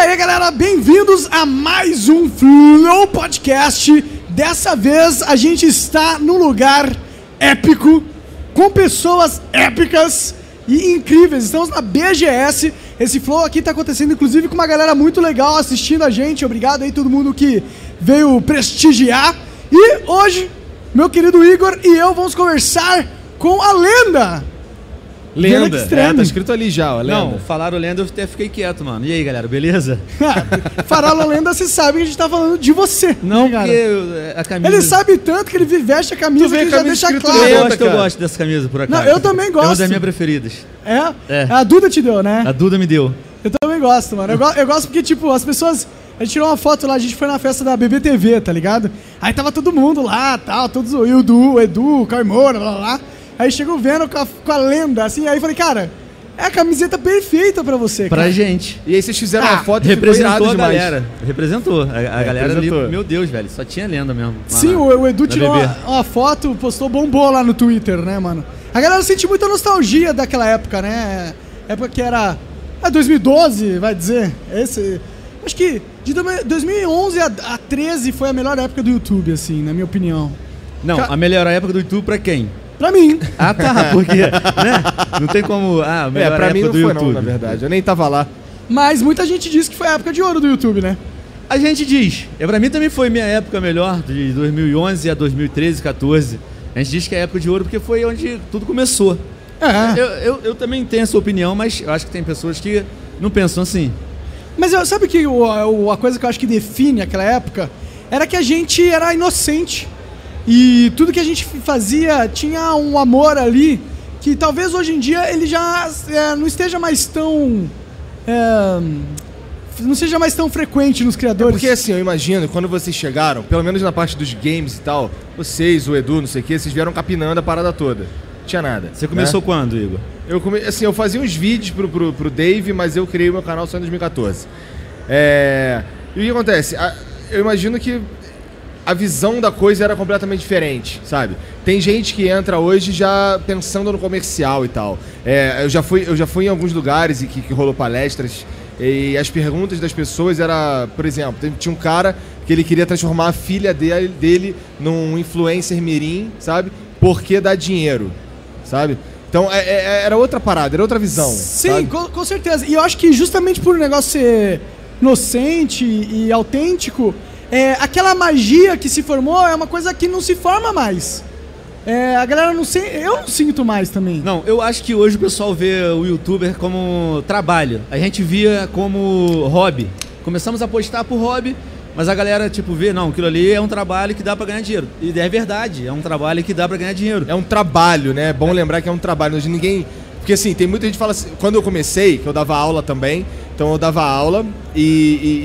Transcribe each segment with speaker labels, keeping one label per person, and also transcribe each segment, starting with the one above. Speaker 1: aí, galera, bem-vindos a mais um Flow Podcast. Dessa vez a gente está num lugar épico, com pessoas épicas e incríveis. Estamos na BGS. Esse flow aqui está acontecendo, inclusive, com uma galera muito legal assistindo a gente. Obrigado aí todo mundo que veio prestigiar. E hoje, meu querido Igor e eu vamos conversar com a lenda. Lenda
Speaker 2: Lenda.
Speaker 1: Extreme.
Speaker 2: É, tá escrito ali já, ó, lenda.
Speaker 3: Não, falaram lenda, eu até fiquei quieto, mano. E aí, galera, beleza?
Speaker 1: Farala Lenda, você sabe que a gente tá falando de você.
Speaker 3: Não,
Speaker 1: né, cara.
Speaker 3: porque eu- é, a camisa...
Speaker 1: Ele sabe tanto que ele vi- veste a camisa
Speaker 2: Tu
Speaker 1: que
Speaker 2: vê
Speaker 1: ele
Speaker 2: a
Speaker 1: já
Speaker 2: camisa
Speaker 1: deixa
Speaker 2: escrito
Speaker 1: claro.
Speaker 3: Eu
Speaker 2: Lenda,
Speaker 3: gosto, eu
Speaker 2: cara.
Speaker 3: gosto dessa camisa, por acaso.
Speaker 1: Não, eu também
Speaker 3: É uma
Speaker 1: gosto.
Speaker 3: das minhas preferidas.
Speaker 1: É?
Speaker 3: É.
Speaker 1: A Duda te deu, né?
Speaker 3: A Duda me deu.
Speaker 1: Eu também gosto, mano. Eu, go- eu gosto porque, tipo, as pessoas. A gente tirou uma foto lá, a gente foi na festa da BBTV, tá ligado? Aí tava todo mundo lá, tal, todos. E o Du, o Edu, o Carmona, blá blá blá. Aí chegou vendo com a, com a lenda, assim, aí eu falei, cara, é a camiseta perfeita pra você,
Speaker 3: Pra
Speaker 1: cara.
Speaker 3: gente.
Speaker 2: E aí vocês fizeram uma foto e ficou irado
Speaker 3: Representou a
Speaker 2: demais.
Speaker 3: galera. Representou. A, a galera
Speaker 2: representou.
Speaker 3: ali, meu Deus, velho, só tinha lenda mesmo. lá
Speaker 1: Sim,
Speaker 3: na-
Speaker 1: o, o Edu
Speaker 3: na
Speaker 1: tirou
Speaker 3: BB.
Speaker 1: uma, uma foto, postou bombou lá no Twitter, né, mano? A galera sente muita nostalgia daquela época, né? Época que era. É 2012, vai dizer. Esse, acho que de dois- 2011 a, a 13 foi a melhor época do YouTube, assim, na minha opinião.
Speaker 3: Não, a melhor época do YouTube pra quem?
Speaker 1: Pra mim.
Speaker 3: Ah, tá, porque, né? Não tem como... Ah, a
Speaker 2: É,
Speaker 3: melhor
Speaker 2: pra
Speaker 3: época
Speaker 2: mim não
Speaker 3: do
Speaker 2: foi
Speaker 3: YouTube.
Speaker 2: não, na verdade. Eu nem tava lá.
Speaker 1: Mas muita gente diz que foi a época de ouro do YouTube, né?
Speaker 3: A gente diz. É, pra mim também foi minha época melhor, de 2011 a 2013, 14. A gente diz que é a época de ouro porque foi onde tudo começou.
Speaker 1: É.
Speaker 3: Eu, eu, eu também tenho essa opinião, mas eu acho que tem pessoas que não pensam assim.
Speaker 1: Mas eu- sabe que o, o- a coisa que eu acho que define aquela época era que a gente era inocente. E tudo que a gente f- fazia tinha um amor ali que talvez hoje em dia ele já é, não esteja mais tão. é, não seja mais tão frequente nos criadores.
Speaker 2: Porque assim, eu imagino, quando vocês chegaram, pelo menos na parte dos games e tal, vocês, o Edu, não sei o que, vocês vieram capinando a parada toda. Tinha nada. né?
Speaker 3: Você começou quando, Igor?
Speaker 2: Eu come... assim, eu fazia uns vídeos pro, pro, pro Dave, mas eu criei meu canal só em 2014. É... E o que acontece? A- Eu imagino que a visão da coisa era completamente diferente, sabe? Tem gente que entra hoje já pensando no comercial e tal. É, eu, já fui, eu já fui em alguns lugares e que, que rolou palestras e as perguntas das pessoas era, por exemplo, tem- tinha um cara que ele queria transformar a filha dele, dele num influencer mirim, sabe? Porque dá dinheiro, sabe? Então é- é- era outra parada, era outra visão.
Speaker 1: Sim,
Speaker 2: sabe?
Speaker 1: com, com certeza. E eu acho que justamente por o negócio ser inocente e autêntico, é, aquela magia que se formou é uma coisa que não se forma mais. É, a galera não sei, eu não sinto mais também.
Speaker 3: Não, eu acho que hoje o pessoal vê o youtuber como trabalho. A gente via como hobby. Começamos a apostar por hobby, mas a galera, tipo, vê, não, aquilo ali é um trabalho que dá pra ganhar dinheiro. E é verdade, é um trabalho que dá pra ganhar dinheiro.
Speaker 2: É um trabalho, né? É bom lembrar que é um trabalho. Hoje ninguém. Porque assim, tem muita gente que fala assim. Quando eu comecei, que eu dava aula também. Então eu dava aula e,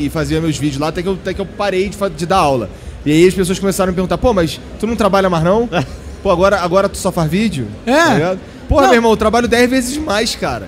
Speaker 2: e- e fazia meus vídeos lá, até que eu, até que eu parei de, fa- de dar aula. E aí as pessoas começaram a me perguntar: pô, mas tu não trabalha mais não? Pô, agora, agora tu só faz vídeo? Tá
Speaker 1: É.
Speaker 2: ligado? Porra,
Speaker 1: Não.
Speaker 2: meu irmão, eu trabalho 10 vezes mais, cara.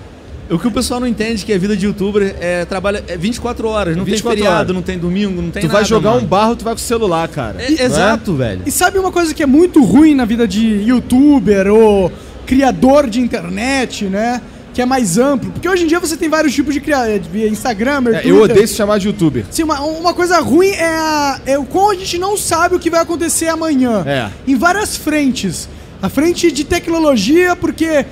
Speaker 3: O que o pessoal não entende é que a vida de youtuber é trabalho é 24 horas, não
Speaker 2: 24
Speaker 3: tem feriado,
Speaker 2: horas.
Speaker 3: não tem domingo, não tem
Speaker 2: tu
Speaker 3: nada.
Speaker 2: vai jogar
Speaker 3: mano.
Speaker 2: um barro, tu vai com o celular, cara.
Speaker 3: É-
Speaker 2: Não é?
Speaker 3: Exato, velho.
Speaker 1: E sabe uma coisa que é muito ruim na vida de youtuber ou criador de internet, né? Que é mais amplo. Porque hoje em dia você tem vários tipos de eh, criador. Instagramer,
Speaker 2: É, eu odeio se chamar de youtuber.
Speaker 1: Sim, uma, uma coisa ruim é, a- é o quão a gente não sabe o que vai acontecer amanhã.
Speaker 2: É.
Speaker 1: Em várias frentes. A frente de tecnologia, porque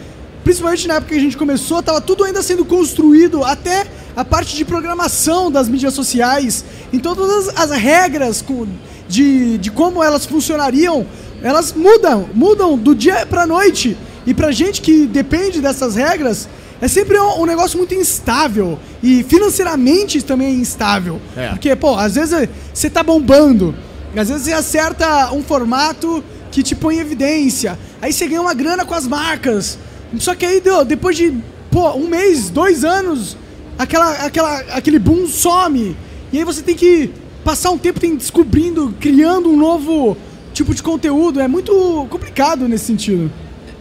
Speaker 1: principalmente na época que a gente começou, tava tudo ainda sendo construído, até a parte de programação das mídias sociais. Então todas as regras com- de, de como elas funcionariam, elas mudam, mudam do dia pra noite. E pra gente que depende dessas regras, é sempre um, um negócio muito instável. E financeiramente também instável.
Speaker 2: É.
Speaker 1: Porque, pô, às vezes você tá bombando. Às vezes você acerta um formato que te põe em evidência. Aí você ganha uma grana com as marcas. Só que aí, deu, depois de, pô, um mês, dois anos, aquela, aquela, aquele boom some. E aí você tem que passar um tempo tem, descobrindo, criando um novo tipo de conteúdo. É muito complicado nesse sentido.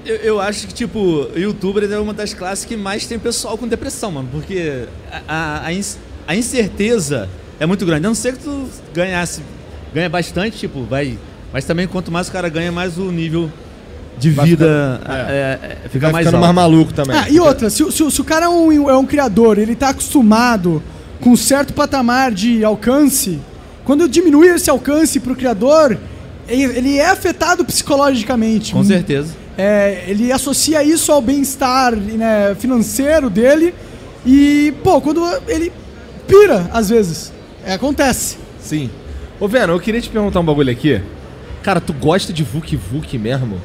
Speaker 3: Eu, eu acho que, tipo, youtubers é uma das classes que mais tem pessoal com depressão, mano. Porque a- a, a, inc- a incerteza é muito grande. A não ser que tu ganhasse, ganha bastante, tipo, vai. Mas também quanto mais o cara ganha, mais o nível de
Speaker 2: Vai
Speaker 3: vida
Speaker 2: ficando-
Speaker 3: é, é, fica
Speaker 2: Vai
Speaker 3: mais
Speaker 2: ficando
Speaker 3: alto.
Speaker 2: mais maluco também.
Speaker 1: é Ah, e outra, se, o- se o- se o cara é um, é um criador, ele tá acostumado com um certo patamar de alcance, quando diminui esse alcance para o criador, ele ele é afetado psicologicamente.
Speaker 3: Com certeza.
Speaker 1: É, ele associa isso ao bem-estar né, financeiro dele e, pô, quando ele pira, às vezes. É, acontece.
Speaker 2: Sim. Ô, Vena, eu queria te perguntar um bagulho aqui. Cara, tu gosta de Vuk Vuk mesmo?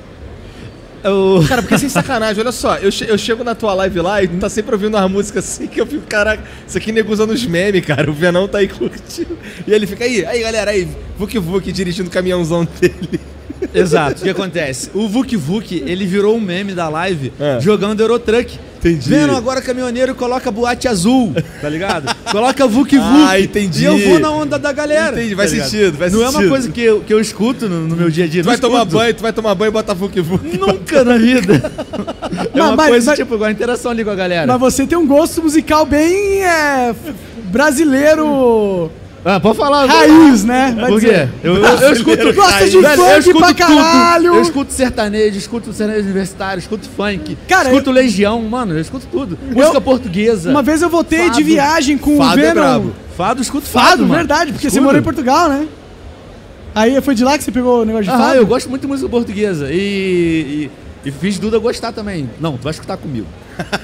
Speaker 3: Eu...
Speaker 2: Cara, porque sem sacanagem, olha só, eu, che- eu chego na tua live lá e tu tá sempre ouvindo uma música assim que eu fico, caraca, isso aqui nego usando os memes, cara. O Venão tá aí curtindo. E ele fica aí, aí galera, aí, Vuk Vuk dirigindo o caminhãozão dele.
Speaker 3: Exato. O que acontece? O Vuk Vuk, ele virou um meme da live
Speaker 2: É.
Speaker 3: jogando Eurotruck.
Speaker 2: Entendi.
Speaker 3: Vendo agora caminhoneiro coloca boate azul, tá ligado? Coloca Vuk Vuk.
Speaker 2: Ah, entendi.
Speaker 3: E eu vou na onda da galera.
Speaker 2: Entendi, faz
Speaker 3: ligado?
Speaker 2: sentido, faz
Speaker 3: Não é
Speaker 2: sentido.
Speaker 3: uma coisa que eu, que eu escuto no, no meu dia a dia.
Speaker 2: Tu
Speaker 3: não
Speaker 2: vai tomar
Speaker 3: escuto.
Speaker 2: banho, tu vai tomar banho e bota Vuk Vuk.
Speaker 3: Nunca na vida. é uma
Speaker 1: Mas- mas-
Speaker 3: coisa,
Speaker 1: mas-
Speaker 3: tipo, igual a interação ali com a galera.
Speaker 1: Mas você tem um gosto musical bem é, brasileiro
Speaker 3: Ah, pode falar.
Speaker 1: raiz, né? Vai
Speaker 3: Por quê?
Speaker 1: dizer.
Speaker 3: Eu, eu- eu escuto.
Speaker 1: Gosta de
Speaker 3: Velho,
Speaker 1: funk pra caralho.
Speaker 3: Eu escuto sertanejo, escuto sertanejo universitário, escuto funk,
Speaker 1: Cara,
Speaker 3: escuto Legião, mano, eu escuto tudo. Música portuguesa.
Speaker 1: Uma vez eu voltei de
Speaker 3: Fado.
Speaker 1: viagem com o
Speaker 2: Fado
Speaker 1: Venom.
Speaker 2: é brabo.
Speaker 3: Fado, escuto fado,
Speaker 1: Fado,
Speaker 3: mano.
Speaker 1: verdade, porque você
Speaker 3: Escuto.
Speaker 1: morou em Portugal, né? Aí foi de lá que você pegou o negócio de
Speaker 3: Ah,
Speaker 1: fado?
Speaker 3: eu gosto muito de música portuguesa. E, e, e fiz Duda gostar também. Não, tu vai escutar comigo.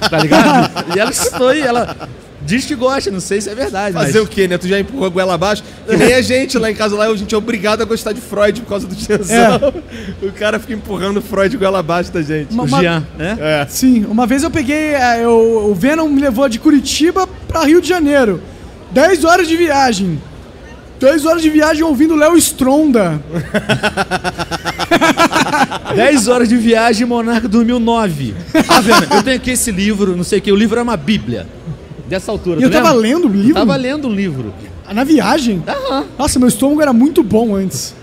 Speaker 3: Tá ligado? e ela escutou e ela diz que gosta, não sei se é verdade.
Speaker 2: Fazer
Speaker 3: mas...
Speaker 2: o quê, né? Tu já empurrou a goela abaixo. Que nem a gente lá em casa, lá a gente é obrigado a gostar de Freud por causa do Tiazão. O cara fica empurrando Freud goela abaixo da gente.
Speaker 1: Uma-
Speaker 3: O
Speaker 1: uma-
Speaker 3: Jean, né?
Speaker 2: É.
Speaker 1: Sim, uma vez eu peguei. é, eu- o Venom me levou de Curitiba pra Rio de Janeiro. 10 horas de viagem. 10 horas de viagem ouvindo Léo Stronda.
Speaker 3: 10 horas de viagem, Monarca dormiu 9. Ah, vendo? Eu tenho aqui esse livro, não sei o que. O livro é uma bíblia. Dessa altura,
Speaker 1: E
Speaker 3: tá
Speaker 1: eu tava
Speaker 3: vendo?
Speaker 1: lendo o livro?
Speaker 3: Tava lendo um livro.
Speaker 1: Na viagem? Nossa, meu estômago era muito bom antes.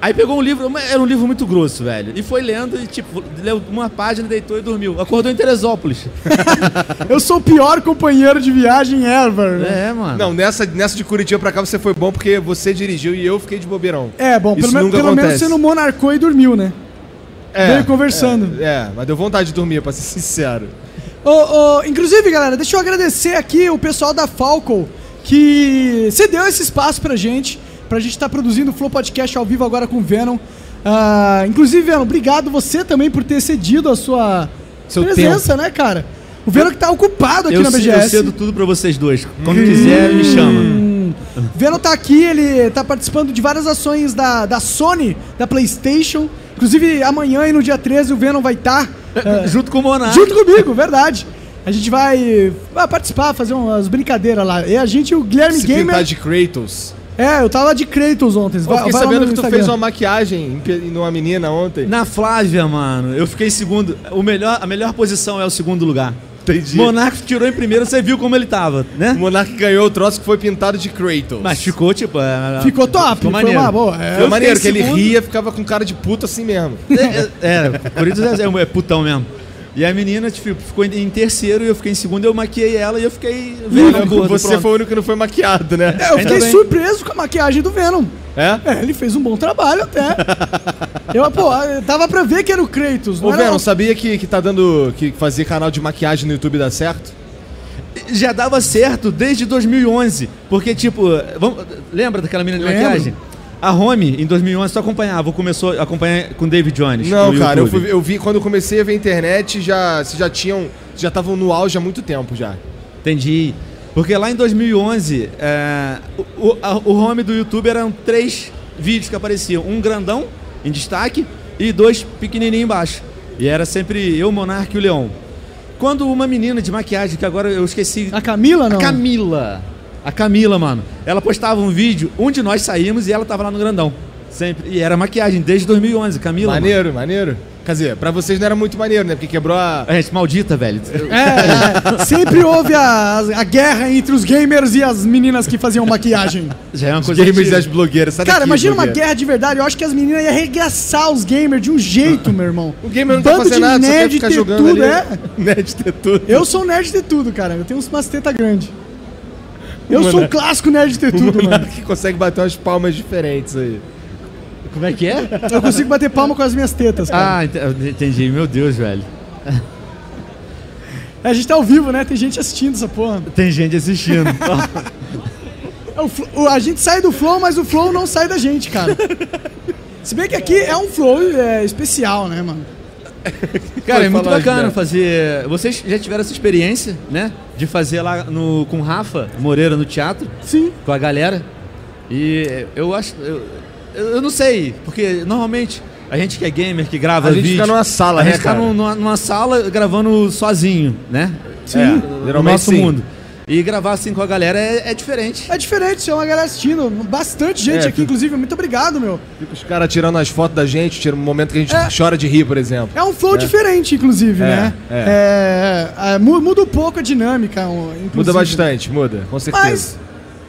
Speaker 3: Aí pegou um livro, mas era um livro muito grosso, velho. E foi lendo e, tipo, leu uma página, deitou e dormiu. Acordou em Teresópolis.
Speaker 1: Eu sou o pior companheiro de viagem ever. né?
Speaker 3: É, mano.
Speaker 2: Não, nessa, nessa de Curitiba pra cá você foi bom porque você dirigiu e eu fiquei de bobeirão.
Speaker 1: É, bom, pelo,
Speaker 2: Isso
Speaker 1: me-
Speaker 2: nunca
Speaker 1: pelo menos
Speaker 2: acontece.
Speaker 1: você não monarcou e dormiu, né?
Speaker 2: É,
Speaker 1: Veio conversando.
Speaker 2: É, mas deu vontade de dormir, pra ser sincero.
Speaker 1: Ô, ô, inclusive, galera, deixa eu agradecer aqui o pessoal da Falco que cedeu esse espaço pra gente, pra gente estar produzindo o Flow Podcast ao vivo agora com o Venom. Ah, inclusive, Venom, obrigado você também por ter cedido a sua
Speaker 2: Seu
Speaker 1: presença, né, cara? O Venom que tá ocupado aqui
Speaker 3: eu,
Speaker 1: na
Speaker 3: ce-
Speaker 1: BGS.
Speaker 3: eu cedo tudo pra vocês dois. Quando
Speaker 1: Hum.
Speaker 3: quiser, me chama.
Speaker 1: Venom tá aqui, ele tá participando de várias ações da, da Sony, da PlayStation. Inclusive, amanhã e no dia 13 o Venom vai estar.
Speaker 3: Junto com o
Speaker 1: É.
Speaker 3: Monarca.
Speaker 1: Junto comigo, verdade. A gente vai ah, participar, fazer umas brincadeiras lá. E a gente, o Guilherme
Speaker 2: Se
Speaker 1: Gamer.
Speaker 2: pintar de Kratos.
Speaker 1: É, eu tava de Kratos ontem.
Speaker 2: Eu fiquei
Speaker 1: lá no
Speaker 2: sabendo que tu
Speaker 1: Instagram.
Speaker 2: fez uma maquiagem em pe- numa menina ontem.
Speaker 3: Na Flávia, mano, eu fiquei em segundo. O melhor, a melhor posição é o segundo lugar.
Speaker 2: Entendi. Monark...
Speaker 3: Monarca tirou em primeiro, você viu como ele tava, né?
Speaker 2: ganhou o troço que foi pintado de Kratos.
Speaker 3: Mas ficou, tipo... é-
Speaker 1: Ficou top, foi
Speaker 3: Ficou maneiro.
Speaker 1: uma boa. É.
Speaker 2: É
Speaker 3: Eu
Speaker 2: maneiro que
Speaker 3: fiquei
Speaker 2: ele
Speaker 3: em segundo.
Speaker 2: ria, ficava com cara de puto assim mesmo.
Speaker 3: É, é, é, por isso é, é putão mesmo. E a menina tipo, ficou em terceiro e eu fiquei em segundo, eu maquiei ela e eu fiquei vendo a gorda,
Speaker 2: Você
Speaker 3: pronto.
Speaker 2: foi o único que não foi maquiado, né?
Speaker 1: É, eu
Speaker 3: Ainda
Speaker 1: fiquei
Speaker 3: bem.
Speaker 1: surpreso com a maquiagem do Venom.
Speaker 2: É?
Speaker 1: É, ele fez um bom trabalho até. eu, pô, dava pra ver que era o Kratos, não
Speaker 2: Ô,
Speaker 1: era?
Speaker 2: Venom, sabia que, que tá dando. que fazer canal de maquiagem no YouTube dá certo?
Speaker 3: Já dava certo desde 2011, porque tipo, vamos- lembra daquela menina de
Speaker 1: Lembro.
Speaker 3: maquiagem? A Home, em 2011, só acompanhava, começou a acompanhar com David Jones
Speaker 2: Não,
Speaker 3: no
Speaker 2: cara, eu,
Speaker 3: YouTube.
Speaker 2: fui- eu vi quando eu comecei a ver a internet, já vocês já tinham, vocês já estavam no auge há muito tempo já.
Speaker 3: Entendi. Porque lá em 2011, é, o, o- a- o home do YouTube eram três vídeos que apareciam. Um grandão, em destaque, e dois pequenininhos embaixo. E era sempre eu, Monark e o Leão. Quando uma menina de maquiagem, que agora eu esqueci...
Speaker 1: A Camila, não?
Speaker 3: A Camila. A Camila, mano. Ela postava um vídeo, um de nós saímos e ela tava lá no grandão. Sempre. E era maquiagem, desde 2011. Camila, mano.
Speaker 2: maneiro, maneiro. Quer dizer, pra vocês não era muito maneiro, né? Porque quebrou a.
Speaker 3: A gente maldita, velho.
Speaker 1: É, é. sempre houve a, a guerra entre os gamers e as meninas que faziam maquiagem.
Speaker 3: Já é uma
Speaker 2: Os
Speaker 3: coisa
Speaker 2: gamers e
Speaker 3: antiga.
Speaker 2: as blogueiras. Sai
Speaker 1: Cara,
Speaker 2: daqui,
Speaker 1: imagina uma
Speaker 2: blogueira.
Speaker 1: guerra de verdade. Eu acho que as meninas iam arregaçar os gamers de um jeito, meu irmão.
Speaker 2: O gamer não tá fazendo nada, só quer ficar
Speaker 1: ter
Speaker 2: jogando
Speaker 1: tudo,
Speaker 2: ali.
Speaker 1: é.
Speaker 2: Nerd ter tudo.
Speaker 1: Eu sou um nerd de tudo, cara. Eu tenho uns umas teta grande. Eu sou um
Speaker 2: Mano.
Speaker 1: clássico nerd de ter tudo,
Speaker 2: Tudo,
Speaker 1: mano.
Speaker 2: que consegue bater umas palmas diferentes aí.
Speaker 3: Como é que é?
Speaker 1: Eu consigo bater palma com as minhas tetas, cara.
Speaker 3: Ah, ent- eu entendi. Meu Deus, velho.
Speaker 1: A gente tá ao vivo, né? Tem gente assistindo essa porra.
Speaker 3: Tem gente assistindo.
Speaker 1: É o fl- o- a gente sai do flow, mas o flow não sai da gente, cara. Se bem que aqui é um flow é, especial, né, mano?
Speaker 3: Cara,
Speaker 2: Pode
Speaker 3: é muito
Speaker 2: falar,
Speaker 3: bacana
Speaker 2: Gilberto.
Speaker 3: fazer. Vocês já tiveram essa experiência, né? De fazer lá no, com o Rafa Moreira no teatro,
Speaker 1: Sim.
Speaker 3: com a galera. E eu acho. Eu, eu não sei, porque normalmente a gente que é gamer, que grava
Speaker 2: A gente
Speaker 3: vídeo,
Speaker 2: fica numa sala,
Speaker 3: a
Speaker 2: né,
Speaker 3: gente fica
Speaker 2: cara?
Speaker 3: num- numa, numa sala gravando sozinho, né?
Speaker 1: Sim.
Speaker 2: É,
Speaker 3: No
Speaker 2: geralmente
Speaker 3: nosso
Speaker 2: sim.
Speaker 3: mundo. E gravar assim com a galera é, é diferente.
Speaker 1: É diferente, é uma galera assistindo. Bastante gente
Speaker 2: É,
Speaker 1: aqui,
Speaker 2: tu-
Speaker 1: inclusive. Muito obrigado, meu.
Speaker 2: Fica os caras tirando as fotos da gente, tira um momento que a gente
Speaker 1: É.
Speaker 2: chora de rir, por exemplo.
Speaker 1: É um flow diferente, inclusive,
Speaker 2: É,
Speaker 1: né? É. é, mu- muda um pouco a dinâmica, um, inclusive.
Speaker 2: Muda bastante, muda, com certeza.
Speaker 1: Mas,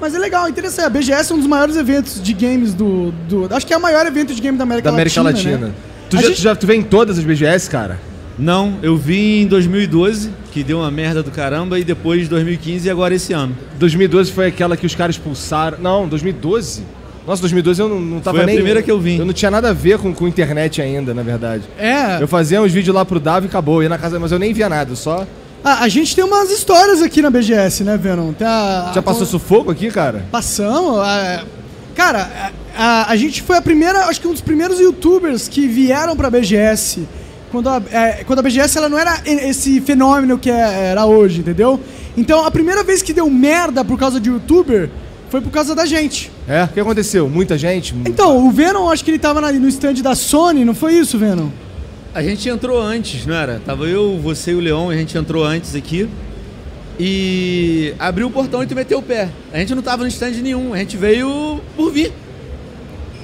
Speaker 1: mas é legal, é interessante. A BGS é um dos maiores eventos de games do. do acho que é o maior evento de game da América
Speaker 2: da América Latina.
Speaker 1: Latina. né?
Speaker 2: Tu,
Speaker 1: A
Speaker 2: já,
Speaker 1: gente-
Speaker 2: tu já tu vem em todas as BGS, cara?
Speaker 3: Não, eu vim em 2012, que deu uma merda do caramba, e depois 2015 e agora esse ano.
Speaker 2: 2012 foi aquela que os caras expulsaram. Não, 2012? Nossa, 2012 eu não, não tava
Speaker 3: Foi a
Speaker 2: nem.
Speaker 3: primeira que eu vim.
Speaker 2: Eu não tinha nada a ver com, com internet ainda, na verdade.
Speaker 1: né? É.
Speaker 2: Eu fazia uns vídeos lá pro Davo e acabou. Ia na casa, mas eu nem via nada, eu só.
Speaker 1: Ah, A, a gente tem umas histórias aqui na BGS, né, Venom? Tem a-
Speaker 3: Ah,
Speaker 2: Já
Speaker 1: a-
Speaker 2: passou sufoco aqui, cara?
Speaker 1: Passamos. é. cara, é, a, a- a gente foi a primeira, acho que um dos primeiros youtubers que vieram pra BGS. Quando a, é, quando a BGS ela não era e- esse fenômeno que é- era hoje, entendeu? Então a primeira vez que deu merda por causa de youtuber foi por causa da gente.
Speaker 2: É? O que aconteceu? Muita
Speaker 3: É,
Speaker 2: gente?
Speaker 1: Então, o Venom, acho que ele tava na- no stand da Sony, não foi isso, Venom?
Speaker 3: A gente entrou antes, não era? Tava eu, você e o Leon, a gente entrou antes aqui. E abriu o portão e tu meteu o pé. A gente não tava no stand nenhum, a gente veio por vir.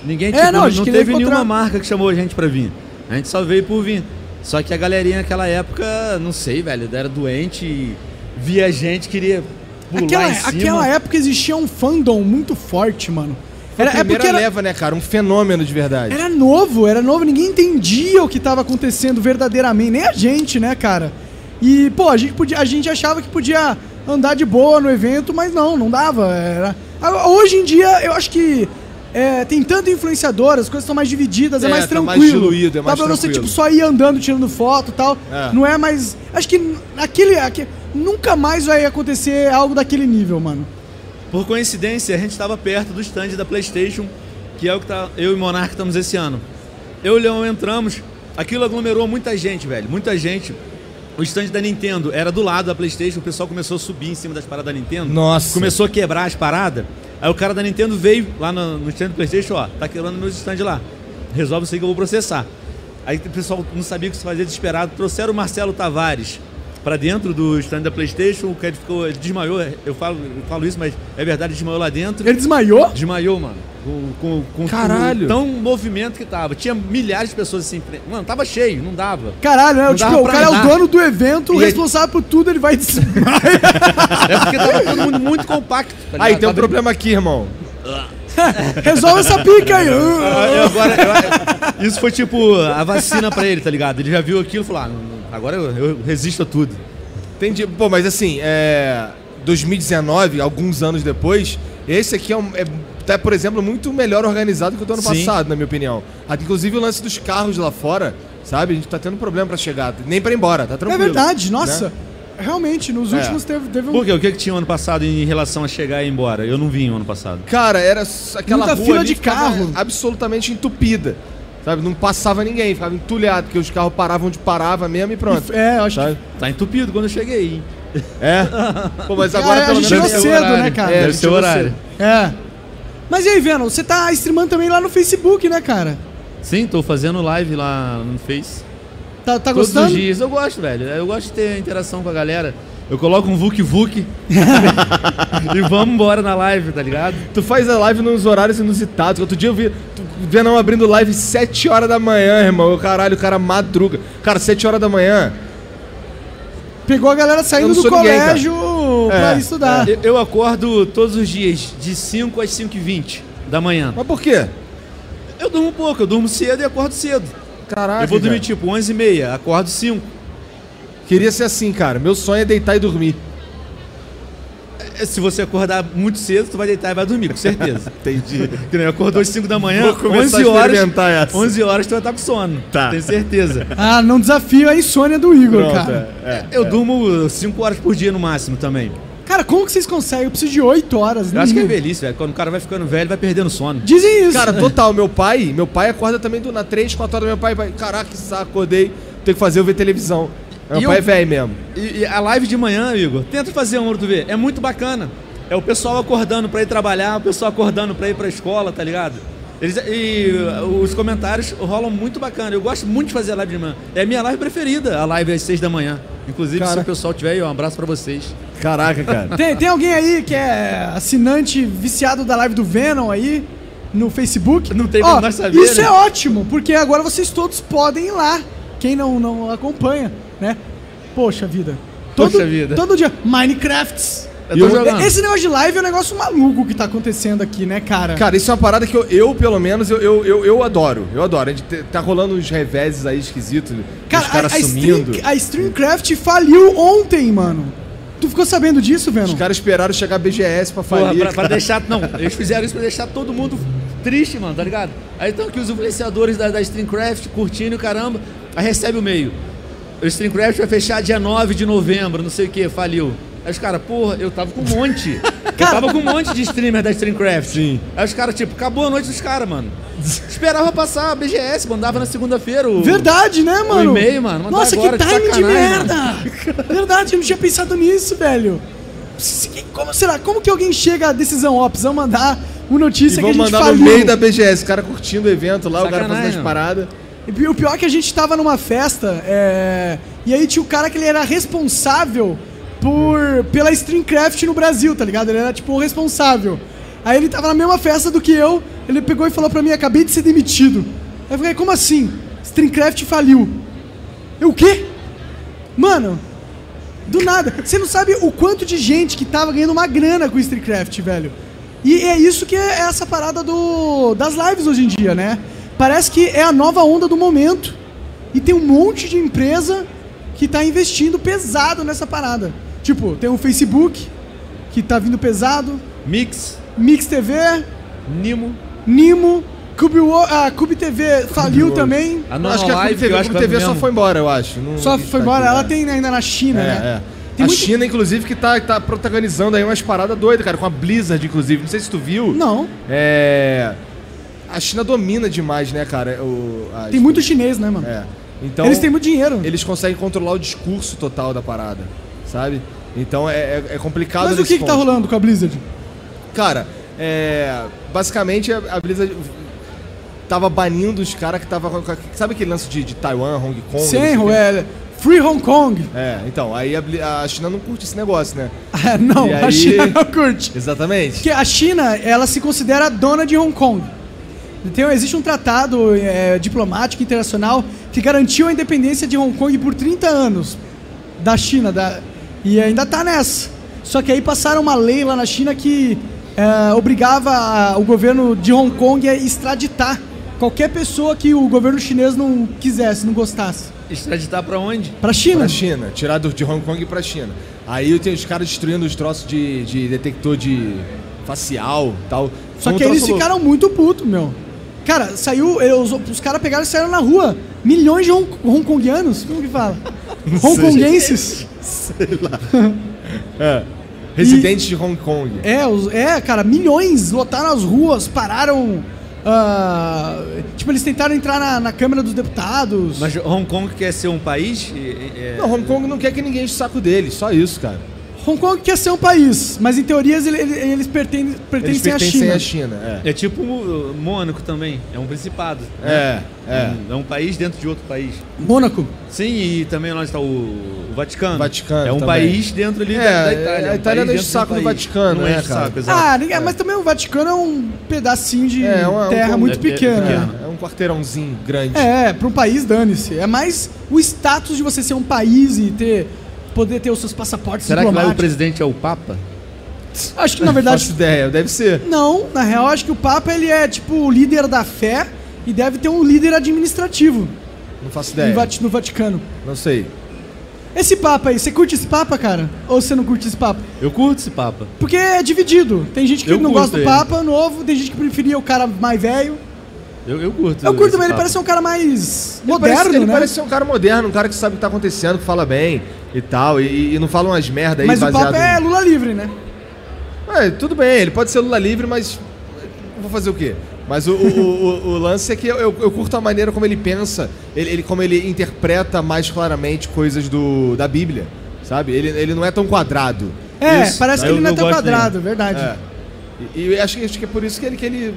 Speaker 3: Ninguém
Speaker 1: É,
Speaker 3: tipo,
Speaker 1: não,
Speaker 3: não,
Speaker 1: a gente queria
Speaker 3: teve
Speaker 1: encontrar-
Speaker 3: nenhuma marca que chamou a gente pra vir. A gente só veio por vir. Só que a galerinha naquela época, não sei, velho, era doente e via a gente, queria pular
Speaker 1: Aquela,
Speaker 3: em cima.
Speaker 1: aquela época existia um fandom muito forte, mano.
Speaker 2: Foi a
Speaker 1: Era, é
Speaker 2: primeira
Speaker 1: porque era,
Speaker 2: leva, né, cara? Um fenômeno de verdade.
Speaker 1: Era novo, era novo, ninguém entendia o que tava acontecendo verdadeiramente, nem a gente, né, cara? E, pô, a gente, podia, a gente achava que podia andar de boa no evento, mas não, não dava. Era... Ah, Hoje em dia, eu acho que é, tem tanto influenciador, as coisas estão mais divididas, é,
Speaker 2: É,
Speaker 1: mais
Speaker 2: tá
Speaker 1: tranquilo.
Speaker 2: mais diluído, é mais
Speaker 1: Dá pra você,
Speaker 2: tranquilo.
Speaker 1: tipo, só ir andando, tirando foto e tal.
Speaker 2: É.
Speaker 1: Não é mais... Acho que aquele, aque- Nunca mais vai acontecer algo daquele nível, mano.
Speaker 3: Por coincidência, a gente estava perto do stand da PlayStation, que é o que tá, eu e o Monark estamos esse ano. Eu e o Leão entramos, aquilo aglomerou muita gente, velho, muita gente. O stand da Nintendo era do lado da PlayStation, o pessoal começou a subir em cima das paradas da Nintendo.
Speaker 2: Nossa.
Speaker 3: Começou a quebrar as paradas. Aí o cara da Nintendo veio lá no, no stand do PlayStation, ó, tá quebrando meus stand lá. Resolve isso aí que eu vou processar. Aí o pessoal não sabia o que se fazia desesperado. Trouxeram o Marcelo Tavares pra dentro do stand da PlayStation. O cara ficou, ele desmaiou. Eu falo, eu falo isso, mas é verdade, ele desmaiou lá dentro.
Speaker 1: Ele desmaiou?
Speaker 3: Desmaiou, mano. Com, com, com
Speaker 2: Caralho.
Speaker 3: o tão movimento que tava. Tinha milhares de pessoas assim. Mano, tava cheio, não dava.
Speaker 1: Caralho, né?
Speaker 3: Não
Speaker 1: Tipo,
Speaker 3: dava
Speaker 1: o
Speaker 3: pra
Speaker 1: cara é o
Speaker 3: andar.
Speaker 1: dono do evento, o
Speaker 3: E aí-
Speaker 1: responsável por tudo, ele vai des-
Speaker 3: É porque tava todo mundo muito compacto. tá
Speaker 2: Aí
Speaker 3: ligado?
Speaker 2: tem um
Speaker 3: Tava-
Speaker 2: problema aqui, irmão.
Speaker 1: Resolve essa pica aí. Uh, é
Speaker 3: Eu agora- eu- isso foi tipo a vacina pra ele, tá ligado? Ele já viu aquilo e falou: ah, não, não, agora eu, eu resisto a tudo.
Speaker 2: Entendi. Pô, mas assim, é. 2019, alguns anos depois, esse aqui é, um, é tá, por exemplo, muito melhor organizado que o do ano
Speaker 3: Sim.
Speaker 2: passado, na minha opinião. Ah, Inclusive o lance dos carros lá fora, sabe? A gente tá tendo problema pra chegar, nem pra ir embora, tá
Speaker 1: É
Speaker 2: tranquilo.
Speaker 1: verdade,
Speaker 2: né?
Speaker 1: nossa. Realmente, nos
Speaker 2: É.
Speaker 1: últimos teve, teve um.
Speaker 3: Por quê? O que, que tinha ano passado em relação a chegar e ir embora? Eu não vim ano passado.
Speaker 2: Cara, era s- aquela
Speaker 1: Muita
Speaker 2: rua
Speaker 1: fila
Speaker 2: ali
Speaker 1: de
Speaker 2: ficava
Speaker 1: carro.
Speaker 2: absolutamente entupida. Sabe? Não passava ninguém, ficava entulhado, porque os carros paravam onde parava mesmo e pronto.
Speaker 1: É, eu acho
Speaker 2: Sabe?
Speaker 3: Tá entupido quando eu cheguei, hein?
Speaker 2: É. Pô, mas agora
Speaker 1: Cara,
Speaker 2: pelo
Speaker 1: a gente
Speaker 2: menos
Speaker 1: chegou
Speaker 2: é o
Speaker 1: cedo,
Speaker 2: horário.
Speaker 1: né, cara?
Speaker 2: É,
Speaker 1: Deve
Speaker 2: a gente chegou cedo.
Speaker 1: que. É. Mas e aí, Venom, você tá streamando também lá no Facebook, né, cara?
Speaker 3: Sim, tô fazendo live lá no Face.
Speaker 1: Tá, tá
Speaker 3: Todos
Speaker 1: gostando?
Speaker 3: os dias. Eu gosto, velho. Eu gosto de ter interação com a galera. Eu coloco um Vuk Vuk e vamos embora na live, tá ligado?
Speaker 2: Tu faz a live nos horários inusitados. Outro dia eu vi tu, Venom abrindo live 7 horas da manhã, irmão. Eu, Caralho, o cara madruga. Cara, 7 horas da manhã.
Speaker 1: Pegou a galera
Speaker 2: Eu
Speaker 1: saindo
Speaker 2: não
Speaker 1: do
Speaker 2: sou ninguém, cara.
Speaker 1: colégio pra
Speaker 2: É,
Speaker 1: estudar.
Speaker 3: Eu, eu acordo todos os dias, de 5 às 5 e 20 da manhã.
Speaker 2: Mas por quê?
Speaker 3: Eu durmo pouco, eu durmo cedo e acordo cedo.
Speaker 2: Caralho.
Speaker 3: eu vou dormir
Speaker 2: cara.
Speaker 3: tipo 11 e meia, acordo 5.
Speaker 2: Queria ser assim, cara. Meu sonho é deitar e dormir.
Speaker 3: É, Se você acordar muito cedo, tu vai deitar e vai dormir, com certeza.
Speaker 2: Entendi.
Speaker 3: Que nem eu acordou às 5 da manhã,
Speaker 2: Vou começar
Speaker 3: 11
Speaker 2: a
Speaker 3: horas,
Speaker 2: experimentar essa.
Speaker 3: 11 horas tu vai estar com sono.
Speaker 2: Tá.
Speaker 3: Tenho certeza.
Speaker 1: Ah, não desafio a insônia do Igor,
Speaker 2: Pronto,
Speaker 1: cara.
Speaker 2: é, é.
Speaker 3: Eu durmo 5 horas por dia no máximo também.
Speaker 1: Cara, como que vocês conseguem? Eu preciso de 8 horas.
Speaker 3: Eu acho que é
Speaker 2: Uhum.
Speaker 1: mínimo.
Speaker 3: velhice, velho. Quando o cara vai ficando velho, vai perdendo sono.
Speaker 1: Dizem isso.
Speaker 2: Cara, total, meu pai, meu pai acorda também do, na 3, 4 horas, meu pai, vai, caraca, que saco, acordei, tenho que fazer, eu ver televisão. Meu
Speaker 3: E
Speaker 2: pai
Speaker 3: eu-
Speaker 2: é velho mesmo.
Speaker 3: E, e a live de manhã, Igor, tenta fazer uma pra tu ver. É muito bacana. É o pessoal acordando pra ir trabalhar, o pessoal acordando pra ir pra escola, tá ligado? Eles, e uh, os comentários rolam muito bacana. Eu gosto muito de fazer a live de manhã. É a minha live preferida, a live às seis da manhã. Inclusive, se
Speaker 2: Cara.
Speaker 3: o pessoal tiver aí, um abraço pra vocês.
Speaker 2: Caraca, cara.
Speaker 1: Tem, tem alguém aí que é assinante viciado da live do Venom aí no Facebook?
Speaker 3: Não tem
Speaker 1: Ó,
Speaker 3: como nós saber,
Speaker 1: Isso
Speaker 3: né?
Speaker 1: é ótimo, porque agora vocês todos podem ir lá. Quem não, não acompanha, né? Poxa vida. Todo,
Speaker 3: Poxa vida.
Speaker 1: Todo dia. Minecrafts.
Speaker 3: Eu tô
Speaker 1: E
Speaker 3: jogando.
Speaker 1: Esse negócio de live é um negócio maluco que tá acontecendo aqui, né, cara?
Speaker 2: Cara, isso é uma parada que eu, eu, pelo menos, eu, eu, eu, eu adoro. Eu adoro. A gente te- tá rolando uns reveses aí esquisitos,
Speaker 1: Cara,
Speaker 2: os caras
Speaker 1: a, a,
Speaker 2: sumindo.
Speaker 1: Stream, a Streamcraft faliu ontem, mano. Tu ficou sabendo disso, Venom?
Speaker 2: Os caras esperaram chegar a BGS pra
Speaker 3: Porra,
Speaker 2: falir.
Speaker 3: pra, pra
Speaker 2: cara.
Speaker 3: deixar. Não, eles fizeram isso pra deixar todo mundo triste, mano, tá ligado? Aí estão aqui os influenciadores da, da Streamcraft curtindo e caramba. Aí recebe o meio. O Streamcraft vai fechar dia 9 de novembro, não sei o que, faliu. Aí os caras, porra, eu tava com um monte. eu tava com um monte de streamer da Streamcraft.
Speaker 2: Sim.
Speaker 3: Aí os caras, tipo, acabou a noite dos caras, mano. Esperava passar a BGS, mandava na segunda-feira Tipo, o.
Speaker 1: Verdade, né, mano?
Speaker 3: e-mail, mano, mandar
Speaker 1: Nossa,
Speaker 3: agora,
Speaker 1: que
Speaker 3: que
Speaker 1: time de
Speaker 3: sacanagem,
Speaker 1: merda! Verdade, eu não tinha pensado nisso, velho. Se- que- Como será? Como que alguém chega à decisão? Ó, precisamos mandar uma
Speaker 2: E
Speaker 1: notícia que a
Speaker 2: vão
Speaker 1: gente
Speaker 2: mandar
Speaker 1: faliu.
Speaker 2: no meio da BGS, o cara curtindo o evento lá, o cara fazendo
Speaker 3: Sacanagem.
Speaker 2: as paradas.
Speaker 1: E pi- o pior é que a gente tava numa festa, é, e aí tinha o cara que ele era responsável por pela Streamcraft no Brasil, tá ligado? Ele era tipo o responsável. Aí ele tava na mesma festa do que eu, ele pegou e falou pra mim, acabei de ser demitido. Aí eu falei, como assim? Streamcraft faliu. Eu, o quê? Mano, do nada. Você não sabe o quanto de gente que tava ganhando uma grana com o Streetcraft, velho. E é isso que é essa parada do, das lives hoje em dia, né? Parece que é a nova onda do momento. E tem um monte de empresa que tá investindo pesado nessa parada. Tipo, tem o Facebook, que tá vindo pesado,
Speaker 3: Mix,
Speaker 1: Mix TV,
Speaker 3: Nimo,
Speaker 1: Nimo, Cube, Wo- ah, Cube TV faliu
Speaker 2: World.
Speaker 1: também.
Speaker 3: a
Speaker 2: Eu
Speaker 3: nova
Speaker 2: acho que a Clube
Speaker 3: live,
Speaker 2: TV,
Speaker 3: eu
Speaker 2: a
Speaker 3: acho que
Speaker 2: Clube TV
Speaker 3: vai
Speaker 2: só
Speaker 3: mesmo.
Speaker 2: foi embora, eu acho. Não-
Speaker 1: Só
Speaker 2: não
Speaker 1: foi
Speaker 2: tá
Speaker 1: embora.
Speaker 2: aqui,
Speaker 1: Ela
Speaker 2: né?
Speaker 1: tem ainda na China,
Speaker 2: É,
Speaker 1: né?
Speaker 2: é.
Speaker 1: Tem
Speaker 2: a
Speaker 1: muito-
Speaker 2: China, inclusive, que tá, tá protagonizando aí umas paradas doidas, cara, com a Blizzard, inclusive. Não sei se tu viu.
Speaker 1: Não.
Speaker 2: É. A China domina demais, né, cara? O, a-
Speaker 1: Tem muito chinês, né, mano?
Speaker 2: É. Então,
Speaker 1: Eles têm muito dinheiro.
Speaker 2: eles conseguem controlar o discurso total da parada, sabe? Então é, é- é complicado.
Speaker 1: Mas o
Speaker 2: nesse
Speaker 1: que, que tá
Speaker 2: ponto.
Speaker 1: rolando com a Blizzard?
Speaker 2: Cara, é, basicamente a a Blizzard tava banindo os caras que tava. com- Sabe aquele lance de, de Taiwan, Hong Kong?
Speaker 1: Senro,
Speaker 2: é.
Speaker 1: é Free Hong Kong.
Speaker 2: É, então, aí a, Bli- a China não curte esse negócio, né?
Speaker 1: Ah, não,
Speaker 2: E
Speaker 1: a
Speaker 2: aí-
Speaker 1: China não curte.
Speaker 2: Exatamente.
Speaker 1: Porque a China, ela se considera dona de Hong Kong. Então, existe um tratado é, diplomático internacional que garantiu a independência de Hong Kong por 30 anos da China. da- E ainda tá nessa. Só que aí passaram uma lei lá na China que é, obrigava a- o governo de Hong Kong a extraditar qualquer pessoa que o governo chinês não quisesse, não gostasse.
Speaker 3: Extraditar pra onde?
Speaker 1: Pra China.
Speaker 2: Pra China, tirar do- de Hong Kong pra China. Aí tem os caras destruindo os troços de, de detector de facial tal.
Speaker 1: Só
Speaker 2: Foi um
Speaker 1: que eles
Speaker 2: troço louco.
Speaker 1: ficaram muito putos, meu. Cara, saiu. eu- Os, os caras pegaram e saíram na rua. Milhões de hong, hongkongianos? Como que fala? Hongkonguenses?
Speaker 2: É. Residentes de Hong Kong.
Speaker 1: um É, os- é, cara, milhões lotaram as ruas, pararam. ah, tipo, eles tentaram entrar na, na Câmara dos Deputados.
Speaker 3: Mas Hong Kong quer ser um país? E- e- é-
Speaker 2: Não, Hong Kong não quer que ninguém enche o saco deles, só isso, cara.
Speaker 1: Hong Kong quer ser um país, mas em teorias ele- ele- eles pertencem,
Speaker 2: Eles
Speaker 1: pertencem à
Speaker 2: pertencem
Speaker 1: China.
Speaker 2: à China. é.
Speaker 3: É tipo o Mônaco também, é um principado.
Speaker 2: É, é.
Speaker 3: É um país dentro de outro país.
Speaker 1: Mônaco.
Speaker 3: Sim, e também lá está o o Vaticano.
Speaker 2: Vaticano
Speaker 3: É um
Speaker 2: também.
Speaker 3: país dentro ali
Speaker 2: É,
Speaker 3: da, da
Speaker 2: a
Speaker 3: Itália. um
Speaker 2: Itália
Speaker 3: país
Speaker 2: não enche
Speaker 3: dentro
Speaker 2: o saco
Speaker 3: país.
Speaker 2: do Vaticano,
Speaker 3: Não
Speaker 2: né,
Speaker 3: enche o
Speaker 2: cara?
Speaker 3: saco,
Speaker 1: Ah,
Speaker 3: exato.
Speaker 1: ninguém- mas também o Vaticano é um pedacinho de
Speaker 2: É, um- é um-
Speaker 1: terra
Speaker 2: um-
Speaker 1: muito
Speaker 3: é- é
Speaker 1: pequena.
Speaker 3: pequeno.
Speaker 2: É um quarteirãozinho grande.
Speaker 1: É, para um país, dane-se. É mais o status de você ser um país e ter poder ter os seus passaportes
Speaker 3: Será que lá o
Speaker 1: diplomáticos.
Speaker 3: presidente é o Papa?
Speaker 1: Acho que na
Speaker 2: Não faço
Speaker 1: verdade
Speaker 2: ideia, deve ser.
Speaker 1: não, na real acho que o papa ele é tipo o líder da fé e deve ter um líder administrativo
Speaker 2: Não faço
Speaker 1: em
Speaker 3: É.
Speaker 2: ideia.
Speaker 1: Vati- no Vaticano.
Speaker 2: Não sei.
Speaker 1: Esse papa aí, você curte esse papa, cara? Ou você não curte esse papa?
Speaker 3: Eu curto esse Papa.
Speaker 1: Porque é dividido. Tem gente que
Speaker 3: Eu
Speaker 1: não
Speaker 3: curto
Speaker 1: gosta do
Speaker 3: ele.
Speaker 1: papa novo, tem gente que preferia o cara mais velho.
Speaker 3: Eu, eu curto.
Speaker 1: Eu curto,
Speaker 3: esse
Speaker 1: mas ele
Speaker 3: Papa.
Speaker 1: parece ser um cara mais
Speaker 2: ele parece,
Speaker 1: moderno,
Speaker 2: ele
Speaker 1: né?
Speaker 2: parece ser um cara moderno, um cara que sabe o que tá acontecendo, que fala bem. e tal, e, e não falam umas merda aí
Speaker 1: Mas o
Speaker 2: baseado
Speaker 1: papo é
Speaker 2: em-
Speaker 1: Lula livre, né?
Speaker 2: É, tudo bem, ele pode ser Lula livre, mas vou fazer o quê? Mas o, o- o- o lance é que eu, eu- eu curto a maneira como ele pensa, ele, ele- como ele interpreta mais claramente coisas do, da Bíblia, sabe? Ele, ele não é tão quadrado.
Speaker 1: É,
Speaker 3: Isso.
Speaker 1: parece que
Speaker 3: Eu-
Speaker 1: ele não é
Speaker 3: eu
Speaker 1: tão
Speaker 3: gosto
Speaker 1: quadrado, verdade.
Speaker 2: É. E, e eu acho, que- acho que é por isso que ele, que ele.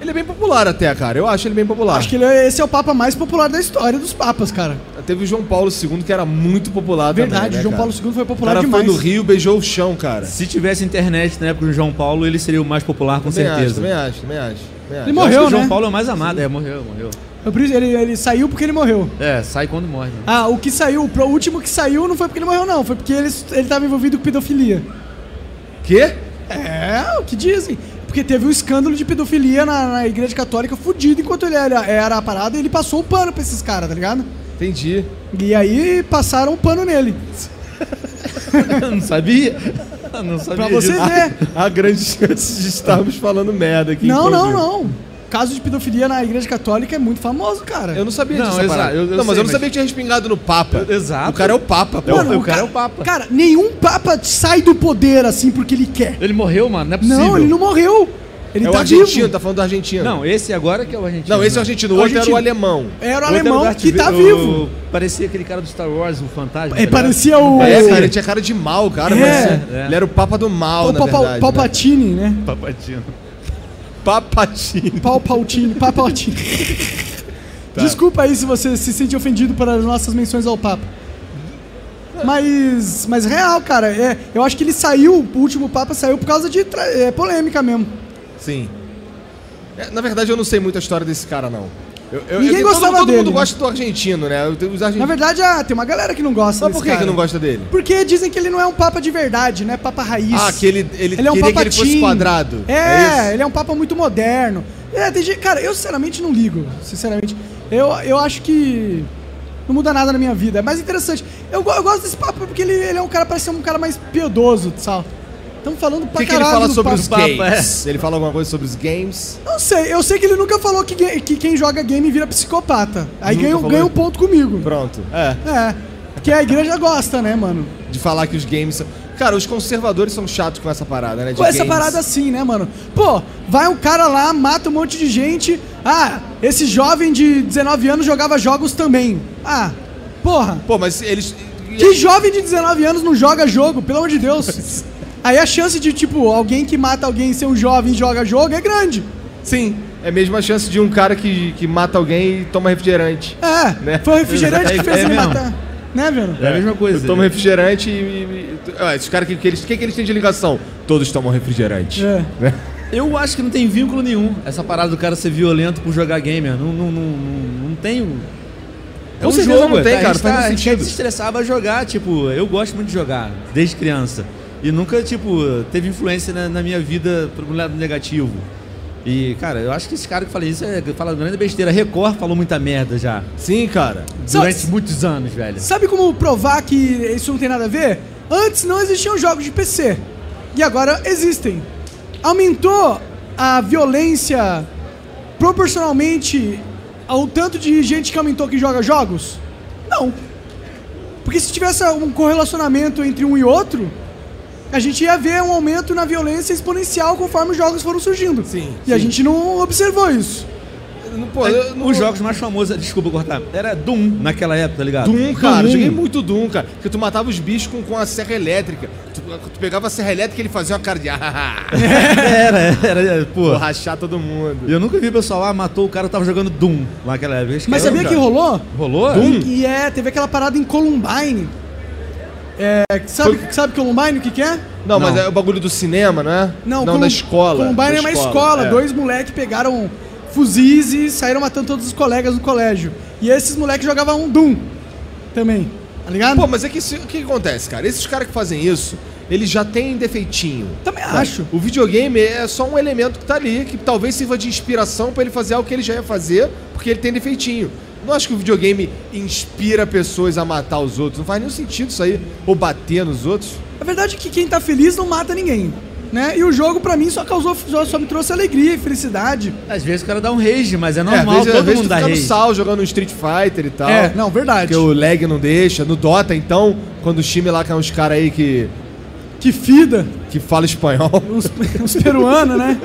Speaker 2: Ele é bem popular até, cara. Eu acho ele bem popular.
Speaker 1: Acho que ele é- esse é o papa mais popular da história dos papas, cara.
Speaker 2: Teve o João Paulo II, que era muito popular
Speaker 1: Verdade,
Speaker 2: também. né,
Speaker 1: João
Speaker 2: cara?
Speaker 1: Paulo II foi
Speaker 2: O
Speaker 1: popular
Speaker 2: cara
Speaker 1: demais.
Speaker 2: foi no Rio beijou o chão, cara.
Speaker 3: Se tivesse internet na época do João Paulo, ele seria o mais popular, com
Speaker 2: Também acho,
Speaker 3: certeza.
Speaker 2: também acho, também acho. também acho.
Speaker 1: Ele
Speaker 3: Eu acho que
Speaker 1: morreu,
Speaker 3: o João
Speaker 1: né?
Speaker 3: Paulo é o mais amado. É, morreu, morreu.
Speaker 1: Eu preciso- Ele, ele saiu porque ele morreu.
Speaker 3: É, sai quando morre. né?
Speaker 1: Ah, o que saiu, o pro- o último que saiu não foi porque ele morreu, não. Foi porque ele, ele tava envolvido com pedofilia.
Speaker 2: Quê?
Speaker 1: É, o que dizem. Porque teve um escândalo de pedofilia na, na igreja católica fudido enquanto ele era, era a parada e ele passou o pano pra esses caras, tá ligado?
Speaker 2: Entendi.
Speaker 1: E aí passaram o pano nele.
Speaker 3: não sabia? Não sabia.
Speaker 1: Pra você
Speaker 3: disso.
Speaker 1: ver.
Speaker 2: Há grandes chances de estarmos falando merda aqui.
Speaker 1: Não, não,
Speaker 2: inclusive.
Speaker 1: não. Caso de pedofilia na igreja católica é muito famoso, cara.
Speaker 2: Eu não sabia
Speaker 3: Não,
Speaker 2: disso,
Speaker 3: exato, eu- eu
Speaker 2: não, mas
Speaker 3: sei,
Speaker 2: eu não
Speaker 3: mas-
Speaker 2: sabia que tinha respingado no Papa.
Speaker 3: Eu- exato.
Speaker 2: O cara é o Papa, pô.
Speaker 3: Mano, o cara
Speaker 1: ca-
Speaker 3: é o Papa.
Speaker 1: Cara, nenhum papa sai do poder assim porque ele quer.
Speaker 3: Ele morreu, mano? Não é possível.
Speaker 1: Não, ele não morreu. Ele
Speaker 2: é o
Speaker 1: tá
Speaker 2: argentino,
Speaker 1: vivo.
Speaker 2: tá falando do argentino.
Speaker 3: Não, esse agora que é o argentino.
Speaker 2: Não, esse é o
Speaker 3: né?
Speaker 2: argentino, o outro
Speaker 1: Argentino.
Speaker 2: era o alemão.
Speaker 1: Era o
Speaker 3: Outro
Speaker 1: alemão
Speaker 3: Darth
Speaker 1: que tá
Speaker 3: Vi-
Speaker 1: vivo.
Speaker 3: o- Parecia aquele cara do Star Wars, o fantasma.
Speaker 1: É,
Speaker 3: tá
Speaker 1: parecia
Speaker 3: ligado?
Speaker 1: o-
Speaker 2: É,
Speaker 1: Sim.
Speaker 2: cara, ele tinha cara de mal, cara.
Speaker 1: É.
Speaker 2: mas
Speaker 3: É.
Speaker 2: Ele era o Papa do mal,
Speaker 1: O
Speaker 2: na
Speaker 1: Papa-
Speaker 2: verdade. né?
Speaker 1: Palpatine, né?
Speaker 3: Tá Papatinho.
Speaker 2: Papatino.
Speaker 1: Palpatine, Papatine.
Speaker 2: Tá.
Speaker 1: Desculpa aí se você se sente ofendido pelas nossas menções ao Papa. Mas, mas real, cara. É, eu acho que ele saiu, o último Papa saiu por causa de tra- é, polêmica mesmo.
Speaker 2: Sim. É, na verdade, eu não sei muito a história desse cara, não. Eu, eu,
Speaker 1: Ninguém
Speaker 2: eu-
Speaker 1: gostava
Speaker 2: todo, todo
Speaker 1: dele,
Speaker 2: mundo
Speaker 1: né?
Speaker 2: gosta do argentino, né? Eu- Os
Speaker 1: Na
Speaker 2: argentinos...
Speaker 1: verdade, ah, tem uma galera que não gosta
Speaker 2: Mas
Speaker 1: desse
Speaker 2: por que,
Speaker 1: cara.
Speaker 2: que não gosta dele?
Speaker 1: Porque dizem que ele não é um Papa de verdade, né? Papa raiz.
Speaker 2: Ah, que ele, ele,
Speaker 1: Ele é um
Speaker 2: queria que ele
Speaker 1: papatinho.
Speaker 2: fosse quadrado.
Speaker 1: É,
Speaker 2: isso?
Speaker 1: ele é um Papa muito moderno. É, tem gente- cara, eu sinceramente não ligo, sinceramente. Eu, eu acho que não muda nada na minha vida. É mais interessante. Eu, go- eu gosto desse Papa porque ele, ele é um cara, parece ser um cara mais piedoso, sabe? Estamos falando
Speaker 2: O
Speaker 1: pra
Speaker 2: que, que ele
Speaker 1: caralho
Speaker 2: fala
Speaker 1: é um do
Speaker 2: sobre
Speaker 1: Papa. é.
Speaker 2: os
Speaker 3: Papa,
Speaker 2: games? Ele fala alguma coisa sobre os games?
Speaker 1: Não sei, eu sei que ele nunca falou que, ga- que quem joga game vira psicopata. Aí
Speaker 2: Nunca
Speaker 1: ganha, um-
Speaker 2: falou
Speaker 1: ganha um
Speaker 2: isso.
Speaker 1: ponto comigo.
Speaker 2: Pronto. É.
Speaker 1: É, porque a igreja gosta, né, mano?
Speaker 2: De falar que os games são. Cara, os conservadores são chatos com essa parada, né? De
Speaker 1: Com essa
Speaker 2: games.
Speaker 1: parada assim, né, mano? Pô, vai um cara lá, mata um monte de gente. Ah, esse jovem de 19 anos jogava jogos também. Ah, porra.
Speaker 2: Pô, mas eles.
Speaker 1: Que jovem de 19 anos não joga jogo, pelo amor de Deus. Aí a chance de, tipo, alguém que mata alguém ser um jovem e joga jogo é grande.
Speaker 2: Sim. É mesmo a chance de um cara que, que mata alguém e toma refrigerante.
Speaker 1: É,
Speaker 2: Né?
Speaker 1: foi o refrigerante que fez
Speaker 3: É
Speaker 1: ele
Speaker 3: mesmo.
Speaker 1: matar. Né, velho?
Speaker 3: É a mesma coisa.
Speaker 2: Toma refrigerante e. e- e- Ah, esses caras que, que eles. O que, que eles têm de ligação? Todos tomam refrigerante.
Speaker 1: É.
Speaker 2: Né?
Speaker 3: Eu acho que não tem vínculo nenhum essa parada do cara ser violento por jogar gamer. Não, não, não, não, não tem. um- É
Speaker 2: Com
Speaker 3: um
Speaker 2: certeza
Speaker 3: jogo,
Speaker 2: não tem,
Speaker 3: tá?
Speaker 2: cara,
Speaker 3: A
Speaker 2: faz
Speaker 3: gente, tá,
Speaker 2: muito
Speaker 3: a gente
Speaker 2: sentido.
Speaker 3: quer desestressar, vai jogar. Tipo, eu gosto muito de jogar, desde criança. E nunca, tipo, teve influência na, na minha vida pro lado negativo. E, cara, eu acho que esse cara que fala isso é, fala grande besteira. Record falou muita merda já.
Speaker 2: Sim, cara.
Speaker 1: Só-
Speaker 3: Durante muitos anos, velho.
Speaker 1: Sabe como provar que isso não tem nada a ver? Antes não existiam jogos de PC. E agora existem. Aumentou a violência proporcionalmente ao tanto de gente que aumentou que joga jogos? Não. Porque se tivesse um correlacionamento entre um e outro, a gente ia ver um aumento na violência exponencial conforme os jogos foram surgindo.
Speaker 2: Sim,
Speaker 1: E a
Speaker 2: sim.
Speaker 1: gente não observou isso.
Speaker 2: Pô, eu não-
Speaker 3: Os jogos mais famosos, desculpa cortar, era Doom naquela época, tá ligado?
Speaker 2: Doom, cara.
Speaker 3: Doom.
Speaker 2: Eu joguei muito Doom, cara. Porque tu matava os bichos com, com a serra elétrica. Tu, tu pegava a serra elétrica e ele fazia uma cara de. "Ah,
Speaker 3: Era, era, era, pô.
Speaker 2: Vou rachar todo
Speaker 3: E
Speaker 2: mundo.
Speaker 3: Eu nunca vi pessoal, ah, matou o cara, tava jogando Doom lá naquela época. Acho
Speaker 1: Mas
Speaker 3: era,
Speaker 1: sabia que
Speaker 3: cara.
Speaker 1: rolou?
Speaker 3: rolou? Hum.
Speaker 2: Doom?
Speaker 1: E é, teve aquela parada em Columbine. É, que sabe, que sabe Columbine o que, que é?
Speaker 2: Não, mas
Speaker 3: Não.
Speaker 2: é o bagulho do cinema, não é? não
Speaker 1: Colum-
Speaker 2: da escola.
Speaker 1: Columbine
Speaker 2: da
Speaker 1: é uma escola.
Speaker 2: é.
Speaker 1: Dois moleques pegaram fuzis e saíram matando todos os colegas do colégio. E esses moleques jogavam um Doom também. Tá ligado?
Speaker 2: Pô, mas é que isso- o que que acontece, cara? Esses caras que fazem isso, eles já têm defeitinho.
Speaker 1: também
Speaker 2: sabe?
Speaker 1: acho.
Speaker 2: O videogame é só um elemento que tá ali, que talvez sirva de inspiração pra ele fazer algo que ele já ia fazer, porque ele tem defeitinho. Não acho que o videogame inspira pessoas a matar os outros. Não faz nenhum sentido isso aí. Ou bater nos outros.
Speaker 1: A verdade é que quem tá feliz não mata ninguém. né? E o jogo, pra mim, só causou, só, só me trouxe alegria e felicidade.
Speaker 3: Às vezes o cara dá um rage, mas é
Speaker 2: É, às
Speaker 3: normal,
Speaker 2: vezes, às
Speaker 3: todo
Speaker 2: vezes
Speaker 3: mundo
Speaker 2: tu
Speaker 3: dá
Speaker 2: fica no
Speaker 3: rage.
Speaker 2: sal jogando um Street Fighter e tal.
Speaker 1: É, não, verdade.
Speaker 2: Porque o lag não deixa. No Dota, então, quando o time lá, que é uns caras aí que,
Speaker 1: Que fida,
Speaker 2: que fala espanhol.
Speaker 1: os, os peruanos, né?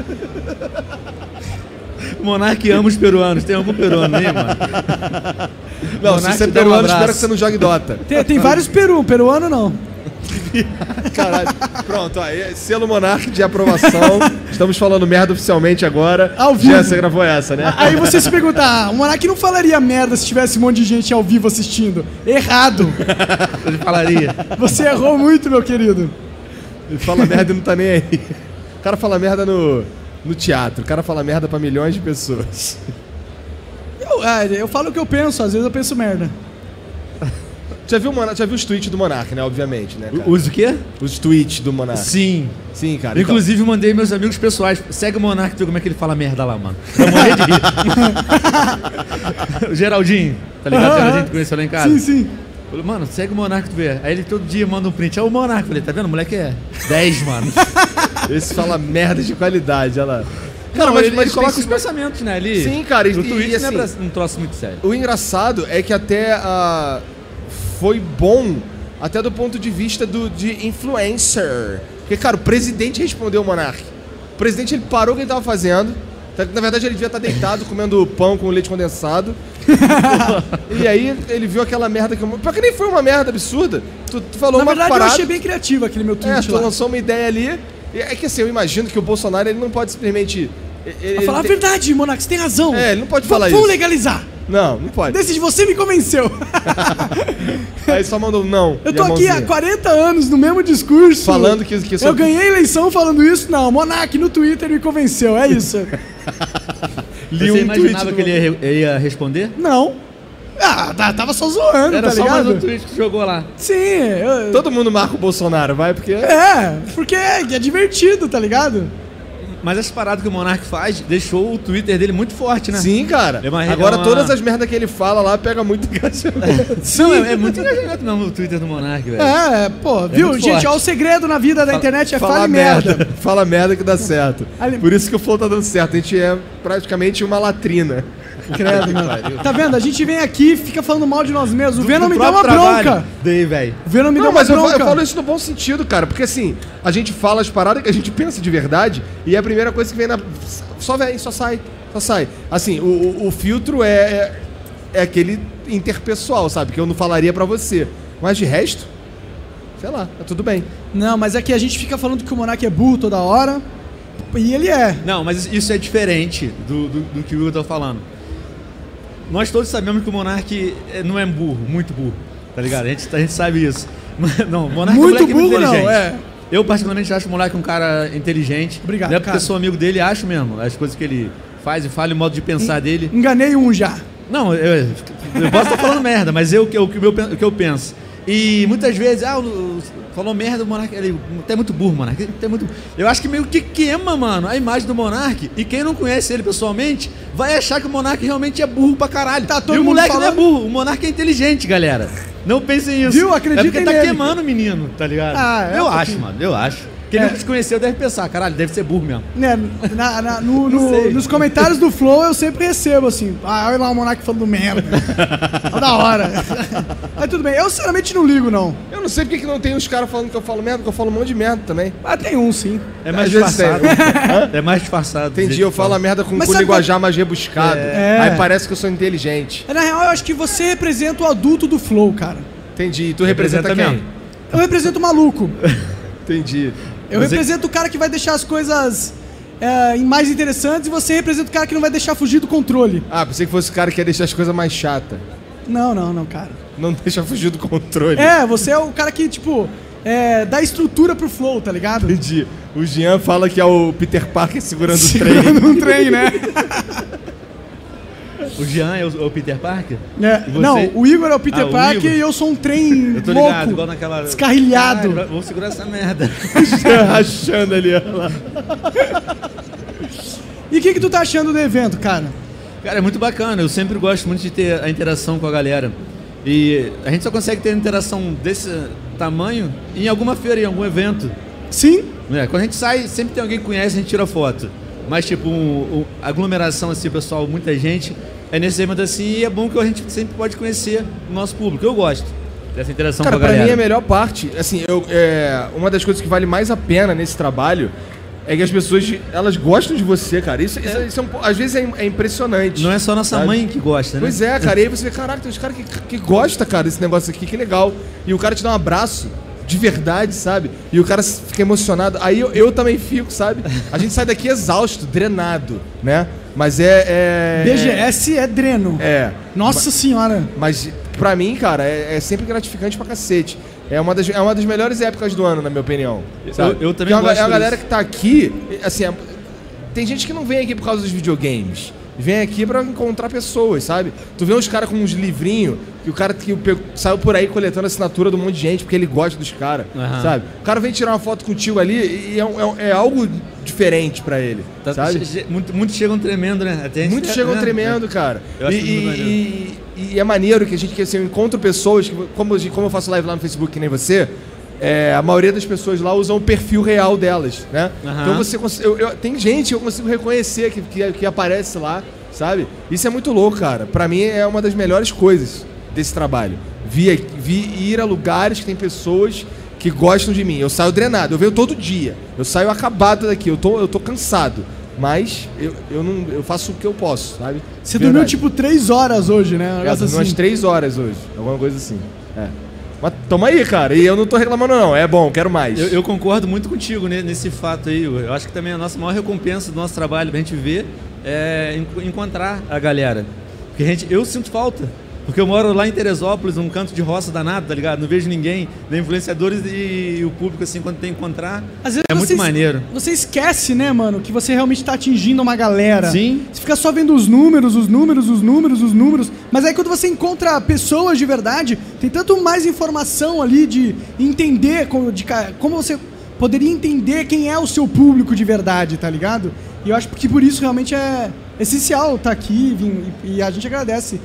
Speaker 3: Monarque ama os peruanos. Tem algum peruano aí, mano?
Speaker 2: Não, se
Speaker 3: Monark
Speaker 2: você é
Speaker 3: dá um
Speaker 2: peruano,
Speaker 3: abraço.
Speaker 2: espero que você não jogue Dota.
Speaker 1: Tem, tem vários peru, peruano não.
Speaker 2: Caralho. Pronto, aí, selo Monark de aprovação. Estamos falando merda oficialmente agora.
Speaker 1: Ao vivo.
Speaker 2: Já você gravou essa, né?
Speaker 1: Aí você se pergunta, ah, o Monark não falaria merda se tivesse um monte de gente ao vivo assistindo. Errado!
Speaker 3: Ele falaria.
Speaker 1: Você errou muito, meu querido.
Speaker 2: Ele fala merda e não tá nem aí. O cara fala merda no, no teatro. O cara fala merda pra milhões de pessoas.
Speaker 1: Eu, ah, eu falo o que eu penso, às vezes eu penso merda.
Speaker 2: Já viu, o Monark- já viu os tweets do Monark, né? Obviamente, né, cara?
Speaker 3: Usa o quê?
Speaker 2: Os tweets do Monark.
Speaker 3: Sim.
Speaker 2: Sim, cara. então-
Speaker 3: Inclusive, mandei meus amigos pessoais. Segue o Monark, vê como é que ele fala merda lá, mano. Eu morri de rir. o Geraldinho, tá ligado?
Speaker 1: Aham,
Speaker 3: O
Speaker 1: aham.
Speaker 3: Geraldinho que conheceu lá em casa.
Speaker 1: Sim, sim.
Speaker 3: Falei, mano, segue o Monark, tu vê. Aí ele todo dia manda um print. Aí o Monark, falei, tá vendo? O moleque é 10, mano.
Speaker 2: Esse fala merda de qualidade, olha lá. Cara,
Speaker 3: Não,
Speaker 2: mas,
Speaker 3: ele,
Speaker 2: mas é
Speaker 3: ele coloca os
Speaker 2: principalmente-
Speaker 3: pensamentos, né? Ali,
Speaker 2: Sim, cara, e-
Speaker 3: No
Speaker 2: e-
Speaker 3: Twitter
Speaker 2: e assim-
Speaker 3: não é pra- um troço muito sério.
Speaker 2: O engraçado é que até ah, foi bom, até do ponto de vista do, de influencer. Porque, cara, o presidente respondeu o Monark. O presidente ele parou o que ele tava fazendo. Tá- Na verdade, ele devia estar deitado comendo pão com leite condensado. e aí ele viu aquela merda que. eu- Pior que nem foi uma merda absurda. Tu, tu falou
Speaker 1: Na
Speaker 2: uma
Speaker 1: verdade,
Speaker 2: parada.
Speaker 1: eu achei bem criativo aquele meu
Speaker 2: É,
Speaker 1: tweet
Speaker 2: tu
Speaker 1: lá.
Speaker 2: lançou uma ideia ali. E É que assim, eu imagino que o Bolsonaro ele não pode simplesmente. ele-
Speaker 1: Pra
Speaker 2: ele
Speaker 1: falar a
Speaker 2: tem-
Speaker 1: verdade, Monark, você tem razão.
Speaker 2: É, ele não pode
Speaker 1: Vamos-
Speaker 2: falar
Speaker 1: Vamos
Speaker 2: isso.
Speaker 1: legalizar.
Speaker 2: Não, não pode.
Speaker 1: Decide, você me convenceu.
Speaker 2: Aí só mandou um não.
Speaker 1: Eu
Speaker 2: e
Speaker 1: tô
Speaker 2: a
Speaker 1: aqui
Speaker 2: mãozinha.
Speaker 1: há 40 anos no mesmo discurso.
Speaker 2: Falando que- que isso- é
Speaker 1: Eu ganhei a eleição falando isso? Não, Monark no Twitter me convenceu, é isso.
Speaker 2: Li
Speaker 3: Você
Speaker 2: um
Speaker 3: imaginava
Speaker 2: tweet
Speaker 3: que
Speaker 2: do-
Speaker 3: ele ia, re- ele ia responder?
Speaker 1: não. Ah, tá- tava só zoando,
Speaker 3: Era
Speaker 1: tá
Speaker 3: só
Speaker 1: ligado?
Speaker 3: mais um tweet que jogou lá.
Speaker 1: Sim, eu-
Speaker 2: Todo mundo marca o Bolsonaro, vai, porque.
Speaker 1: é, porque é, é divertido, tá ligado?
Speaker 3: Mas essa parada que o Monark faz deixou o Twitter dele muito forte, né?
Speaker 2: Sim, cara.
Speaker 3: É uma- é
Speaker 2: Agora
Speaker 3: uma-
Speaker 2: todas as merdas que ele fala lá pega muito engajamento.
Speaker 3: Não, é, é muito engajamento mesmo o Twitter do Monark, velho.
Speaker 1: É, pô, viu?
Speaker 3: muito
Speaker 1: Gente,
Speaker 3: forte.
Speaker 1: ó, o segredo na vida da internet é fale merda.
Speaker 2: Fala merda que dá certo.
Speaker 1: Ali-
Speaker 2: Por isso que o Flow tá dando certo. A gente é praticamente uma latrina.
Speaker 1: Credo, mano. Tá vendo? A gente vem aqui e fica falando mal de nós mesmos. O Venom me dá uma bronca.
Speaker 3: Dei, velho.
Speaker 1: O Venom me dá
Speaker 2: Não,
Speaker 1: uma
Speaker 2: mas eu, fa-
Speaker 1: bronca.
Speaker 2: eu falo isso no bom sentido, cara. Porque assim, a gente fala as paradas que a gente pensa de verdade e é a primeira coisa que vem na. Só vem, só sai, só sai. Assim, o, o- o filtro é, é, é aquele interpessoal, sabe? Que eu não falaria pra você. Mas de resto, sei lá, tá tudo bem.
Speaker 1: Não, mas é que a gente fica falando que o Monark é burro toda hora. E ele é.
Speaker 3: Não, mas isso é diferente do, do, do que o Hugo tá falando. Nós todos sabemos que o Monark eh, não é burro, muito burro, tá ligado? A gente, a gente sabe isso. Mas, Não, o Monark
Speaker 1: Muito
Speaker 3: é um moleque
Speaker 1: burro não,
Speaker 3: inteligente.
Speaker 1: é.
Speaker 3: Eu particularmente acho o Monark um cara inteligente.
Speaker 1: Obrigado,
Speaker 3: Não é porque
Speaker 1: cara.
Speaker 3: sou amigo dele, acho mesmo. As coisas que ele faz e fala, o modo de pensar dele.
Speaker 1: Enganei um já.
Speaker 3: Não, eu, eu posso estar falando merda, mas eu, eu, o, que eu, o que eu penso. E muitas vezes, ah, o- o- falou merda, o Monark. Ele até muito burro, Monark. Até é muito, eu acho que meio que queima, mano, a imagem do Monark. E quem não conhece ele pessoalmente vai achar que o Monark realmente é burro pra caralho.
Speaker 1: Tá todo
Speaker 3: e o
Speaker 1: mundo
Speaker 3: moleque não é
Speaker 1: falando-
Speaker 3: burro, o Monark é inteligente, galera. Não pensem isso.
Speaker 1: Viu? Acreditem
Speaker 3: é porque tá
Speaker 1: nele.
Speaker 3: queimando o menino, tá ligado?
Speaker 1: Ah, é
Speaker 3: eu
Speaker 1: um
Speaker 3: acho, mano, eu acho. Quem
Speaker 1: É.
Speaker 3: não se conheceu deve pensar, caralho, deve ser burro mesmo.
Speaker 1: Né, na- na- no- no-
Speaker 3: sei.
Speaker 1: nos comentários do Flow eu sempre recebo assim. Ah, olha lá o Monark falando merda. Tá da hora. Mas tudo bem, eu sinceramente não ligo, não.
Speaker 2: Eu não sei porque que não tem os caras falando que eu falo merda, porque eu falo um monte de merda também.
Speaker 1: Mas tem um sim.
Speaker 3: É mais
Speaker 2: Às vezes
Speaker 3: disfarçado. É mais disfarçado. do
Speaker 2: Entendi,
Speaker 3: jeito
Speaker 2: eu
Speaker 3: que
Speaker 2: falo a merda com,
Speaker 1: Mas
Speaker 2: com
Speaker 1: sabe
Speaker 2: linguajar mais rebuscado.
Speaker 1: É.
Speaker 2: Aí parece que eu sou inteligente.
Speaker 1: Na real, eu acho que você representa o adulto do Flow, cara.
Speaker 2: Entendi. E tu representa,
Speaker 3: Representa
Speaker 2: quem?
Speaker 1: Eu represento o maluco.
Speaker 2: Entendi.
Speaker 1: Eu
Speaker 3: Mas é-
Speaker 1: represento o cara que vai deixar as coisas é, mais interessantes e você representa o cara que não vai deixar fugir do controle.
Speaker 2: Ah, pensei que fosse o cara que ia deixar as coisas mais chatas.
Speaker 1: Não, não, não, cara.
Speaker 2: Não deixa fugir do controle.
Speaker 1: É, você é o cara que, tipo, é, dá estrutura pro flow, tá ligado?
Speaker 2: Entendi. O Jean fala que é o Peter Parker segurando, o trem.
Speaker 1: um trem, né?
Speaker 3: Então O Jean é o, é o Peter Parker?
Speaker 1: É,
Speaker 3: E você?
Speaker 1: não, o Igor é o Peter
Speaker 3: Ah, o
Speaker 1: Parker
Speaker 3: Igor.
Speaker 1: e eu sou um trem
Speaker 3: Eu tô
Speaker 1: louco,
Speaker 3: ligado, igual naquela.
Speaker 1: descarrilhado.
Speaker 3: Caralho, vou segurar essa merda.
Speaker 2: O Jean rachando ali, olha lá.
Speaker 1: E o que, que tu tá achando do evento, cara?
Speaker 3: Cara, é muito bacana. Eu sempre gosto muito de ter a interação com a galera. E a gente só consegue ter interação desse tamanho em alguma feira, em algum evento.
Speaker 1: Sim,
Speaker 3: né? Quando a gente sai, sempre tem alguém que conhece, a gente tira foto. Mas, tipo, um- um- aglomeração, assim, pessoal, muita gente, é nesse evento assim, e é bom que a gente sempre pode conhecer o nosso público. Eu gosto dessa interação
Speaker 2: Cara,
Speaker 3: com a
Speaker 2: pra
Speaker 3: galera.
Speaker 2: mim é a melhor parte, assim, eu, é, uma das coisas que vale mais a pena nesse trabalho é que as pessoas, elas gostam de você, cara. Isso, isso, isso é um po- às vezes é, im- é impressionante.
Speaker 3: Não é só nossa
Speaker 2: Sabe?
Speaker 3: mãe que gosta, né?
Speaker 2: Pois é, cara. E aí você vê, caraca, tem uns caras que, que gosta, cara, desse negócio aqui, que legal. E o cara te dá um abraço de verdade, sabe? E o cara s- fica emocionado. Aí eu, eu também fico, sabe? A gente sai daqui exausto, drenado, né? Mas é. é
Speaker 1: BGS é dreno.
Speaker 2: É.
Speaker 1: Nossa senhora.
Speaker 2: Mas pra mim, cara, é, é sempre gratificante pra cacete. É uma, das, é uma das melhores épocas do ano, na minha opinião.
Speaker 3: Eu-
Speaker 2: sabe?
Speaker 3: eu
Speaker 2: Porque
Speaker 3: também
Speaker 2: é uma-
Speaker 3: gosto
Speaker 2: É a galera
Speaker 3: disso.
Speaker 2: que tá aqui, assim, é- tem gente que não vem aqui por causa dos videogames. Vem aqui pra encontrar pessoas, sabe? Tu vê uns caras com uns livrinhos, que o cara que pe- saiu por aí coletando assinatura de um monte de gente porque ele gosta dos caras,
Speaker 3: Aham.
Speaker 2: sabe? O cara vem tirar uma foto contigo ali e é, um- é um- é algo diferente pra ele,
Speaker 3: Tá-
Speaker 2: sabe?
Speaker 3: che- che- muito- Muitos chegam tremendo, né? Até a gente-
Speaker 2: Muitos chegam
Speaker 3: né?
Speaker 2: tremendo, cara.
Speaker 3: Eu
Speaker 2: E,
Speaker 3: acho muito
Speaker 2: e,
Speaker 3: maneiro.
Speaker 2: e- e é maneiro que a gente, que assim, eu encontro pessoas, que, como, eu- como eu faço live lá no Facebook que nem você, é, a maioria das pessoas lá usam o perfil real delas, né?
Speaker 3: Aham.
Speaker 2: Então você cons- eu, eu- tem gente que eu consigo reconhecer que, que, que aparece lá, sabe? Isso é muito louco, cara. Pra mim é uma das melhores coisas desse trabalho. Vi, vi ir a lugares que tem pessoas que gostam de mim. Eu saio drenado, eu venho todo dia. Eu saio acabado daqui, eu tô, eu tô cansado. Mas eu, eu, não, eu faço o que eu posso, sabe?
Speaker 1: Você
Speaker 2: Verdade.
Speaker 1: dormiu tipo três horas hoje, né? Um
Speaker 2: É, eu
Speaker 1: negócio
Speaker 2: dormi umas
Speaker 1: assim.
Speaker 2: três horas hoje, alguma coisa assim. É. Mas toma aí, cara. E eu não tô reclamando, não. É bom, quero mais.
Speaker 3: Eu, eu concordo muito contigo né, nesse fato aí. Igor. Eu acho que também é a nossa maior recompensa do nosso trabalho pra gente ver é en- encontrar a galera. Porque a gente, eu sinto falta. Porque eu moro lá em Teresópolis, num canto de roça danado, tá ligado? Não vejo ninguém, nem influenciadores e, e o público, assim, quando tem que encontrar.
Speaker 1: Às vezes
Speaker 3: é muito
Speaker 1: vocês-
Speaker 3: maneiro.
Speaker 1: Você esquece, né, mano, que você realmente tá atingindo uma galera.
Speaker 3: Sim.
Speaker 1: Você fica só vendo os números, os números, os números, os números. Mas aí quando você encontra pessoas de verdade, tem tanto mais informação ali de entender como, de ca- como você poderia entender quem é o seu público de verdade, tá ligado? E eu acho que por isso realmente é essencial estar aqui vim- e, e a gente agradece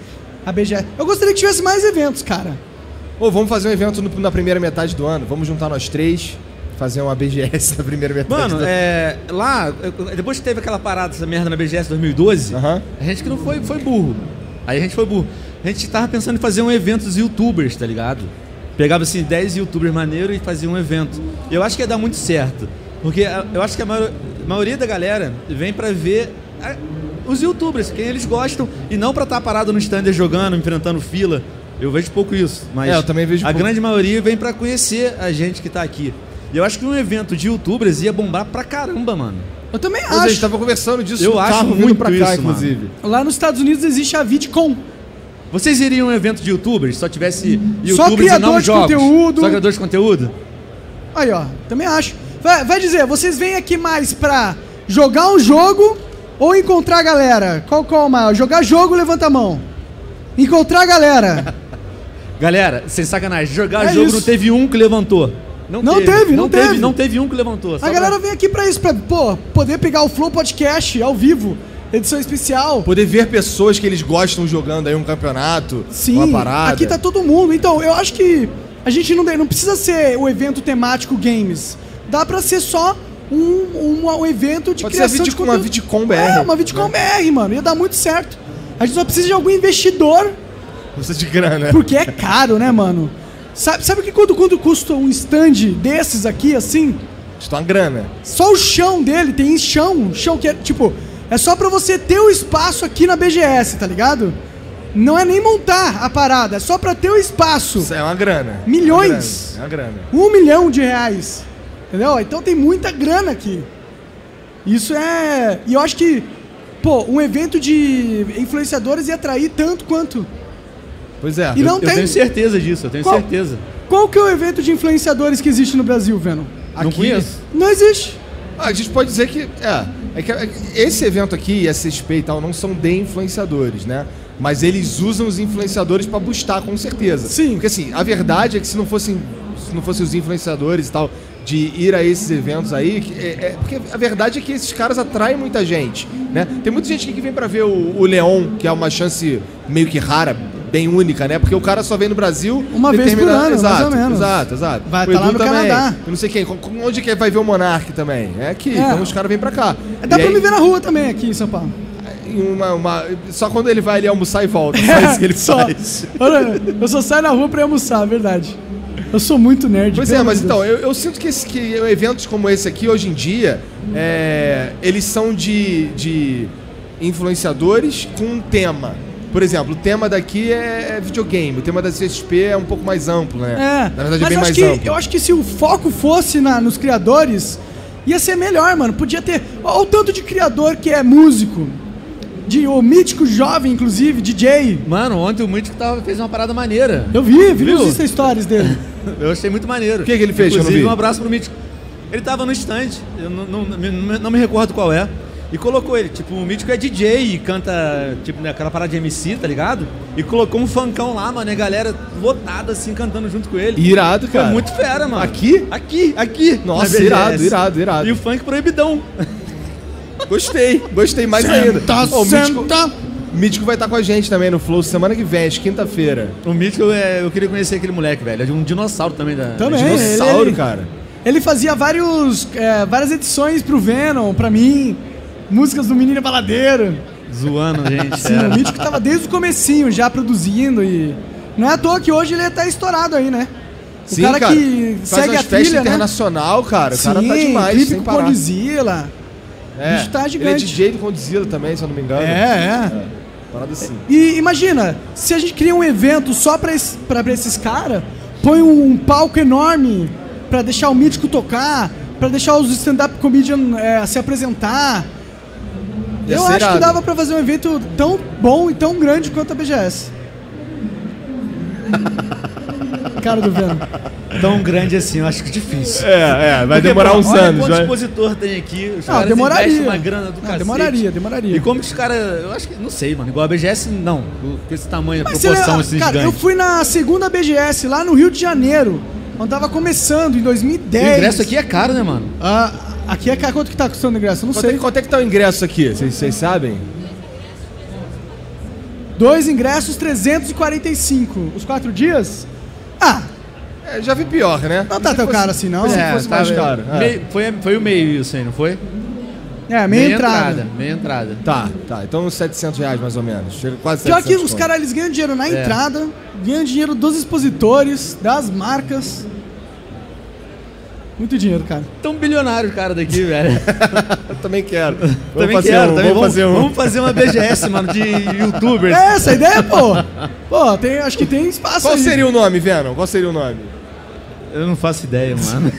Speaker 1: a BGS. Eu gostaria que tivesse mais eventos, cara.
Speaker 2: Ô, vamos fazer um evento no- na primeira metade do ano. Vamos juntar nós três, fazer uma BGS na primeira metade do
Speaker 3: Mano,
Speaker 2: ano.
Speaker 3: é, lá, eu- depois que teve aquela parada, essa merda na BGS 2012,
Speaker 2: Aham.
Speaker 3: a gente que não foi, foi burro. Aí a gente foi burro. A gente tava pensando em fazer um evento dos youtubers, tá ligado? Pegava assim 10 youtubers maneiros e fazia um evento. E Eu acho que ia dar muito certo. Porque a- eu acho que a maior- maioria da galera vem pra ver a- os youtubers, quem eles gostam, e não pra estar parado no stand jogando, enfrentando fila. Eu vejo pouco isso, mas
Speaker 2: É, eu também vejo
Speaker 3: a
Speaker 2: pouco.
Speaker 3: grande maioria vem pra conhecer a gente que tá aqui. E eu acho que um evento de youtubers ia bombar pra caramba, mano.
Speaker 1: Eu também
Speaker 2: Ou seja, a gente tá
Speaker 1: acho.
Speaker 2: tava conversando disso
Speaker 3: Eu
Speaker 2: no
Speaker 3: acho
Speaker 2: carro vindo
Speaker 3: muito
Speaker 2: pra cá,
Speaker 3: isso, mano.
Speaker 2: inclusive.
Speaker 1: Lá nos Estados Unidos existe a VidCon.
Speaker 3: Vocês iriam a um evento de youtubers? Só tivesse youtubers e
Speaker 1: criador
Speaker 3: não
Speaker 1: de
Speaker 3: jogos?
Speaker 1: conteúdo.
Speaker 3: Só criador de conteúdo?
Speaker 1: Aí, ó, também acho. Vai, vai dizer, vocês vêm aqui mais pra jogar um jogo ou encontrar a galera? Qual, qual é o maior? Jogar jogo, levanta a mão. Encontrar a galera.
Speaker 3: Galera, sem sacanagem, jogar
Speaker 1: É
Speaker 3: jogo
Speaker 1: isso.
Speaker 3: não teve um que levantou.
Speaker 1: Não teve, não teve.
Speaker 3: Não teve um que levantou. só
Speaker 1: A
Speaker 3: pra-
Speaker 1: galera vem aqui pra isso, pra, pô, poder pegar o Flow Podcast ao vivo, edição especial.
Speaker 2: Poder ver pessoas que eles gostam jogando aí um campeonato,
Speaker 1: Sim,
Speaker 2: uma parada.
Speaker 1: aqui tá todo mundo. Então, eu acho que a gente não, não precisa ser o evento temático games. Dá pra ser só um, um, um evento de
Speaker 2: Pode ser
Speaker 1: criação de
Speaker 2: a
Speaker 1: conteúdo.
Speaker 2: Viticom- uma Viticom BR,
Speaker 1: É, uma
Speaker 2: né?
Speaker 1: Viticom BR, mano. Ia dar muito certo. A gente só precisa de algum investidor,
Speaker 2: Precisa de grana.
Speaker 1: porque é caro, né, mano? Sabe, sabe que quanto, quanto custa um stand desses aqui, assim?
Speaker 2: Está é uma grana.
Speaker 1: Só o chão dele, tem chão, chão que é, tipo, é só pra você ter o espaço aqui na BGS, tá ligado? Não é nem montar a parada, é só pra ter o espaço.
Speaker 2: Isso é uma grana.
Speaker 1: Milhões.
Speaker 2: É uma grana. É uma grana.
Speaker 1: Um milhão de reais. Entendeu? Então tem muita grana aqui. Isso é. E eu acho que, pô, um evento de influenciadores ia atrair tanto quanto.
Speaker 2: Pois é.
Speaker 1: E não
Speaker 3: Eu
Speaker 1: tem.
Speaker 3: tenho certeza disso, eu tenho
Speaker 1: Qual-
Speaker 3: certeza.
Speaker 1: Qual que é o evento de influenciadores que existe no Brasil, Venom?
Speaker 3: Não
Speaker 2: Aqui-
Speaker 3: conheço.
Speaker 1: Não existe.
Speaker 2: Ah, a gente pode dizer que. É, é que é, esse evento aqui, SSP e tal, não são de influenciadores, né? Mas eles usam os influenciadores pra bustar, com certeza.
Speaker 1: Sim.
Speaker 2: Porque assim, a verdade é que se não fossem, se não fossem os influenciadores e tal, de ir a esses eventos aí, que- é, é- porque a verdade é que esses caras atraem muita gente, né? Tem muita gente aqui que vem pra ver o, o Leon, que é uma chance meio que rara, bem única, né? Porque o cara só vem no Brasil...
Speaker 1: Uma vez por
Speaker 2: determinado-
Speaker 1: ano, mais
Speaker 2: exato,
Speaker 1: ou menos.
Speaker 2: Exato, exato.
Speaker 1: Vai
Speaker 2: O
Speaker 1: tá lá
Speaker 2: Edu
Speaker 1: no Canadá.
Speaker 2: Eu não sei quem. com- com- Onde que vai ver o Monark também? É aqui.
Speaker 1: É.
Speaker 2: Então os caras vêm pra cá.
Speaker 1: Dá
Speaker 2: E
Speaker 1: pra
Speaker 2: aí,
Speaker 1: me ver na rua também aqui em São Paulo.
Speaker 2: em uma- uma- Só quando ele vai ali almoçar e
Speaker 1: É.
Speaker 2: volta. Só isso que ele
Speaker 1: Só.
Speaker 2: faz.
Speaker 1: Olha, eu só saio na rua pra ir almoçar, é verdade. Eu sou muito nerd.
Speaker 2: Pois
Speaker 1: pelo
Speaker 2: é, mas
Speaker 1: amor de Deus.
Speaker 2: então, eu, eu sinto que, esse- que eventos como esse aqui, hoje em dia, é, eles são de, de influenciadores com um tema. Por exemplo, o tema daqui é videogame, o tema da CSP é um pouco mais amplo, né?
Speaker 1: É,
Speaker 2: Na
Speaker 1: mas
Speaker 2: verdade, é bem
Speaker 1: eu, acho
Speaker 2: mais
Speaker 1: que,
Speaker 2: amplo.
Speaker 1: eu acho que se o foco fosse na- nos criadores, ia ser melhor, mano. Podia ter. Olha o tanto de criador que é músico. De, o mítico jovem, inclusive, DJ.
Speaker 3: Mano, ontem o Mítico tava, fez uma parada maneira.
Speaker 1: Eu vi, vi
Speaker 3: Viu?
Speaker 1: nos Insta Stories dele.
Speaker 3: Eu achei muito maneiro. O
Speaker 2: que que ele fez que eu não
Speaker 3: Inclusive,
Speaker 2: vi?
Speaker 3: um abraço pro Mítico. Ele tava no stand, eu não, não, não me- não me recordo qual é. E colocou ele, tipo, o Mítico é DJ e canta, tipo, né, aquela parada de MC, tá ligado? E colocou um funkão lá, mano, e a galera lotada, assim, cantando junto com ele.
Speaker 2: Irado,
Speaker 3: Foi
Speaker 2: cara.
Speaker 3: muito fera, mano.
Speaker 2: Aqui?
Speaker 3: Aqui, aqui.
Speaker 2: Nossa,
Speaker 3: na BGS.
Speaker 2: irado, irado, irado.
Speaker 3: E o funk proibidão.
Speaker 2: Gostei, gostei mais ainda. Ó, o Mítico,
Speaker 1: senta.
Speaker 2: Mítico vai estar com a gente também no Flow semana que vem, às quinta-feira.
Speaker 3: O Mítico, é, eu queria conhecer aquele moleque, velho. É de um dinossauro também. Da,
Speaker 1: Também. É, ele-
Speaker 2: Dinossauro,
Speaker 1: ele-
Speaker 2: cara.
Speaker 1: Ele fazia vários, é, várias edições pro Venom, pra mim. Músicas do Menino Baladeiro.
Speaker 2: é
Speaker 3: Zoando, gente.
Speaker 1: Sim,
Speaker 3: é.
Speaker 2: um
Speaker 1: o Mítico tava desde o comecinho já produzindo e. Não é à toa que hoje ele tá estourado aí, né? O
Speaker 2: Sim,
Speaker 1: cara,
Speaker 2: cara.
Speaker 1: que
Speaker 2: Faz
Speaker 1: segue
Speaker 2: umas
Speaker 1: a
Speaker 2: festas
Speaker 1: trilha, né?
Speaker 2: internacional, cara. O cara tá demais,
Speaker 1: clipe
Speaker 2: sem
Speaker 1: com
Speaker 2: parar.
Speaker 1: Condizila.
Speaker 2: É.
Speaker 1: bicho tá
Speaker 2: Ele é
Speaker 1: gigante.
Speaker 2: DJ do Condizila também, se eu não me engano.
Speaker 1: é.
Speaker 2: Parada assim.
Speaker 1: E imagina, se a gente cria um evento só pra, es- pra, pra esses caras, põe um, palco enorme pra deixar o mítico tocar, pra deixar os stand-up comedian é, se apresentar.
Speaker 2: Ia
Speaker 1: Eu
Speaker 2: ser
Speaker 1: acho que
Speaker 2: irado.
Speaker 1: dava pra fazer um evento tão bom e tão grande quanto a BGS. Cara do Venom.
Speaker 3: Tão grande assim, eu acho que difícil.
Speaker 2: É, é, vai
Speaker 3: Porque,
Speaker 2: demorar
Speaker 3: pô,
Speaker 2: uns
Speaker 1: um
Speaker 3: olha
Speaker 2: anos,
Speaker 3: Quanto
Speaker 2: vai.
Speaker 3: expositor tem aqui? Os
Speaker 1: Não,
Speaker 3: caras
Speaker 1: Ah, demoraria.
Speaker 3: investem uma grana do
Speaker 1: Não,
Speaker 3: cacete.
Speaker 1: demoraria, demoraria.
Speaker 3: E como que os caras. Eu acho que. Não sei, mano. Igual a BGS, não. Com esse tamanho, a
Speaker 1: Mas
Speaker 3: proporção,
Speaker 1: você,
Speaker 3: esse
Speaker 1: cara, eu
Speaker 3: gigante.
Speaker 1: fui na segunda BGS lá no Rio de Janeiro, onde tava começando em 2010.
Speaker 3: O ingresso aqui é caro, né, mano?
Speaker 1: Ah, aqui é ca- quanto que tá custando o ingresso? Eu Não
Speaker 2: Quanto é,
Speaker 1: sei.
Speaker 2: que- quanto é que tá o ingresso aqui? Vocês vocês sabem?
Speaker 1: Dois ingressos, 345. Os quatro dias? Ah,
Speaker 2: É, já vi pior, né?
Speaker 1: não tá tão caro assim, não.
Speaker 2: É, fosse mais caro, é.
Speaker 3: meio- foi, foi o meio isso aí, não foi?
Speaker 1: É, meia, entrada.
Speaker 3: Meia entrada.
Speaker 2: Tá, tá. Então uns 700 reais mais ou menos. Chega quase
Speaker 1: Pior
Speaker 2: 700
Speaker 1: que os
Speaker 2: conto.
Speaker 1: caras, eles ganham dinheiro na
Speaker 3: É.
Speaker 1: entrada, ganham dinheiro dos expositores, das marcas. Muito dinheiro, cara.
Speaker 3: Tão bilionário o cara daqui, velho.
Speaker 2: Eu também quero. Vamos
Speaker 3: também
Speaker 2: fazer
Speaker 3: quero.
Speaker 2: um,
Speaker 3: também.
Speaker 2: Vamos fazer um.
Speaker 3: vamos fazer uma BGS, mano, de youtubers.
Speaker 1: É essa a ideia, pô? Pô, tem, acho que tem espaço
Speaker 2: Qual
Speaker 1: aí.
Speaker 2: seria o nome, Venom? Qual seria o nome?
Speaker 3: Eu não faço ideia, mano.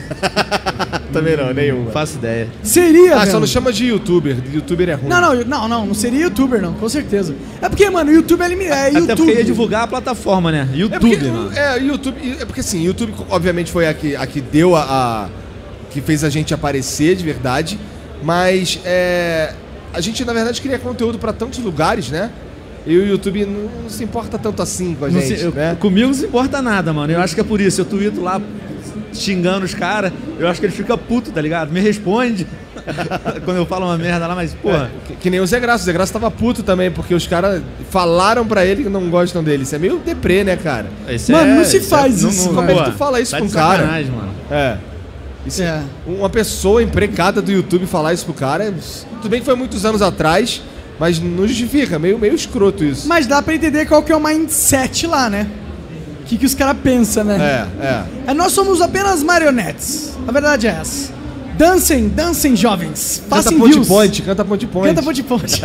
Speaker 2: Também não, nenhuma.
Speaker 3: Não faço ideia.
Speaker 1: Seria,
Speaker 2: Ah, só
Speaker 1: velho.
Speaker 2: não chama de youtuber. Youtuber é ruim.
Speaker 1: É Não, não, eu- não, não, não seria youtuber, não, com certeza. É porque, mano, o YouTube ele me- é
Speaker 3: Até
Speaker 1: YouTube.
Speaker 3: porque ia divulgar a plataforma, né?
Speaker 2: É
Speaker 3: YouTube,
Speaker 2: porque,
Speaker 3: mano.
Speaker 2: é, YouTube. É porque assim, YouTube obviamente foi a que, a que deu a, a- que fez a gente aparecer de verdade. Mas é, a gente, na verdade, cria conteúdo pra tantos lugares, né? E o YouTube não, não se importa tanto assim com a
Speaker 3: Não
Speaker 2: gente,
Speaker 3: se- eu-
Speaker 2: né?
Speaker 3: Comigo não se importa nada, mano. Eu acho que é por isso. Eu tuito lá xingando os caras. Eu acho que ele fica puto, tá ligado? Me responde quando eu falo uma merda lá, mas, porra.
Speaker 2: Que, que nem o Zé Graça. O Zé Graça tava puto também, porque os caras falaram pra ele que não gostam dele. Isso é meio deprê, né, cara?
Speaker 3: isso
Speaker 1: Mano, não se faz isso,
Speaker 2: como é que tu
Speaker 3: pô,
Speaker 2: fala isso
Speaker 3: tá
Speaker 2: pra um
Speaker 3: de
Speaker 2: cara?
Speaker 3: sacanagem, mano.
Speaker 2: É. Isso
Speaker 1: É.
Speaker 2: é. Uma pessoa empregada do YouTube falar isso pro cara, é- tudo bem que foi muitos anos atrás, mas não justifica, meio, meio escroto isso.
Speaker 1: Mas dá pra entender qual que é o mindset lá, né? O que, que os caras pensam, né?
Speaker 2: É, é.
Speaker 1: É, Nós somos apenas marionetes. A verdade é essa. Dancem, dancem, jovens.
Speaker 2: Canta
Speaker 1: Passem
Speaker 2: Ponte
Speaker 1: views.
Speaker 2: Ponte, canta Ponte Ponte.
Speaker 1: Canta ponte ponte.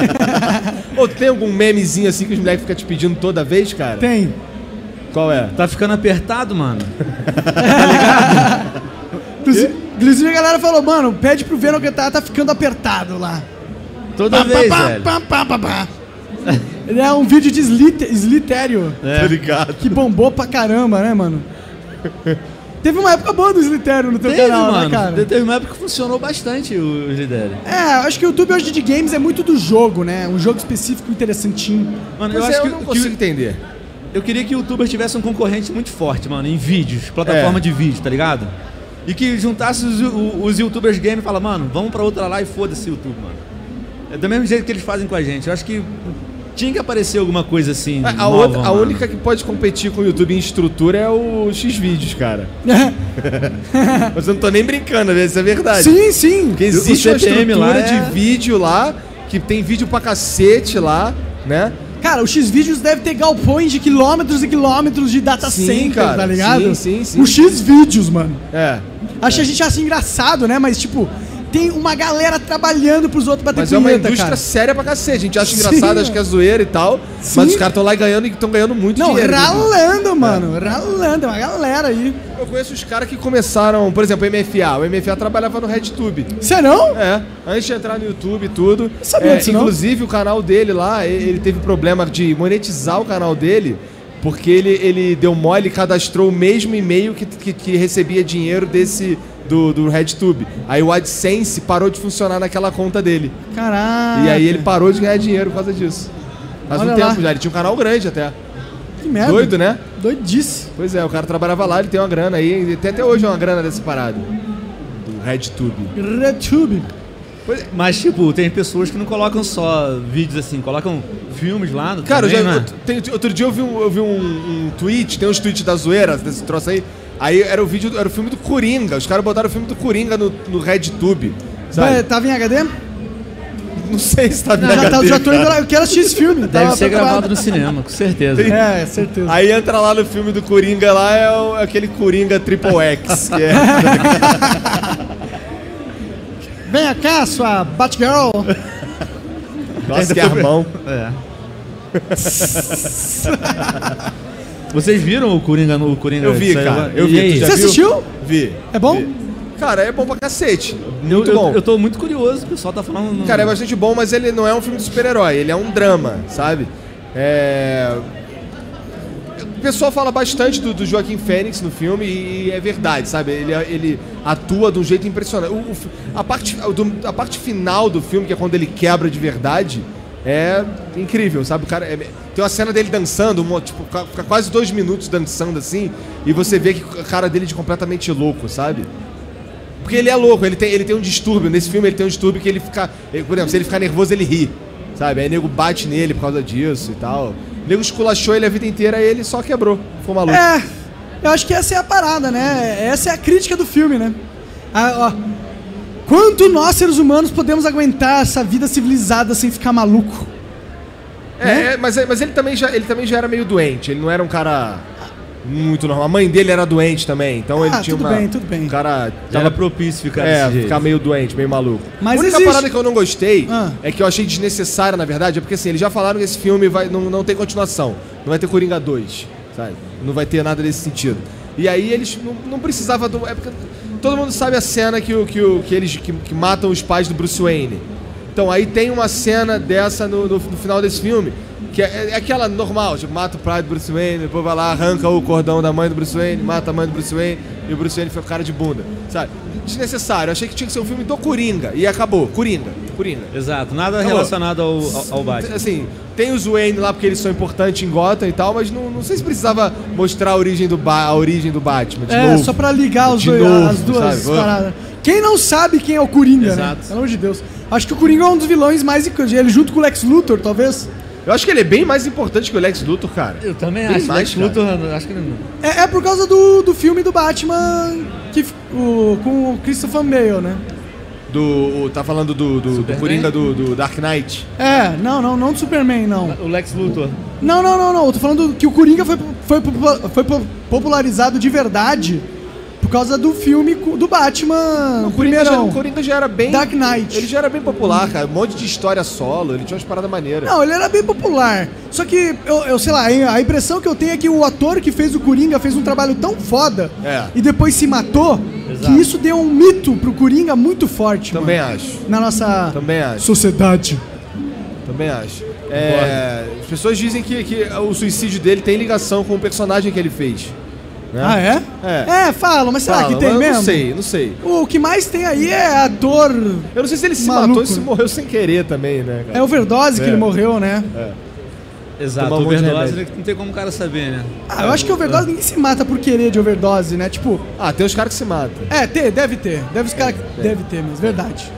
Speaker 2: Ou tem algum memezinho assim que os moleques ficam te pedindo toda vez, cara?
Speaker 1: Tem.
Speaker 2: Qual é?
Speaker 3: Tá ficando apertado, mano.
Speaker 1: Inclusive, inclusive a galera falou, mano, pede pro Venom cantar, tá ficando apertado lá.
Speaker 3: Toda vez, velho.
Speaker 1: pá, pá, pá, pá. Ele é um vídeo de slite- slitério.
Speaker 3: É.
Speaker 2: Tá ligado.
Speaker 1: Que bombou pra caramba, né, mano? Teve uma época boa do Slitério no teu
Speaker 3: Teve,
Speaker 1: canal,
Speaker 3: mano.
Speaker 1: né, cara?
Speaker 3: Teve uma época que funcionou bastante o Lidere.
Speaker 1: É, acho que o YouTube hoje de games é muito do jogo, né? Um jogo específico interessantinho.
Speaker 3: Mano,
Speaker 2: Eu,
Speaker 3: eu
Speaker 2: é, eu
Speaker 3: acho
Speaker 2: não
Speaker 3: que,
Speaker 2: consigo
Speaker 3: que
Speaker 2: entender.
Speaker 3: eu queria que o youtuber tivesse um concorrente muito forte, mano, em vídeos, plataforma
Speaker 2: É.
Speaker 3: de vídeo, tá ligado? E que juntasse os, o- os youtubers game e fala, mano, vamos pra outra lá e foda-se YouTube, mano. É do mesmo jeito que eles fazem com a gente. Eu acho que Tinha que aparecer alguma coisa assim.
Speaker 2: É, A,
Speaker 3: nova,
Speaker 2: outra- a
Speaker 3: mano.
Speaker 2: única que pode competir com o YouTube em estrutura é o Xvideos, cara. Mas eu não tô nem brincando, isso é verdade.
Speaker 1: sim, sim.
Speaker 2: Porque existe uma
Speaker 3: CPM
Speaker 2: estrutura
Speaker 3: lá é-
Speaker 2: de vídeo lá, que tem vídeo pra cacete lá, né?
Speaker 1: Cara, o X-Vídeos deve ter galpões de quilômetros e quilômetros de data
Speaker 2: Sim,
Speaker 1: center,
Speaker 2: cara.
Speaker 1: tá ligado?
Speaker 2: Sim, sim, sim.
Speaker 1: O X-Vídeos, mano.
Speaker 2: É.
Speaker 1: Acho que a gente acha engraçado, né? Mas, tipo, tem uma galera trabalhando pros outros bater
Speaker 2: Mas é uma
Speaker 1: punheta,
Speaker 2: indústria
Speaker 1: cara.
Speaker 2: séria pra cacete. A gente acha
Speaker 1: Sim,
Speaker 2: engraçado,
Speaker 1: é.
Speaker 2: acha que é zoeira e tal.
Speaker 1: Sim.
Speaker 2: Mas os caras estão lá ganhando e estão ganhando muito
Speaker 1: Não,
Speaker 2: dinheiro. né?
Speaker 1: ralando, mano. Ralando, é uma galera aí.
Speaker 2: Eu conheço os caras que começaram, por exemplo, MFA. O MFA trabalhava no RedTube.
Speaker 1: Você não?
Speaker 2: É, antes de entrar no YouTube e tudo.
Speaker 1: sabia
Speaker 2: É,
Speaker 1: disso, não.
Speaker 2: inclusive o canal dele lá, e- ele teve problema de monetizar o canal dele, porque ele, ele deu mole e cadastrou o mesmo e-mail que, que, que recebia dinheiro desse do, do RedTube. Aí o AdSense parou de funcionar naquela conta dele.
Speaker 1: Caralho.
Speaker 2: e aí ele parou de ganhar dinheiro por causa disso. Faz
Speaker 1: Ah, Olha
Speaker 2: um
Speaker 1: lá. É,
Speaker 2: tempo já, ele tinha um canal grande até.
Speaker 1: Que merda.
Speaker 2: Doido, né?
Speaker 1: Doidice.
Speaker 2: Pois é, o cara trabalhava lá, ele tem uma grana aí, até, até hoje é uma grana desse parado. Do RedTube.
Speaker 1: RedTube.
Speaker 3: Mas, tipo, tem pessoas que não colocam só vídeos assim, colocam filmes lá.
Speaker 2: Cara, eu
Speaker 3: também,
Speaker 2: já-
Speaker 3: né?
Speaker 2: eu- tem- outro dia eu vi, um, eu vi um, um tweet, tem uns tweets da zoeira desse troço aí. Aí era o vídeo, era o filme do Coringa. Os caras botaram o filme do Coringa no, no RedTube. Sabe?
Speaker 1: Ué, Tava tá em HD?
Speaker 2: Não sei se tá no
Speaker 1: já, tá,
Speaker 2: HD,
Speaker 1: já tô indo
Speaker 2: cara.
Speaker 1: lá. Eu quero assistir esse filme.
Speaker 3: Deve
Speaker 1: Tava
Speaker 3: ser
Speaker 1: preparado.
Speaker 3: gravado no cinema, com certeza.
Speaker 1: É, certeza.
Speaker 2: Aí entra lá no filme do Coringa, lá é o- aquele Coringa Triple X, que é.
Speaker 1: Vem cá, sua Batgirl.
Speaker 2: Nossa, que armão.
Speaker 3: É. Vocês viram o Coringa no o Coringa?
Speaker 2: Eu vi,
Speaker 3: saiu
Speaker 2: cara.
Speaker 3: lá?
Speaker 2: Eu
Speaker 3: E
Speaker 2: vi.
Speaker 3: aí?
Speaker 2: Tu já
Speaker 1: Você
Speaker 2: viu?
Speaker 1: assistiu?
Speaker 2: Vi.
Speaker 1: É bom?
Speaker 2: Vi. Cara, é bom pra cacete.
Speaker 3: Eu,
Speaker 2: Muito
Speaker 3: eu,
Speaker 2: bom.
Speaker 3: eu tô muito curioso, o pessoal tá falando.
Speaker 2: Cara, é bastante bom, mas ele não é um filme de super-herói, ele é um drama, sabe? É... O pessoal fala bastante do, do Joaquim Fênix no filme e é verdade, sabe? Ele, ele atua de um jeito impressionante. O- o fi- a, parte, a do- a parte final do filme, que é quando ele quebra de verdade, é incrível, sabe? O cara, é- tem uma cena dele dançando, uma- tipo, ca- fica quase dois minutos dançando assim, e você vê que a cara dele de completamente louco, sabe? Porque ele é louco, ele tem, ele tem um distúrbio. Nesse filme ele tem um distúrbio que ele fica. ele- por exemplo, se ele ficar nervoso, ele ri. Sabe? Aí o nego bate nele por causa disso e tal. O nego esculachou ele a vida inteira e ele só quebrou. Ficou maluco.
Speaker 1: É, eu acho que essa é a parada, né? Essa é a crítica do filme, né? Ah, ó, quanto nós, seres humanos, podemos aguentar essa vida civilizada sem ficar maluco?
Speaker 2: É, é, mas, mas ele, também já, ele também já era meio doente. Ele não era um cara muito normal. A mãe dele era doente também. Então ele
Speaker 1: Ah,
Speaker 2: tinha
Speaker 1: tudo
Speaker 2: uma.
Speaker 1: bem, tudo bem.
Speaker 2: Um cara.
Speaker 3: Tava
Speaker 2: Tava
Speaker 3: propício ficar
Speaker 2: É,
Speaker 3: desse jeito.
Speaker 2: ficar meio doente, meio maluco.
Speaker 1: Mas
Speaker 2: a única
Speaker 1: existe.
Speaker 2: parada que eu não gostei
Speaker 1: Ah.
Speaker 2: é que eu achei desnecessária, na verdade, é porque assim, eles já falaram que esse filme vai, não, não tem continuação. Não vai ter Coringa 2, sabe? Não vai ter nada nesse sentido. E aí eles não, não precisava do. É porque todo mundo sabe a cena que, o- que, o- que eles que, que matam os pais do Bruce Wayne. Então aí tem uma cena dessa no, no- no final desse filme. Que é, é aquela normal, tipo, mata o pai do Bruce Wayne, depois vai lá, arranca o cordão da mãe do Bruce Wayne, mata a mãe do Bruce Wayne, e o Bruce Wayne fica com cara de bunda, sabe? Desnecessário, eu achei que tinha que ser um filme do Coringa, e acabou, Coringa, Coringa.
Speaker 3: Exato, nada
Speaker 2: Não,
Speaker 3: relacionado ao, ao, ao Batman.
Speaker 2: Assim, tem os Wayne lá porque eles são importantes em Gotham e tal, mas não, não sei se precisava mostrar a origem do, ba a origem do Batman de
Speaker 1: é,
Speaker 2: novo.
Speaker 1: só pra ligar os
Speaker 2: De
Speaker 1: dois-
Speaker 2: novo,
Speaker 1: as duas
Speaker 2: sabe?
Speaker 1: paradas. Quem não sabe quem é o Coringa, né?
Speaker 3: Exato.
Speaker 1: Pelo amor de Deus. Acho que o Coringa é um dos vilões mais icônicos. Ele junto com o Lex Luthor, talvez.
Speaker 2: Eu acho que ele é bem mais importante que o Lex Luthor, cara.
Speaker 3: Eu também
Speaker 2: Bem
Speaker 3: acho.
Speaker 2: mais,
Speaker 3: Lex
Speaker 2: cara.
Speaker 3: Luthor, acho que ele não.
Speaker 1: É, é por causa do, do filme do Batman que, f- o- com o Christopher Bale, né?
Speaker 2: Do, o- tá falando do, do, do
Speaker 3: Superman?
Speaker 2: Coringa do, do Dark Knight.
Speaker 1: É, não, não, não do Superman, não.
Speaker 3: O Lex Luthor.
Speaker 1: Não, não, não, não. Eu tô falando que o Coringa foi, foi, popu- foi po- popularizado de verdade por causa do filme co- do Batman.
Speaker 2: O
Speaker 1: O
Speaker 2: Coringa, já, o
Speaker 1: primeirão.
Speaker 2: Coringa já era bem.
Speaker 1: Dark Knight.
Speaker 2: Ele já era bem popular, cara. Um monte de história solo, ele tinha umas paradas maneiras.
Speaker 1: Não, ele era bem popular. Só que, eu, eu sei lá, a impressão que eu tenho é que o ator que fez o Coringa fez um trabalho tão foda
Speaker 2: É.
Speaker 1: e depois se matou
Speaker 3: Exato.
Speaker 1: que isso deu um mito pro Coringa muito forte.
Speaker 2: também
Speaker 1: mano,
Speaker 2: acho.
Speaker 1: Na nossa
Speaker 2: Também acho.
Speaker 1: sociedade.
Speaker 2: Também acho. É, as pessoas dizem que, que o suicídio dele tem ligação com o personagem que ele fez. né?
Speaker 1: Ah, é?
Speaker 2: É.
Speaker 1: É, falam, mas será
Speaker 2: Fala,
Speaker 1: que tem
Speaker 2: mas eu
Speaker 1: mesmo?
Speaker 2: Tá, Não sei, não sei.
Speaker 1: O que mais tem aí é ator.
Speaker 2: Eu não sei se ele se
Speaker 1: Maluco.
Speaker 2: matou e se morreu sem querer também, né, cara?
Speaker 1: É overdose que
Speaker 2: É.
Speaker 1: ele morreu, né?
Speaker 3: Exato,
Speaker 2: Tomar um
Speaker 3: o
Speaker 2: monte de
Speaker 3: Overdose
Speaker 2: remédio.
Speaker 3: não tem como o cara saber, né?
Speaker 1: Ah, eu acho que
Speaker 2: É.
Speaker 1: overdose ninguém se mata por querer de overdose, né? Tipo,
Speaker 2: Ah, tem os caras que se matam.
Speaker 1: é, ter, deve ter. Deve os caras. Deve ter mesmo, verdade.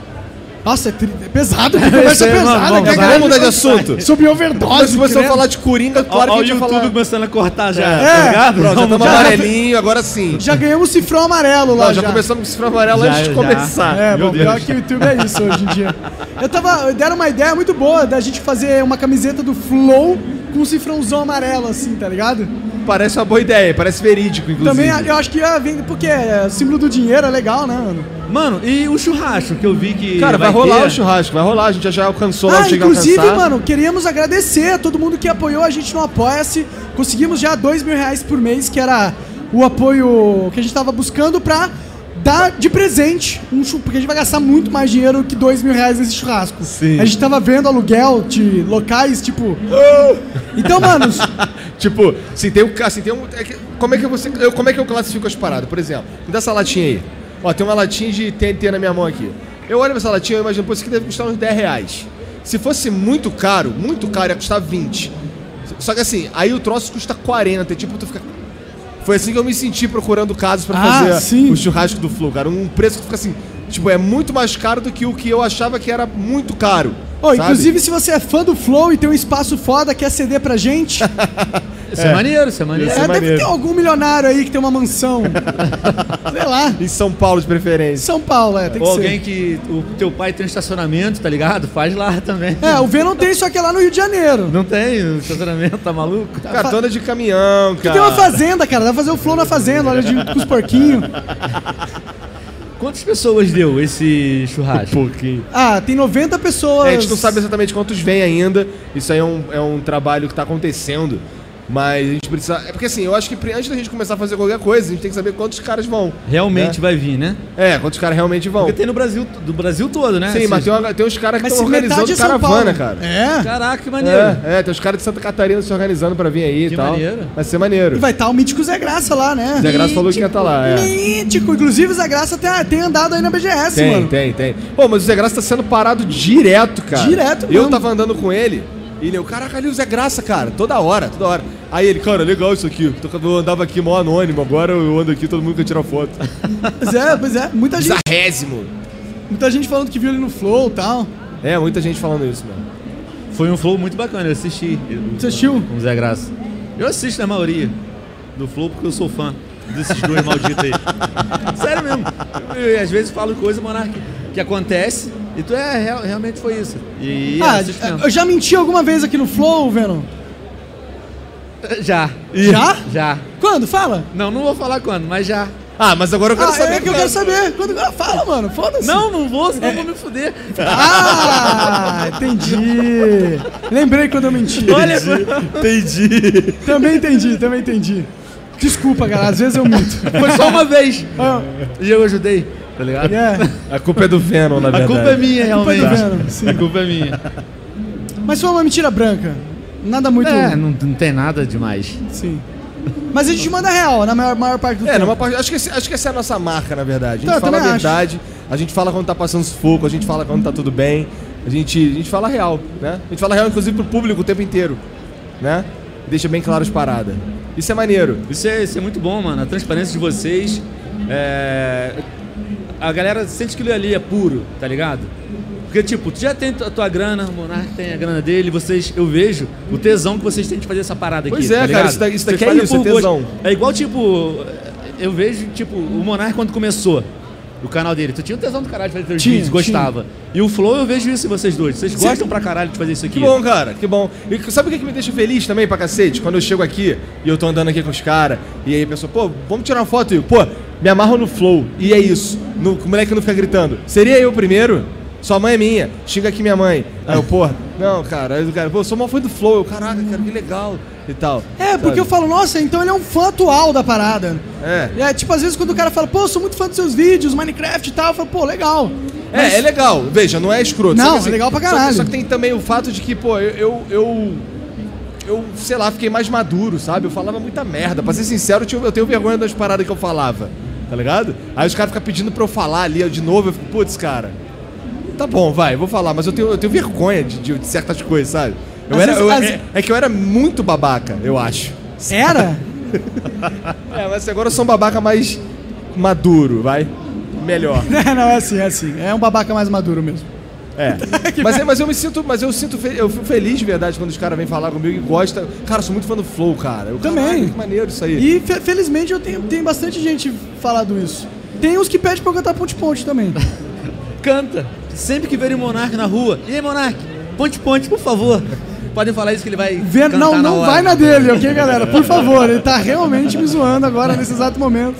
Speaker 1: Nossa, é, tri... é pesado, que conversa
Speaker 3: é, mano,
Speaker 1: pesada.
Speaker 3: vamos,
Speaker 1: que a
Speaker 3: vamos
Speaker 1: galera
Speaker 2: mudar de
Speaker 1: não-
Speaker 2: assunto.
Speaker 1: Sobre
Speaker 2: Mas
Speaker 1: overdose.
Speaker 2: se você
Speaker 1: credo.
Speaker 2: falar de Coringa, claro que
Speaker 3: Ó, ó,
Speaker 2: a
Speaker 3: o
Speaker 2: gente vai
Speaker 3: YouTube
Speaker 2: falar...
Speaker 3: começado a cortar já,
Speaker 1: É.
Speaker 3: tá ligado?
Speaker 2: Pronto, já
Speaker 3: Vamos,
Speaker 2: estamos
Speaker 3: já.
Speaker 2: amarelinho, agora sim.
Speaker 1: Já ganhamos cifrão amarelo lá.
Speaker 2: Não, já, começamos com esse cifrão amarelo
Speaker 3: Já,
Speaker 2: antes de
Speaker 3: já.
Speaker 2: começar.
Speaker 1: É,
Speaker 3: Meu
Speaker 1: bom,
Speaker 3: Deus.
Speaker 1: pior que o YouTube é isso hoje em dia. Eu tava. Deram uma ideia muito boa da gente fazer uma camiseta do Flow com um cifrãozão amarelo, assim, tá ligado?
Speaker 2: Parece uma boa ideia, parece verídico, inclusive.
Speaker 1: Também eu acho que ia vir, porque é, o símbolo do dinheiro é legal, né, mano?
Speaker 3: Mano, e o churrasco que eu vi que.
Speaker 2: Cara, vai, rolar
Speaker 3: ter?
Speaker 2: o churrasco, vai rolar. A gente já, já alcançou lá
Speaker 1: Ah,
Speaker 2: o Chega a
Speaker 1: inclusive,
Speaker 2: Alcançar.
Speaker 1: mano, queríamos agradecer a todo mundo que apoiou a gente no Apoia-se. Conseguimos já dois mil reais por mês, que era o apoio que a gente tava buscando pra dar de presente um chu- porque a gente vai gastar muito mais dinheiro que dois mil reais nesse churrasco.
Speaker 2: Sim.
Speaker 1: A gente tava vendo aluguel de locais, tipo. Então, mano,
Speaker 2: Tipo, se tem um. ca- Se tem um é que- como, é que você, eu, como é que eu classifico as paradas? Por exemplo, me dá essa latinha aí. Ó, tem uma latinha de TNT na minha mão aqui. Eu olho pra essa latinha e imagino, pô, isso aqui deve custar uns 10 reais. Se fosse muito caro, muito caro, ia custar 20. Só que assim, aí o troço custa 40. Tipo, tu fica. Foi assim que eu me senti procurando casos pra
Speaker 1: Ah,
Speaker 2: fazer
Speaker 1: sim.
Speaker 2: o churrasco do Flu, cara. Um preço que tu fica assim. Tipo, é muito mais caro do que o que eu achava que era muito caro.
Speaker 1: Ô,
Speaker 2: sabe?
Speaker 1: inclusive, se você é fã do Flow e tem um espaço foda, quer ceder pra gente, é,
Speaker 3: Isso é. maneiro, isso é maneiro.
Speaker 2: Isso é
Speaker 1: deve
Speaker 2: maneiro.
Speaker 1: ter algum milionário aí que tem uma mansão. Sei lá.
Speaker 2: Em São Paulo, de preferência.
Speaker 1: São Paulo, é, tem que
Speaker 3: Ou
Speaker 1: ser.
Speaker 3: alguém que. O teu pai tem um estacionamento, tá ligado? Faz lá também.
Speaker 1: É, o V não tem, só que é lá no Rio de Janeiro.
Speaker 3: Não tem um estacionamento, tá maluco?
Speaker 2: Cara, tu anda de caminhão, cara.
Speaker 1: Tem uma fazenda, cara. Dá pra fazer o flow na fazenda, olha, de, com os porquinhos.
Speaker 3: Quantas pessoas deu esse churrasco?
Speaker 2: Um
Speaker 3: pouquinho.
Speaker 1: Ah, tem 90 pessoas.
Speaker 2: É, a gente não sabe exatamente quantos vêm ainda. Isso aí é um, é um trabalho que tá acontecendo. Mas a gente precisa. É porque assim, eu acho que pre- antes da gente começar a fazer qualquer coisa, a gente tem que saber quantos caras vão.
Speaker 3: Realmente vai vir, né?
Speaker 2: É, quantos caras realmente vão.
Speaker 3: Porque tem no Brasil, do Brasil todo, né?
Speaker 2: Sim,
Speaker 3: Esses-
Speaker 2: mas tem, uma- tem uns caras que
Speaker 1: Mas
Speaker 2: estão
Speaker 1: se metade
Speaker 2: organizando
Speaker 1: é São
Speaker 2: caravana,
Speaker 1: Paulo.
Speaker 2: cara.
Speaker 1: É.
Speaker 3: Caraca, que maneiro.
Speaker 2: É, é, tem uns caras de Santa Catarina se organizando pra vir aí e
Speaker 3: Que
Speaker 2: tal.
Speaker 3: maneiro.
Speaker 2: Vai ser maneiro.
Speaker 1: E vai estar o mítico Zé Graça lá, né?
Speaker 2: Zé Graça falou que ia estar lá, é.
Speaker 1: Mítico. Inclusive, o Zé Graça tem, tem andado aí na BGS,
Speaker 2: Tem,
Speaker 1: mano.
Speaker 2: tem, tem. Pô, mas o Zé Graça tá sendo parado direto, cara.
Speaker 1: Direto
Speaker 2: Eu
Speaker 1: mesmo.
Speaker 2: tava andando com ele e ele, eu, caraca, ali o Zé Graça, cara, toda hora, toda hora. Aí ele, cara, legal isso aqui. Tô- Eu andava aqui mó anônimo, agora eu ando aqui, todo mundo quer tirar foto.
Speaker 1: Pois é, pois é. Muita gente,
Speaker 2: Bizarrésimo.
Speaker 1: muita gente falando que viu ele no flow e tal.
Speaker 2: É, muita gente falando isso, mano.
Speaker 3: Foi um flow muito bacana, eu assisti.
Speaker 1: Você assistiu?
Speaker 3: Com o Zé Graça. Eu assisto na maioria do flow porque eu sou fã desses dois malditos aí. Sério mesmo. Eu, eu, às vezes falo coisa, monarca, que acontece e tu é, real- realmente foi isso.
Speaker 2: é
Speaker 3: E
Speaker 1: ah,
Speaker 3: eu assisto mesmo.
Speaker 1: eu já menti alguma vez aqui no flow, Venom?
Speaker 3: Já.
Speaker 1: Já?
Speaker 3: Já.
Speaker 1: Quando? Fala.
Speaker 3: Não, não vou falar quando, mas já.
Speaker 2: Ah, mas agora eu quero
Speaker 1: Ah,
Speaker 2: saber.
Speaker 1: é que eu quero saber. Quando... Ah, fala, mano. Foda-se.
Speaker 3: Não, não vou, senão vou me fuder.
Speaker 1: Ah, entendi. Lembrei quando eu menti.
Speaker 3: Olha, entendi.
Speaker 1: Também entendi, também entendi. Desculpa, galera, às vezes eu minto.
Speaker 3: Foi só uma vez.
Speaker 1: Ah,
Speaker 3: E eu ajudei, tá ligado?
Speaker 1: é,
Speaker 2: A culpa é do Venom, na
Speaker 3: A
Speaker 2: verdade.
Speaker 3: culpa é minha,
Speaker 1: culpa do
Speaker 3: realmente.
Speaker 1: Venom, sim.
Speaker 3: A culpa é minha.
Speaker 1: Mas foi uma mentira branca. Nada muito.
Speaker 3: É, não, não tem nada demais.
Speaker 1: Sim. Mas a gente manda real na maior, maior parte do
Speaker 2: É,
Speaker 1: tempo.
Speaker 2: numa parte, acho, que esse- acho que essa é a nossa marca, na verdade.
Speaker 1: Tá,
Speaker 2: A
Speaker 1: eu
Speaker 2: gente fala
Speaker 1: também
Speaker 2: a
Speaker 1: acho.
Speaker 2: verdade, a gente fala quando tá passando sufoco, a gente fala quando tá tudo bem, a gente, a gente fala real, né? A gente fala real, inclusive, pro público o tempo inteiro, né? Deixa bem claro as paradas. Isso é maneiro.
Speaker 3: Isso é, isso é muito bom, mano. A transparência de vocês. é, A galera sente que aquilo ali é puro, tá ligado? Porque, tipo, tu já tem a tua grana, o Monark tem a grana dele, vocês, eu vejo o tesão que vocês têm de fazer essa parada aqui.
Speaker 2: Pois é,
Speaker 3: tá
Speaker 2: cara,
Speaker 3: ligado?
Speaker 2: isso da- isso
Speaker 3: Vocês
Speaker 2: daqui é
Speaker 3: fazem
Speaker 2: isso,
Speaker 3: por
Speaker 2: é
Speaker 3: gosto.
Speaker 2: tesão.
Speaker 3: É igual, tipo, eu vejo, tipo, o Monark quando começou o canal dele, tu tinha o tesão do caralho de fazer teus
Speaker 1: Tinha,
Speaker 3: vídeos, gostava. E o Flow, eu vejo isso em vocês dois. Vocês gostam pra caralho de fazer isso aqui.
Speaker 2: Que bom, cara, que bom. E sabe o que que me deixa feliz também pra cacete? Quando eu chego aqui e eu tô andando aqui com os caras, e aí a pessoa, pô, vamos tirar uma foto, Igor. Pô, me amarro no flow. E é isso. No, o moleque não fica gritando. Seria eu primeiro? Sua mãe é minha. Xinga aqui minha mãe. Aí eu, pô, não, cara. Aí o cara, pô, sou mal fã do flow. Eu, caraca, cara, que legal. E tal.
Speaker 1: É, porque eu falo, nossa, então ele é um fã atual da parada.
Speaker 2: É.
Speaker 1: É, tipo, às vezes quando o cara fala, pô, eu sou muito fã dos seus vídeos, Minecraft e tal, eu falo, pô, legal.
Speaker 2: É, é legal. Veja, não é escroto.
Speaker 1: Não,
Speaker 2: Só que
Speaker 1: é legal pra
Speaker 2: só que-
Speaker 1: caralho.
Speaker 2: Só que tem também o fato de que, pô, eu. eu, eu... eu, sei lá, fiquei mais maduro, sabe? Eu falava muita merda. Pra ser sincero, eu, tinha- eu tenho vergonha das paradas que eu falava, tá ligado? Aí os caras ficam pedindo pra eu falar ali eu de novo. Eu fico, putz, cara, tá bom, vai, vou falar. Mas eu tenho, eu tenho vergonha de, de- de certas coisas, sabe? Eu
Speaker 1: Às
Speaker 2: era,
Speaker 1: vezes-
Speaker 2: eu-
Speaker 1: às-
Speaker 2: é, é que eu era muito babaca, eu acho.
Speaker 1: Era?
Speaker 2: É, mas agora eu sou um babaca mais maduro, vai? Melhor.
Speaker 1: Não, é assim, é assim. É um babaca mais maduro mesmo.
Speaker 2: É. mas, é- mas eu me sinto, mas eu sinto fe- eu fico feliz de verdade quando os caras vêm falar comigo e gostam. Cara, eu sou muito fã do Flow, cara. Eu,
Speaker 1: Também.
Speaker 2: "Caralho, Que maneiro isso aí.
Speaker 1: E fe- felizmente eu tenho, tem bastante gente falado isso. Tem uns que pedem pra eu cantar Ponte Ponte também.
Speaker 3: Canta. Sempre que verem o Monark na rua. E aí, Monark? Ponte, ponte, por favor. Podem falar isso que ele vai.
Speaker 1: Vê-
Speaker 3: cantar
Speaker 1: não, não
Speaker 3: hora.
Speaker 1: vai na dele, ok, galera? Por favor, ele tá realmente me zoando agora nesse exato momento.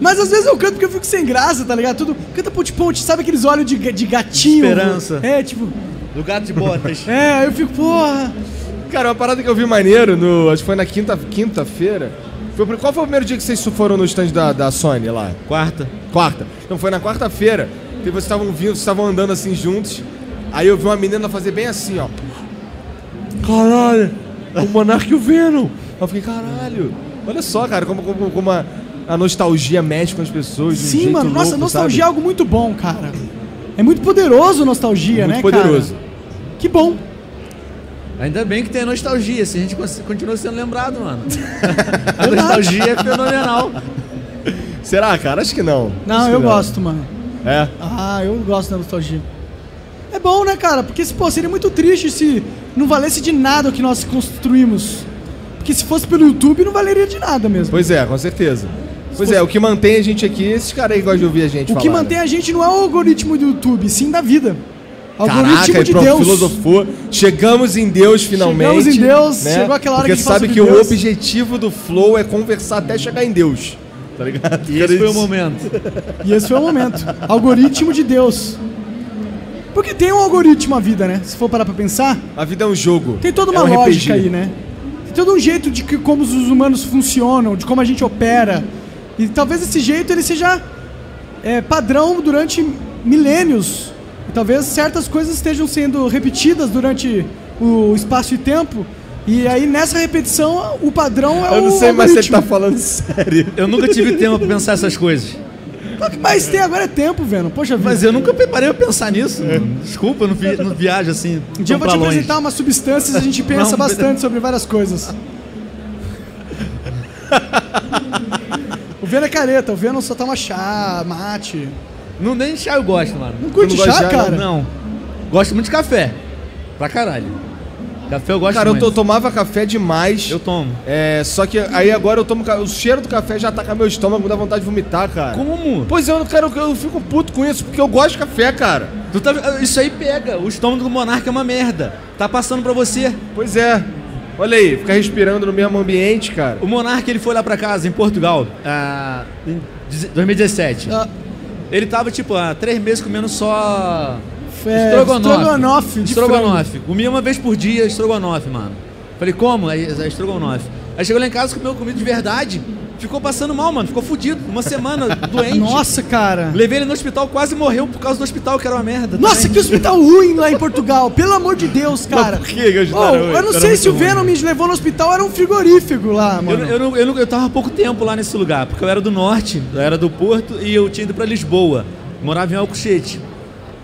Speaker 1: Mas às vezes eu canto porque eu fico sem graça, tá ligado? Tudo. Canta ponte ponte, sabe aqueles olhos de, ga- de gatinho?
Speaker 3: Esperança.
Speaker 1: É, tipo.
Speaker 3: Do gato de botas.
Speaker 1: É, aí eu fico, porra.
Speaker 2: Cara, uma parada que eu vi maneiro, no, acho que foi na quinta- quinta-feira. Foi o pri- qual foi o primeiro dia que vocês foram no stand da, da Sony lá?
Speaker 3: Quarta.
Speaker 2: Quarta. Então foi na quarta-feira. E vocês estavam vindo, vocês estavam andando assim juntos. Aí eu vi uma menina fazer bem assim, ó. Caralho! O Monark e o Venom! Eu fiquei, caralho! Olha só, cara, como, como, como a, a nostalgia mexe com as pessoas. de um
Speaker 1: Sim,
Speaker 2: jeito
Speaker 1: mano, nossa,
Speaker 2: louco,
Speaker 1: nostalgia é
Speaker 2: sabe?
Speaker 1: algo muito bom, cara. É muito poderoso nostalgia,
Speaker 2: muito
Speaker 1: né,
Speaker 2: poderoso.
Speaker 1: cara? Que bom.
Speaker 3: Ainda bem que tem a nostalgia, se a gente cons- continua sendo lembrado, mano. a nostalgia é fenomenal.
Speaker 2: Será, cara? Acho que não. Acho
Speaker 1: Não,
Speaker 2: que
Speaker 1: eu gosto, mano.
Speaker 2: É.
Speaker 1: Ah, eu gosto da nostalgia. É bom, né, cara? Porque se, pô, seria muito triste se não valesse de nada o que nós construímos. Porque se fosse pelo YouTube, não valeria de nada mesmo.
Speaker 2: Pois é, com certeza. Pois é, o que mantém a gente aqui, esses caras aí que gostam de ouvir a gente
Speaker 1: o
Speaker 2: falar. né?
Speaker 1: que mantém a gente não é o algoritmo do YouTube, sim da vida. Algoritmo
Speaker 2: Caraca,
Speaker 1: de
Speaker 2: e pronto,
Speaker 1: Deus.
Speaker 2: filosofou. Chegamos em Deus finalmente.
Speaker 1: Chegamos em Deus,
Speaker 2: né?
Speaker 1: chegou aquela hora
Speaker 2: Porque
Speaker 1: que a gente fala
Speaker 2: sabe
Speaker 1: sobre
Speaker 2: que o
Speaker 1: Deus.
Speaker 2: objetivo do Flow é conversar até chegar em Deus. Tá ligado?
Speaker 3: E esse foi o momento.
Speaker 1: E esse foi o momento. Algoritmo de Deus. Porque tem um algoritmo a vida, né? Se for parar pra pensar,
Speaker 2: A vida é um jogo.
Speaker 1: Tem toda
Speaker 2: É
Speaker 1: uma
Speaker 2: um
Speaker 1: lógica
Speaker 2: RPG.
Speaker 1: aí, né? Tem todo um jeito de que, como os humanos funcionam, de como a gente opera. E talvez esse jeito ele seja é, padrão durante milênios. E talvez certas coisas estejam sendo repetidas durante o espaço e tempo. E aí nessa repetição o padrão é o
Speaker 2: Eu não sei mais se ele
Speaker 1: algoritmo.
Speaker 2: tá falando sério.
Speaker 3: Eu nunca tive tempo pra pensar essas coisas.
Speaker 2: tá
Speaker 1: O que mais tem agora é tempo, Venom. Poxa vida.
Speaker 3: Mas eu nunca preparei pra pensar nisso. Desculpa, eu não, vi, não viajo assim.
Speaker 1: É. Um dia eu vou
Speaker 3: tão
Speaker 1: te
Speaker 3: pra longe.
Speaker 1: apresentar umas substâncias e a gente pensa
Speaker 3: Não,
Speaker 1: bastante sobre várias coisas. o Venom é careta, o Venom só toma chá, mate.
Speaker 3: Não, nem chá eu gosto, mano.
Speaker 1: Não curte
Speaker 2: não
Speaker 1: chá,
Speaker 2: gosto de chá,
Speaker 1: cara?
Speaker 3: Não. Gosto muito de café. Pra caralho. Café eu gosto
Speaker 2: Cara, eu
Speaker 3: muito.
Speaker 2: to- tomava café demais.
Speaker 3: Eu tomo.
Speaker 2: É, só que aí agora eu tomo. ca- O cheiro do café já ataca meu estômago, me dá vontade de vomitar, cara.
Speaker 3: Como?
Speaker 2: Pois é, eu não quero. Eu fico puto com isso, porque eu gosto de café, cara.
Speaker 3: Tu tá- Isso aí pega. O estômago do monarca é uma merda. Tá passando pra você.
Speaker 2: Pois é. Olha aí, ficar respirando no mesmo ambiente, cara.
Speaker 3: O Monark ele foi lá pra casa, em Portugal, ah, em 2017.
Speaker 1: Ah,
Speaker 3: Ele tava, tipo, há três meses comendo só
Speaker 1: é,
Speaker 3: Estrogonofe.
Speaker 1: Estrogonofe. de frango.
Speaker 3: estrogonofe. Comia uma vez por dia estrogonofe, mano. Falei, como? Aí, é estrogonofe. Aí chegou lá em casa, comeu comida de verdade, ficou passando mal, mano. Ficou fudido, uma semana doente.
Speaker 1: Nossa, cara.
Speaker 3: Levei ele no hospital, quase morreu por causa do hospital, que era uma merda.
Speaker 1: Nossa,
Speaker 3: também.
Speaker 1: que hospital ruim lá em Portugal. Pelo amor de Deus, cara.
Speaker 2: Por que que
Speaker 1: Oh,
Speaker 2: ajudaram ele?
Speaker 1: eu não
Speaker 2: Era
Speaker 1: sei se o
Speaker 2: muito ruim.
Speaker 1: Venom me levou no hospital, era um frigorífico lá,
Speaker 3: Eu,
Speaker 1: mano.
Speaker 3: eu, não- eu, não- eu tava há pouco tempo lá nesse lugar, porque eu era do norte, eu era do Porto e eu tinha ido pra Lisboa. Morava em Alcochete.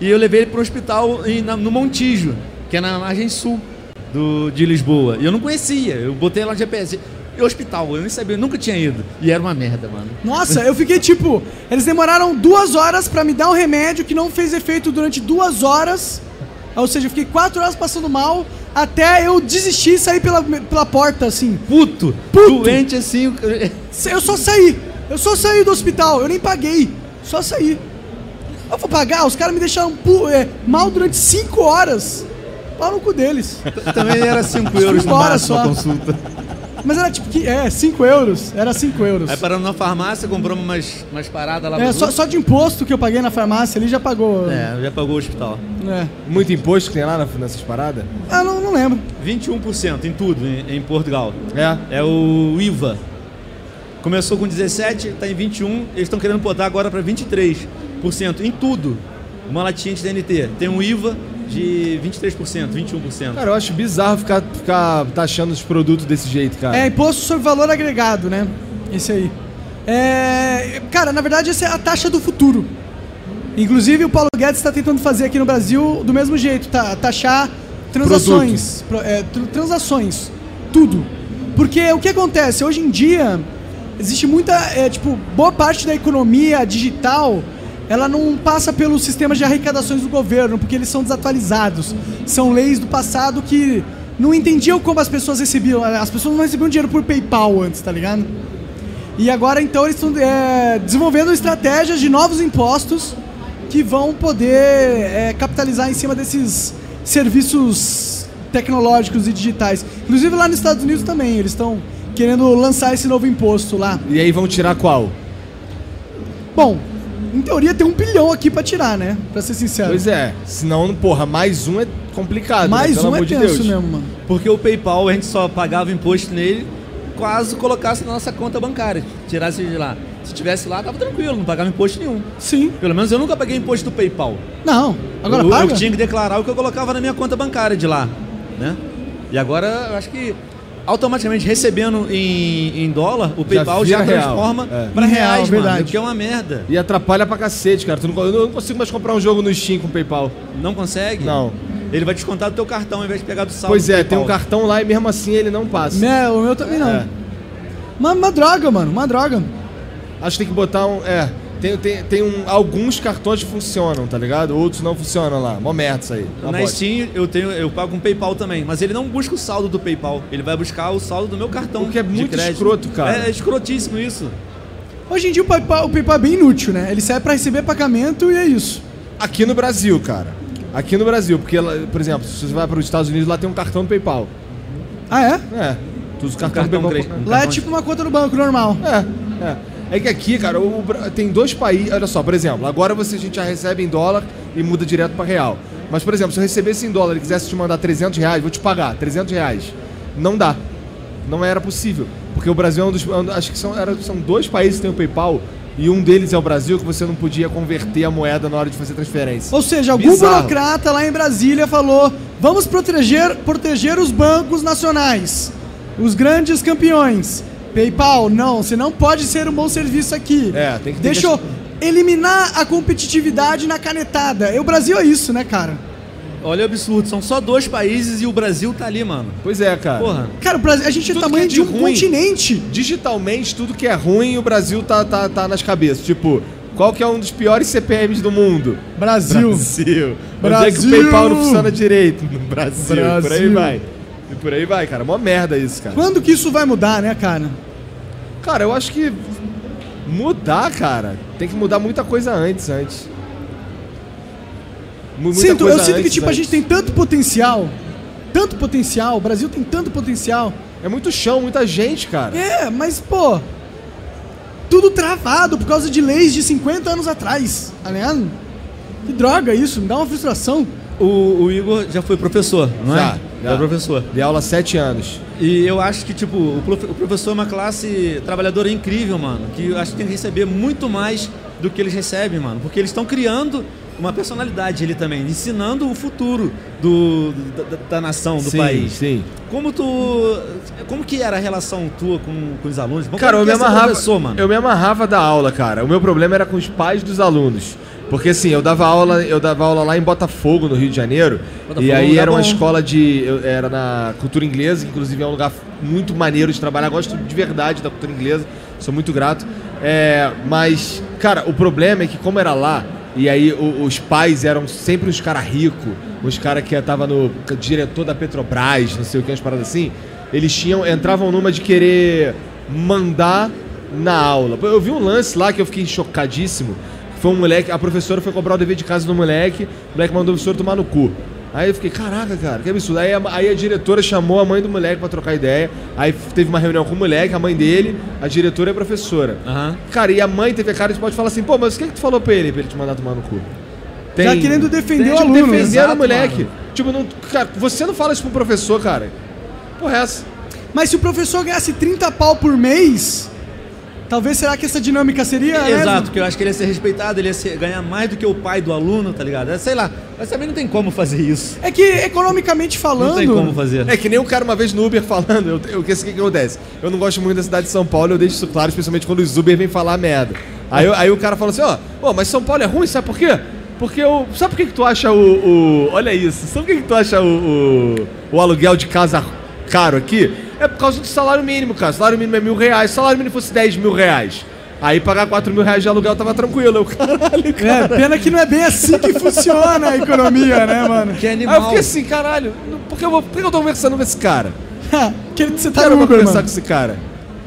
Speaker 3: E eu levei ele pro hospital em- na- no Montijo, que é na margem sul do, de Lisboa. E eu não conhecia, eu botei lá no GPS. E o hospital, eu nem sabia, eu nunca tinha ido. E era uma merda, mano.
Speaker 1: Nossa, eu fiquei tipo, eles demoraram duas horas pra me dar um remédio que não fez efeito durante duas horas. Ou seja, eu fiquei quatro horas passando mal até eu desistir e sair pela, pela porta, assim.
Speaker 3: Puto,
Speaker 1: Puto.
Speaker 3: doente assim. o-
Speaker 1: Eu só saí. Eu só saí do hospital. Eu nem paguei. Só saí. Eu vou pagar? Os caras me deixaram pu- é, mal durante cinco horas. Pau no cu deles.
Speaker 3: Também era 5 euros no
Speaker 1: Embora
Speaker 3: máximo a
Speaker 1: só.
Speaker 3: consulta.
Speaker 1: Mas era tipo, que, é, cinco euros. Era cinco euros.
Speaker 3: Aí paramos na farmácia, compramos umas, umas paradas lá.
Speaker 1: É,
Speaker 3: pra-
Speaker 1: só, só de imposto que eu paguei na farmácia, ele já pagou. É.
Speaker 3: é, já pagou o hospital.
Speaker 2: Muito imposto que tem lá na- nessas paradas?
Speaker 1: Ah, não, não lembro.
Speaker 3: 21% em tudo em, em Portugal.
Speaker 2: É.
Speaker 3: É o IVA. Começou com 17, tá em 21, eles estão querendo botar agora para 23% em tudo. Uma latinha de TNT tem um IVA de 23%, 21%.
Speaker 2: Cara, eu acho bizarro ficar, ficar taxando os produtos desse jeito, cara.
Speaker 1: É, imposto sobre valor agregado, né? Esse aí. É, cara, na verdade, essa é a taxa do futuro. Inclusive, o Paulo Guedes está tentando fazer aqui no Brasil do mesmo jeito, tá? Taxar transações. pro- é, tr- transações. Tudo. Porque o que acontece? Hoje em dia, existe muita. é, tipo, boa parte da economia digital ela não passa pelo sistema de arrecadações do governo, porque eles são desatualizados. São leis do passado que não entendiam como as pessoas recebiam. As pessoas não recebiam dinheiro por PayPal antes, tá ligado? E agora então eles estão é, desenvolvendo estratégias de novos impostos que vão poder é, capitalizar em cima desses serviços tecnológicos e digitais. Inclusive lá nos Estados Unidos também, eles estão querendo lançar esse novo imposto lá.
Speaker 2: E aí vão tirar qual?
Speaker 1: Bom, em teoria tem um bilhão aqui pra tirar, né? Pra ser sincero.
Speaker 2: Pois é, senão, porra, mais um é complicado. né?
Speaker 1: Mais
Speaker 2: Pelo
Speaker 1: um é
Speaker 2: amor de
Speaker 1: tenso
Speaker 2: Deus.
Speaker 1: mesmo, mano.
Speaker 3: Porque o PayPal a gente só pagava imposto nele quase colocasse na nossa conta bancária, tirasse de lá. Se tivesse lá, tava tranquilo, não pagava imposto nenhum.
Speaker 1: Sim.
Speaker 3: Pelo menos eu nunca paguei imposto do PayPal.
Speaker 1: Não. Agora
Speaker 2: é
Speaker 3: eu,
Speaker 1: paga?
Speaker 3: eu que tinha que declarar o que eu colocava na minha conta bancária de lá, né? E agora eu acho que automaticamente recebendo em, em dólar, o PayPal já,
Speaker 2: vira real.
Speaker 3: transforma
Speaker 2: É.
Speaker 3: pra
Speaker 1: Em real,
Speaker 3: reais,
Speaker 1: verdade.
Speaker 3: mano, que é uma merda.
Speaker 2: E atrapalha pra cacete, cara. Tu não, eu não consigo mais comprar um jogo no Steam com PayPal.
Speaker 3: Não consegue?
Speaker 2: Não.
Speaker 3: Ele vai descontar do teu cartão ao invés de pegar do
Speaker 1: Tá
Speaker 3: saldo.
Speaker 2: pois
Speaker 3: do
Speaker 2: é, tem um
Speaker 3: PayPal.
Speaker 2: cartão lá e mesmo assim ele não passa.
Speaker 1: Né, o meu também não.
Speaker 2: É.
Speaker 1: Uma, uma droga, mano, uma droga.
Speaker 2: Acho que tem que botar um. É. Tem, tem, tem um, alguns cartões que funcionam, tá ligado? Outros não funcionam lá. Mó merda isso aí.
Speaker 1: é
Speaker 2: Uma
Speaker 3: Na
Speaker 2: bosta.
Speaker 3: Steam eu, tenho, eu pago um PayPal também, mas ele não busca o saldo do PayPal, ele vai buscar o saldo do meu cartão.
Speaker 2: O que é
Speaker 3: de
Speaker 2: muito
Speaker 3: crédito.
Speaker 2: escroto, cara.
Speaker 3: É, é escrotíssimo isso.
Speaker 1: Hoje em dia o PayPal, o PayPal é bem inútil, né? Ele serve pra receber pagamento e é isso.
Speaker 2: Aqui no Brasil, cara. Aqui no Brasil, porque, lá, por exemplo, se você vai para os Estados Unidos, lá tem um cartão do PayPal.
Speaker 1: Ah, é?
Speaker 2: É. Tu usa o cartão,
Speaker 3: cartão
Speaker 2: do PayPal.
Speaker 3: cre-
Speaker 1: Lá é tipo uma conta no banco normal.
Speaker 2: É, é. É que aqui, cara, o Bra- tem dois países. Olha só, por exemplo, agora você, a gente já recebe em dólar e muda direto pra real. Mas, por exemplo, se eu recebesse em dólar e quisesse te mandar 300 reais, vou te pagar 300 reais. Não dá. Não era possível. Porque o Brasil é um dos. é um- Acho que são, era- são dois países que tem o PayPal e um deles é o Brasil que você não podia converter a moeda na hora de fazer transferência.
Speaker 1: Ou seja, algum
Speaker 2: Bizarro.
Speaker 1: burocrata lá em Brasília falou: vamos proteger, proteger os bancos nacionais, os grandes campeões. PayPal, não, você não pode ser um bom serviço aqui.
Speaker 2: É, tem que ter
Speaker 1: Deixa eu eliminar a competitividade na canetada. E o Brasil é isso, né, cara?
Speaker 3: Olha o absurdo, são só dois países e o Brasil tá ali, mano.
Speaker 2: Pois é, cara.
Speaker 3: Porra.
Speaker 1: Cara, o Brasil, a gente é
Speaker 2: Tudo
Speaker 1: tamanho
Speaker 2: que
Speaker 1: de,
Speaker 2: é de
Speaker 1: um
Speaker 2: ruim.
Speaker 1: continente.
Speaker 2: Digitalmente, tudo que é ruim, o Brasil tá, tá, tá nas cabeças. Tipo, qual que é um dos piores CPMs do mundo?
Speaker 1: Brasil.
Speaker 2: Brasil. Onde é que
Speaker 1: Brasil.
Speaker 2: o PayPal não funciona direito? No Brasil. E por aí
Speaker 1: Brasil.
Speaker 2: vai. E por aí vai, cara. Mó merda isso, cara.
Speaker 1: Quando que isso vai mudar, né, cara?
Speaker 2: Cara, eu acho que mudar, cara, tem que mudar muita coisa antes, antes. Mu- muita
Speaker 1: sinto, eu
Speaker 2: coisa
Speaker 1: sinto que
Speaker 2: antes, né?
Speaker 1: tipo a
Speaker 2: antes.
Speaker 1: gente tem tanto potencial, tanto potencial, o Brasil tem tanto potencial.
Speaker 2: É muito chão, muita gente, cara.
Speaker 1: É, mas pô, tudo travado por causa de leis de 50 anos atrás, tá ligado? Que droga isso, me dá uma frustração.
Speaker 3: O, o Igor já foi professor, não
Speaker 2: Já,
Speaker 3: é?
Speaker 2: já.
Speaker 3: é professor.
Speaker 2: De aula há sete anos.
Speaker 3: E eu acho que, tipo, o, profe- o professor é uma classe trabalhadora incrível, mano. Que eu acho que tem que receber muito mais do que eles recebem, mano. Porque eles estão criando uma personalidade ali também, ensinando o futuro do, da, da- da nação, do
Speaker 2: sim,
Speaker 3: país.
Speaker 2: Sim.
Speaker 3: Como tu. Como que era a relação tua com, com os alunos? Como
Speaker 2: Cara, eu
Speaker 3: que
Speaker 2: me
Speaker 3: é ser
Speaker 2: amarrava.
Speaker 3: professor, mano?
Speaker 2: Eu me amarrava da aula, cara. O meu problema era com os pais dos alunos. Porque assim, eu dava aula, eu dava aula lá em Botafogo, no Rio de Janeiro.
Speaker 3: Botafogo
Speaker 2: e
Speaker 3: é um
Speaker 2: aí
Speaker 3: lugar
Speaker 2: era uma
Speaker 3: bom.
Speaker 2: escola de. eu- era na cultura inglesa, que inclusive é um lugar f- muito maneiro de trabalhar. Gosto de verdade da cultura inglesa, sou muito grato. É, mas, cara, o problema é que como era lá, e aí o- os pais eram sempre os caras ricos, os caras que estavam no diretor da Petrobras, não sei o que, umas paradas assim, eles tinham. entravam numa de querer mandar na aula. Eu vi um lance lá que eu fiquei chocadíssimo. Foi um moleque, a professora foi cobrar o dever de casa do moleque, o moleque mandou o professor tomar no cu. Aí eu fiquei, caraca, cara, que absurdo. Aí a, aí a diretora chamou a mãe do moleque pra trocar ideia. Aí f- teve uma reunião com o moleque, a mãe dele, a diretora e a professora.
Speaker 3: Aham.
Speaker 2: Cara, e a mãe teve a cara de pode falar assim, pô, mas o que, que tu falou pra ele pra ele te mandar tomar no cu?
Speaker 1: Já querendo defender
Speaker 2: tem,
Speaker 1: o
Speaker 2: tipo,
Speaker 1: aluno. né?
Speaker 2: defender
Speaker 3: exato,
Speaker 2: o moleque.
Speaker 3: mano.
Speaker 2: Tipo, não, cara, você não fala isso pro professor, cara. Porra, é essa.
Speaker 1: Mas se o professor ganhasse 30 pau por mês, talvez será que essa dinâmica seria? né?
Speaker 3: É, Exato, porque eu acho que ele ia ser respeitado, ele ia ser- ganhar mais do que o pai do aluno, tá ligado? É, sei lá, mas também não tem como fazer isso.
Speaker 1: É que economicamente falando,
Speaker 3: Não tem como fazer. né?
Speaker 2: É que nem o cara uma vez no Uber falando, eu, eu, que, que acontece? Eu não gosto muito da cidade de São Paulo, eu deixo isso claro, especialmente quando os Uber vêm falar merda. Aí, eu- aí o cara fala assim, ó, pô, mas São Paulo é ruim, sabe por quê? Porque o. Sabe por que, que tu acha o, o- Olha isso, sabe por que, que tu acha o, o, o aluguel de casa caro aqui? É por causa do salário mínimo, cara. Salário mínimo é mil reais, se o salário mínimo fosse 10 mil reais. Aí pagar 4 mil reais de aluguel tava tranquilo. Eu, caralho, cara.
Speaker 1: É, pena que não é bem assim que funciona a economia, né, mano?
Speaker 3: Que é
Speaker 2: Aí eu
Speaker 3: animal.
Speaker 2: fiquei assim, caralho, por que eu, vou- por que eu tô conversando com esse cara?
Speaker 1: que ele- você tá
Speaker 2: Cara, eu
Speaker 1: no
Speaker 2: vou
Speaker 1: Uber,
Speaker 2: conversar
Speaker 1: mano.
Speaker 2: com esse cara.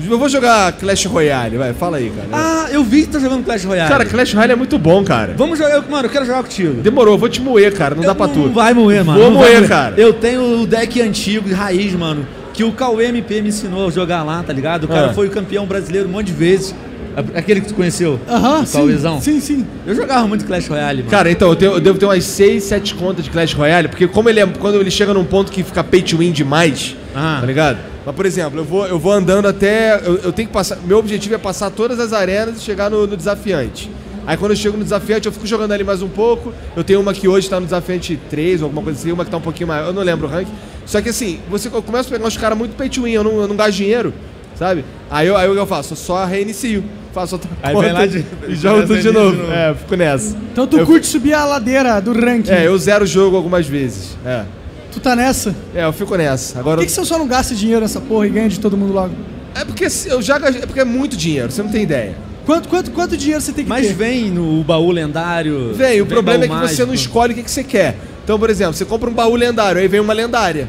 Speaker 2: Eu vou jogar Clash Royale, vai, fala aí, cara.
Speaker 3: Ah, eu vi que tá jogando Clash Royale.
Speaker 2: É. cara, Clash Royale é muito bom, cara.
Speaker 3: vamos jogar. eu- Mano, eu quero jogar contigo.
Speaker 2: Demorou, eu vou te moer, cara, não
Speaker 3: Eu
Speaker 2: dá pra tudo.
Speaker 3: Não vai moer, mano.
Speaker 2: Vou
Speaker 3: Não vai
Speaker 2: moer, cara.
Speaker 3: Eu tenho o deck antigo, de raiz, mano, que o Cauê MP me ensinou a jogar lá, tá ligado? O cara
Speaker 2: Ah.
Speaker 3: foi campeão brasileiro um monte de vezes. A- Aquele que tu conheceu.
Speaker 1: Aham,
Speaker 3: o Cauêzão.
Speaker 1: sim, sim, sim.
Speaker 3: Eu jogava muito Clash Royale, mano.
Speaker 2: Cara, então, eu, tenho- eu devo ter umas 6, 7 contas de Clash Royale, porque como ele é, quando ele chega num ponto que fica pay to win demais,
Speaker 3: Ah.
Speaker 2: tá ligado? Mas, por exemplo, eu vou, eu vou andando até. Eu, eu tenho que passar. Meu objetivo é passar todas as arenas e chegar no, no desafiante. Aí quando eu chego no desafiante, eu fico jogando ali mais um pouco. Eu tenho uma que hoje tá no desafiante 3 ou alguma coisa assim, uma que tá um pouquinho maior, eu não lembro o ranking. Só que assim, você eu começo a pegar uns caras muito pay to win, eu não, eu não gasto dinheiro, sabe? Aí eu, aí eu faço, eu só reinicio. Faço outra
Speaker 3: Aí vem
Speaker 2: conta
Speaker 3: lá de-
Speaker 2: e jogo tudo de
Speaker 3: de
Speaker 2: novo.
Speaker 3: novo.
Speaker 2: É, fico nessa.
Speaker 1: Então tu
Speaker 2: Eu-
Speaker 1: curte subir a ladeira do ranking.
Speaker 2: é, eu zero o jogo algumas vezes. É.
Speaker 1: Tu tá nessa?
Speaker 2: É, eu fico nessa. Agora.
Speaker 1: Por que, que você só não gasta dinheiro nessa porra e ganha de todo mundo logo?
Speaker 2: É porque se- eu já gastei- É porque é muito dinheiro, você não tem ideia.
Speaker 1: Quanto, quanto, quanto dinheiro você tem que
Speaker 3: Mas
Speaker 1: ter?
Speaker 3: vem no baú lendário.
Speaker 2: Vem, o problema é que
Speaker 3: baú
Speaker 2: você não
Speaker 3: mágico.
Speaker 2: escolhe o que, que você quer. Então, por exemplo, você compra um baú lendário, aí vem uma lendária.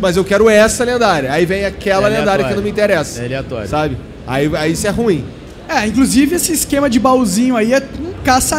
Speaker 2: Mas eu quero essa lendária. Aí vem aquela
Speaker 3: É aleatório.
Speaker 2: lendária que não me interessa.
Speaker 3: É aleatório.
Speaker 2: Sabe? Aí, aí isso é ruim.
Speaker 1: É, inclusive esse esquema de baúzinho aí é um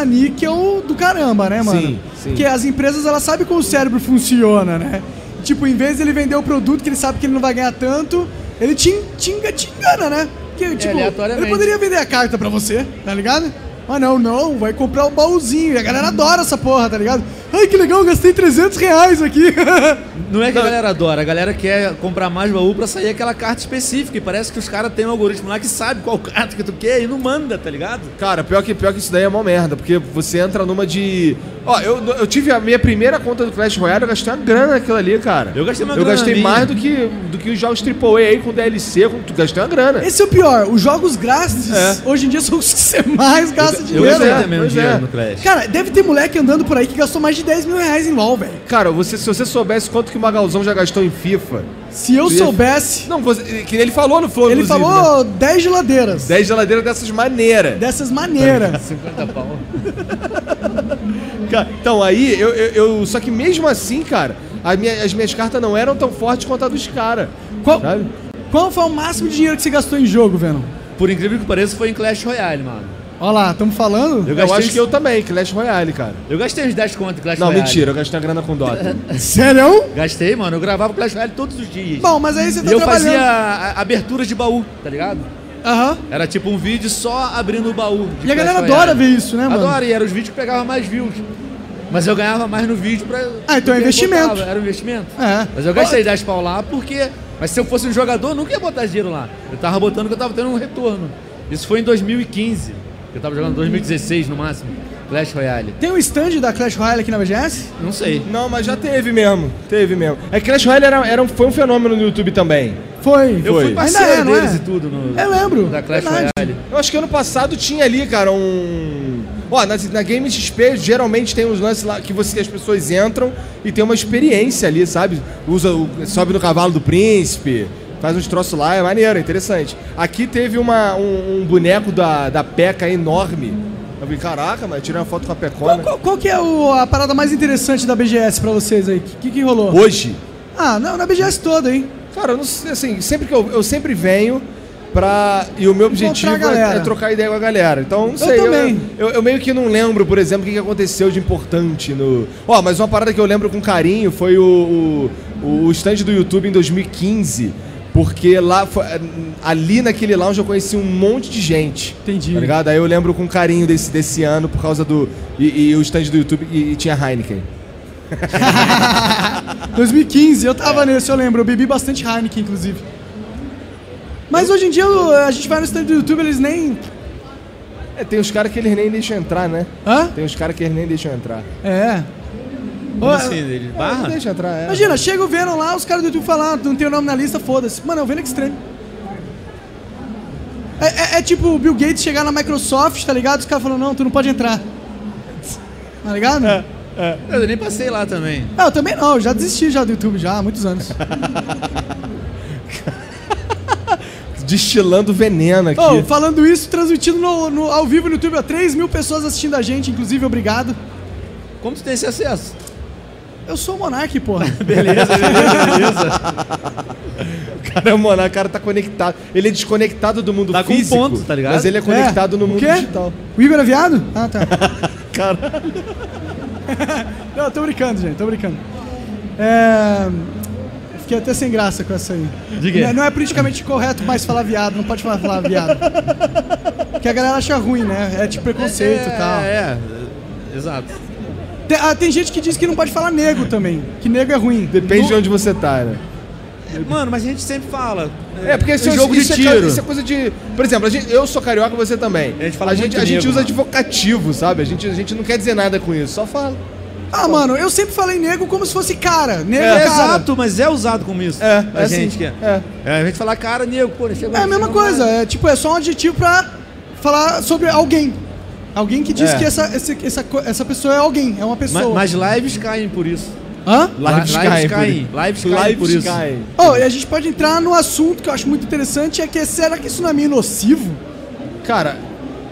Speaker 1: caça-níquel do caramba, né, mano?
Speaker 2: Sim, sim.
Speaker 1: Porque as empresas, elas sabem como o cérebro funciona, né? Tipo, em vez de ele vender o produto que ele sabe que ele não vai ganhar tanto, ele te, en- te, enga- te engana, né? Porque, tipo,
Speaker 3: aleatoriamente.
Speaker 1: ele poderia vender a carta pra você, tá ligado? Mas não, não, vai comprar o baúzinho. E a galera
Speaker 2: Uhum.
Speaker 1: adora essa porra, tá ligado? Ai, que legal, gastei 300 reais aqui.
Speaker 3: Não é que a galera adora, a galera quer comprar mais baú pra sair aquela carta específica. E parece que os caras têm um algoritmo lá que sabe qual carta que tu quer e não manda, tá ligado?
Speaker 2: Cara, pior que, pior que isso daí é mó merda, porque você entra numa de. Ó, eu, eu tive a minha primeira conta do Clash Royale, eu gastei uma grana naquilo ali, cara.
Speaker 3: Eu gastei uma
Speaker 2: Eu
Speaker 3: grana
Speaker 2: gastei
Speaker 3: minha.
Speaker 2: mais do que, do que os jogos AAA aí com DLC, com, tu gastei uma grana.
Speaker 1: Esse é o pior. Os jogos grátis,
Speaker 2: É.
Speaker 1: hoje em dia, são os que você mais gasta
Speaker 3: Eu
Speaker 1: dinheiro.
Speaker 2: Pois
Speaker 3: gastei
Speaker 2: é,
Speaker 3: também um
Speaker 2: pois
Speaker 3: dinheiro
Speaker 2: é.
Speaker 3: no Clash.
Speaker 1: Cara, deve ter moleque andando por aí que gastou mais de 10 mil reais em LOL, velho.
Speaker 2: Cara, você, se você soubesse quanto que o Magalzão já gastou em FIFA.
Speaker 1: Se eu
Speaker 2: Tu ia-
Speaker 1: soubesse,
Speaker 2: Não, você, que ele falou no Flow,
Speaker 1: ele
Speaker 2: inclusive, Né?
Speaker 1: falou 10 geladeiras.
Speaker 2: 10 geladeiras dessas maneiras.
Speaker 1: Dessas
Speaker 3: Tá
Speaker 1: maneiras.
Speaker 3: 50 pau.
Speaker 2: Cara, Então, aí, eu, eu, eu- Só que mesmo assim, cara, a minha- as minhas cartas não eram tão fortes quanto a dos caras.
Speaker 1: Qual,
Speaker 2: Sabe?
Speaker 1: qual foi o máximo de dinheiro que você gastou em jogo, Venom?
Speaker 3: Por incrível que pareça, foi em Clash Royale, mano.
Speaker 1: Olha lá, estamos falando?
Speaker 2: Eu,
Speaker 3: gastei
Speaker 2: acho
Speaker 3: uns-
Speaker 2: que eu também, Clash Royale, cara.
Speaker 3: Eu gastei uns 10 conto em Clash
Speaker 2: Não,
Speaker 3: Royale.
Speaker 2: mentira, eu gastei a grana com Dota.
Speaker 1: Sério?
Speaker 3: Gastei, mano. Eu gravava Clash Royale todos os dias.
Speaker 1: Bom, mas aí você
Speaker 3: e
Speaker 1: tá
Speaker 3: eu
Speaker 1: trabalhando.
Speaker 3: fazia a- a- aberturas de baú, tá ligado?
Speaker 1: Aham.
Speaker 3: Era tipo um vídeo só abrindo o baú. de
Speaker 1: E a galera
Speaker 3: Clash
Speaker 1: adora
Speaker 3: Royale.
Speaker 1: ver isso, né, mano?
Speaker 3: Adoro, e eram os vídeos que pegavam mais views. Mas eu ganhava mais no vídeo pra.
Speaker 1: Ah, então é
Speaker 3: do que eu
Speaker 1: investimento.
Speaker 3: botava, Era um investimento.
Speaker 1: É.
Speaker 3: Mas eu gastei 10 pau lá porque. Mas se eu fosse um jogador, eu nunca ia botar dinheiro lá. Eu tava botando que eu tava tendo um retorno. Isso foi em 2015. Eu tava jogando em 2016 no máximo. Clash Royale.
Speaker 1: Tem um stand da Clash Royale aqui na BGS?
Speaker 3: Não sei.
Speaker 2: não, mas já teve mesmo. Teve mesmo. É que Clash Royale era, era um- foi um fenômeno no YouTube também.
Speaker 1: Foi.
Speaker 3: Eu
Speaker 2: Foi.
Speaker 3: fui
Speaker 1: Ainda
Speaker 3: parceiro
Speaker 1: é, não
Speaker 3: deles
Speaker 1: é?
Speaker 3: e tudo no.
Speaker 1: Eu lembro,
Speaker 3: Da Clash
Speaker 1: verdade.
Speaker 3: Royale.
Speaker 2: Eu acho que ano passado tinha ali, cara, um. Ó, na, na Game XP geralmente tem uns lances lá que você, as pessoas entram e tem uma experiência ali, sabe? Usa, o- sobe no cavalo do príncipe, faz uns troços lá, é maneiro, é interessante. Aqui teve uma, um, um boneco da, da Peca enorme. Eu falei, caraca, mas tirei uma foto com a
Speaker 1: Qual,
Speaker 2: Pecona.
Speaker 1: qual- qual que é o- a parada mais interessante da BGS pra vocês aí? O que, que rolou?
Speaker 2: Hoje,
Speaker 1: Ah, não, na BGS toda, hein?
Speaker 2: Cara, eu não sei, assim, sempre que eu, eu sempre venho pra. E o meu objetivo
Speaker 1: Encontrar a
Speaker 2: é,
Speaker 1: galera.
Speaker 2: é trocar ideia com a galera. Então, não sei.
Speaker 1: também.
Speaker 2: Eu, eu meio que não lembro, por exemplo, o que que aconteceu de importante no. Ó, mas uma parada que eu lembro com carinho foi o, o, o stand do YouTube em 2015. Porque lá foi- ali naquele lounge eu conheci um monte de gente.
Speaker 1: Entendi.
Speaker 2: Tá ligado? Aí eu lembro com carinho desse, desse ano por causa do. E, e o stand do YouTube e, e tinha Heineken.
Speaker 1: 2015, eu tava nesse, eu lembro. Eu bebi bastante Heineken, inclusive. Mas hoje em dia eu- a gente vai no stand do YouTube, eles nem.
Speaker 2: É, tem uns caras que eles nem deixam entrar, né?
Speaker 1: Hã?
Speaker 2: Tem uns caras que eles nem deixam entrar.
Speaker 1: É.
Speaker 3: Como
Speaker 1: Ô,
Speaker 3: assim, dele? Barra?
Speaker 2: Deixa entrar, é.
Speaker 1: Imagina, chega o Venom lá, os caras do YouTube falam, "Ah, não tem o nome na lista, foda-se. Mano, é o Venom Extreme. É, é- é tipo o Bill Gates chegar na Microsoft, tá ligado? Os caras falam, não, tu não pode entrar. Tá ligado?
Speaker 3: Eu nem passei lá também.
Speaker 1: Ah, eu também não, eu já desisti já do YouTube já há muitos anos.
Speaker 2: destilando veneno aqui.
Speaker 1: Ô, falando isso, transmitindo no, no- ao vivo no YouTube, ó, 3 mil pessoas assistindo a gente, inclusive, obrigado.
Speaker 3: Como tu tem esse acesso?
Speaker 1: Eu sou o Monark, porra.
Speaker 3: Beleza, beleza, beleza.
Speaker 2: Cara, mano, o cara tá conectado. Ele é desconectado do mundo
Speaker 3: Tá com
Speaker 2: físico.
Speaker 3: ponto, tá ligado?
Speaker 2: Mas ele é conectado
Speaker 1: É.
Speaker 2: no
Speaker 1: O
Speaker 2: mundo
Speaker 1: quê?
Speaker 2: digital.
Speaker 1: O Igor é viado? Ah, tá.
Speaker 2: Cara,
Speaker 1: Não, tô brincando, gente, tô brincando. É... Fiquei até sem graça com essa aí.
Speaker 3: Diga aí.
Speaker 1: Não é- Não é politicamente correto mais falar viado, não pode falar, falar viado. Porque a galera acha ruim, né? É tipo preconceito e tal.
Speaker 3: É, é, exato.
Speaker 1: Tem, ah, tem gente que diz que não pode falar nego também, que nego é ruim.
Speaker 2: depende de onde você tá, né?
Speaker 3: Mano, mas a gente sempre fala.
Speaker 2: É, porque esse
Speaker 3: É jogo de
Speaker 2: isso É,
Speaker 3: tiro.
Speaker 2: coisa- isso é coisa de. Por exemplo, a gente- eu sou carioca você também.
Speaker 3: A gente fala
Speaker 2: a
Speaker 3: muito
Speaker 2: gente, a gente
Speaker 3: nego,
Speaker 2: usa
Speaker 3: mano.
Speaker 2: advocativo, sabe? A gente, a gente não quer dizer nada com isso, só fala.
Speaker 1: Ah, mano, eu sempre falei nego como se fosse cara. Nego é,
Speaker 2: É,
Speaker 1: cara.
Speaker 3: Exato, mas é usado como isso.
Speaker 2: É,
Speaker 3: a
Speaker 2: é
Speaker 3: gente
Speaker 2: assim,
Speaker 3: que é.
Speaker 2: é.
Speaker 3: É, a gente fala, cara, nego, pô, chegou
Speaker 1: É a mesma coisa, é tipo, é só um adjetivo pra falar sobre alguém. Alguém que diz
Speaker 2: É.
Speaker 1: que essa, essa, essa, co- essa pessoa é alguém, é uma
Speaker 3: Mas,
Speaker 1: pessoa.
Speaker 3: lives caem por isso.
Speaker 1: Hã?
Speaker 2: Lives caem por
Speaker 3: caem. Lives caem por isso.
Speaker 2: caem.
Speaker 1: Oh, e a gente pode entrar no assunto que eu acho muito interessante, é que será que isso não é meio nocivo?
Speaker 2: Cara,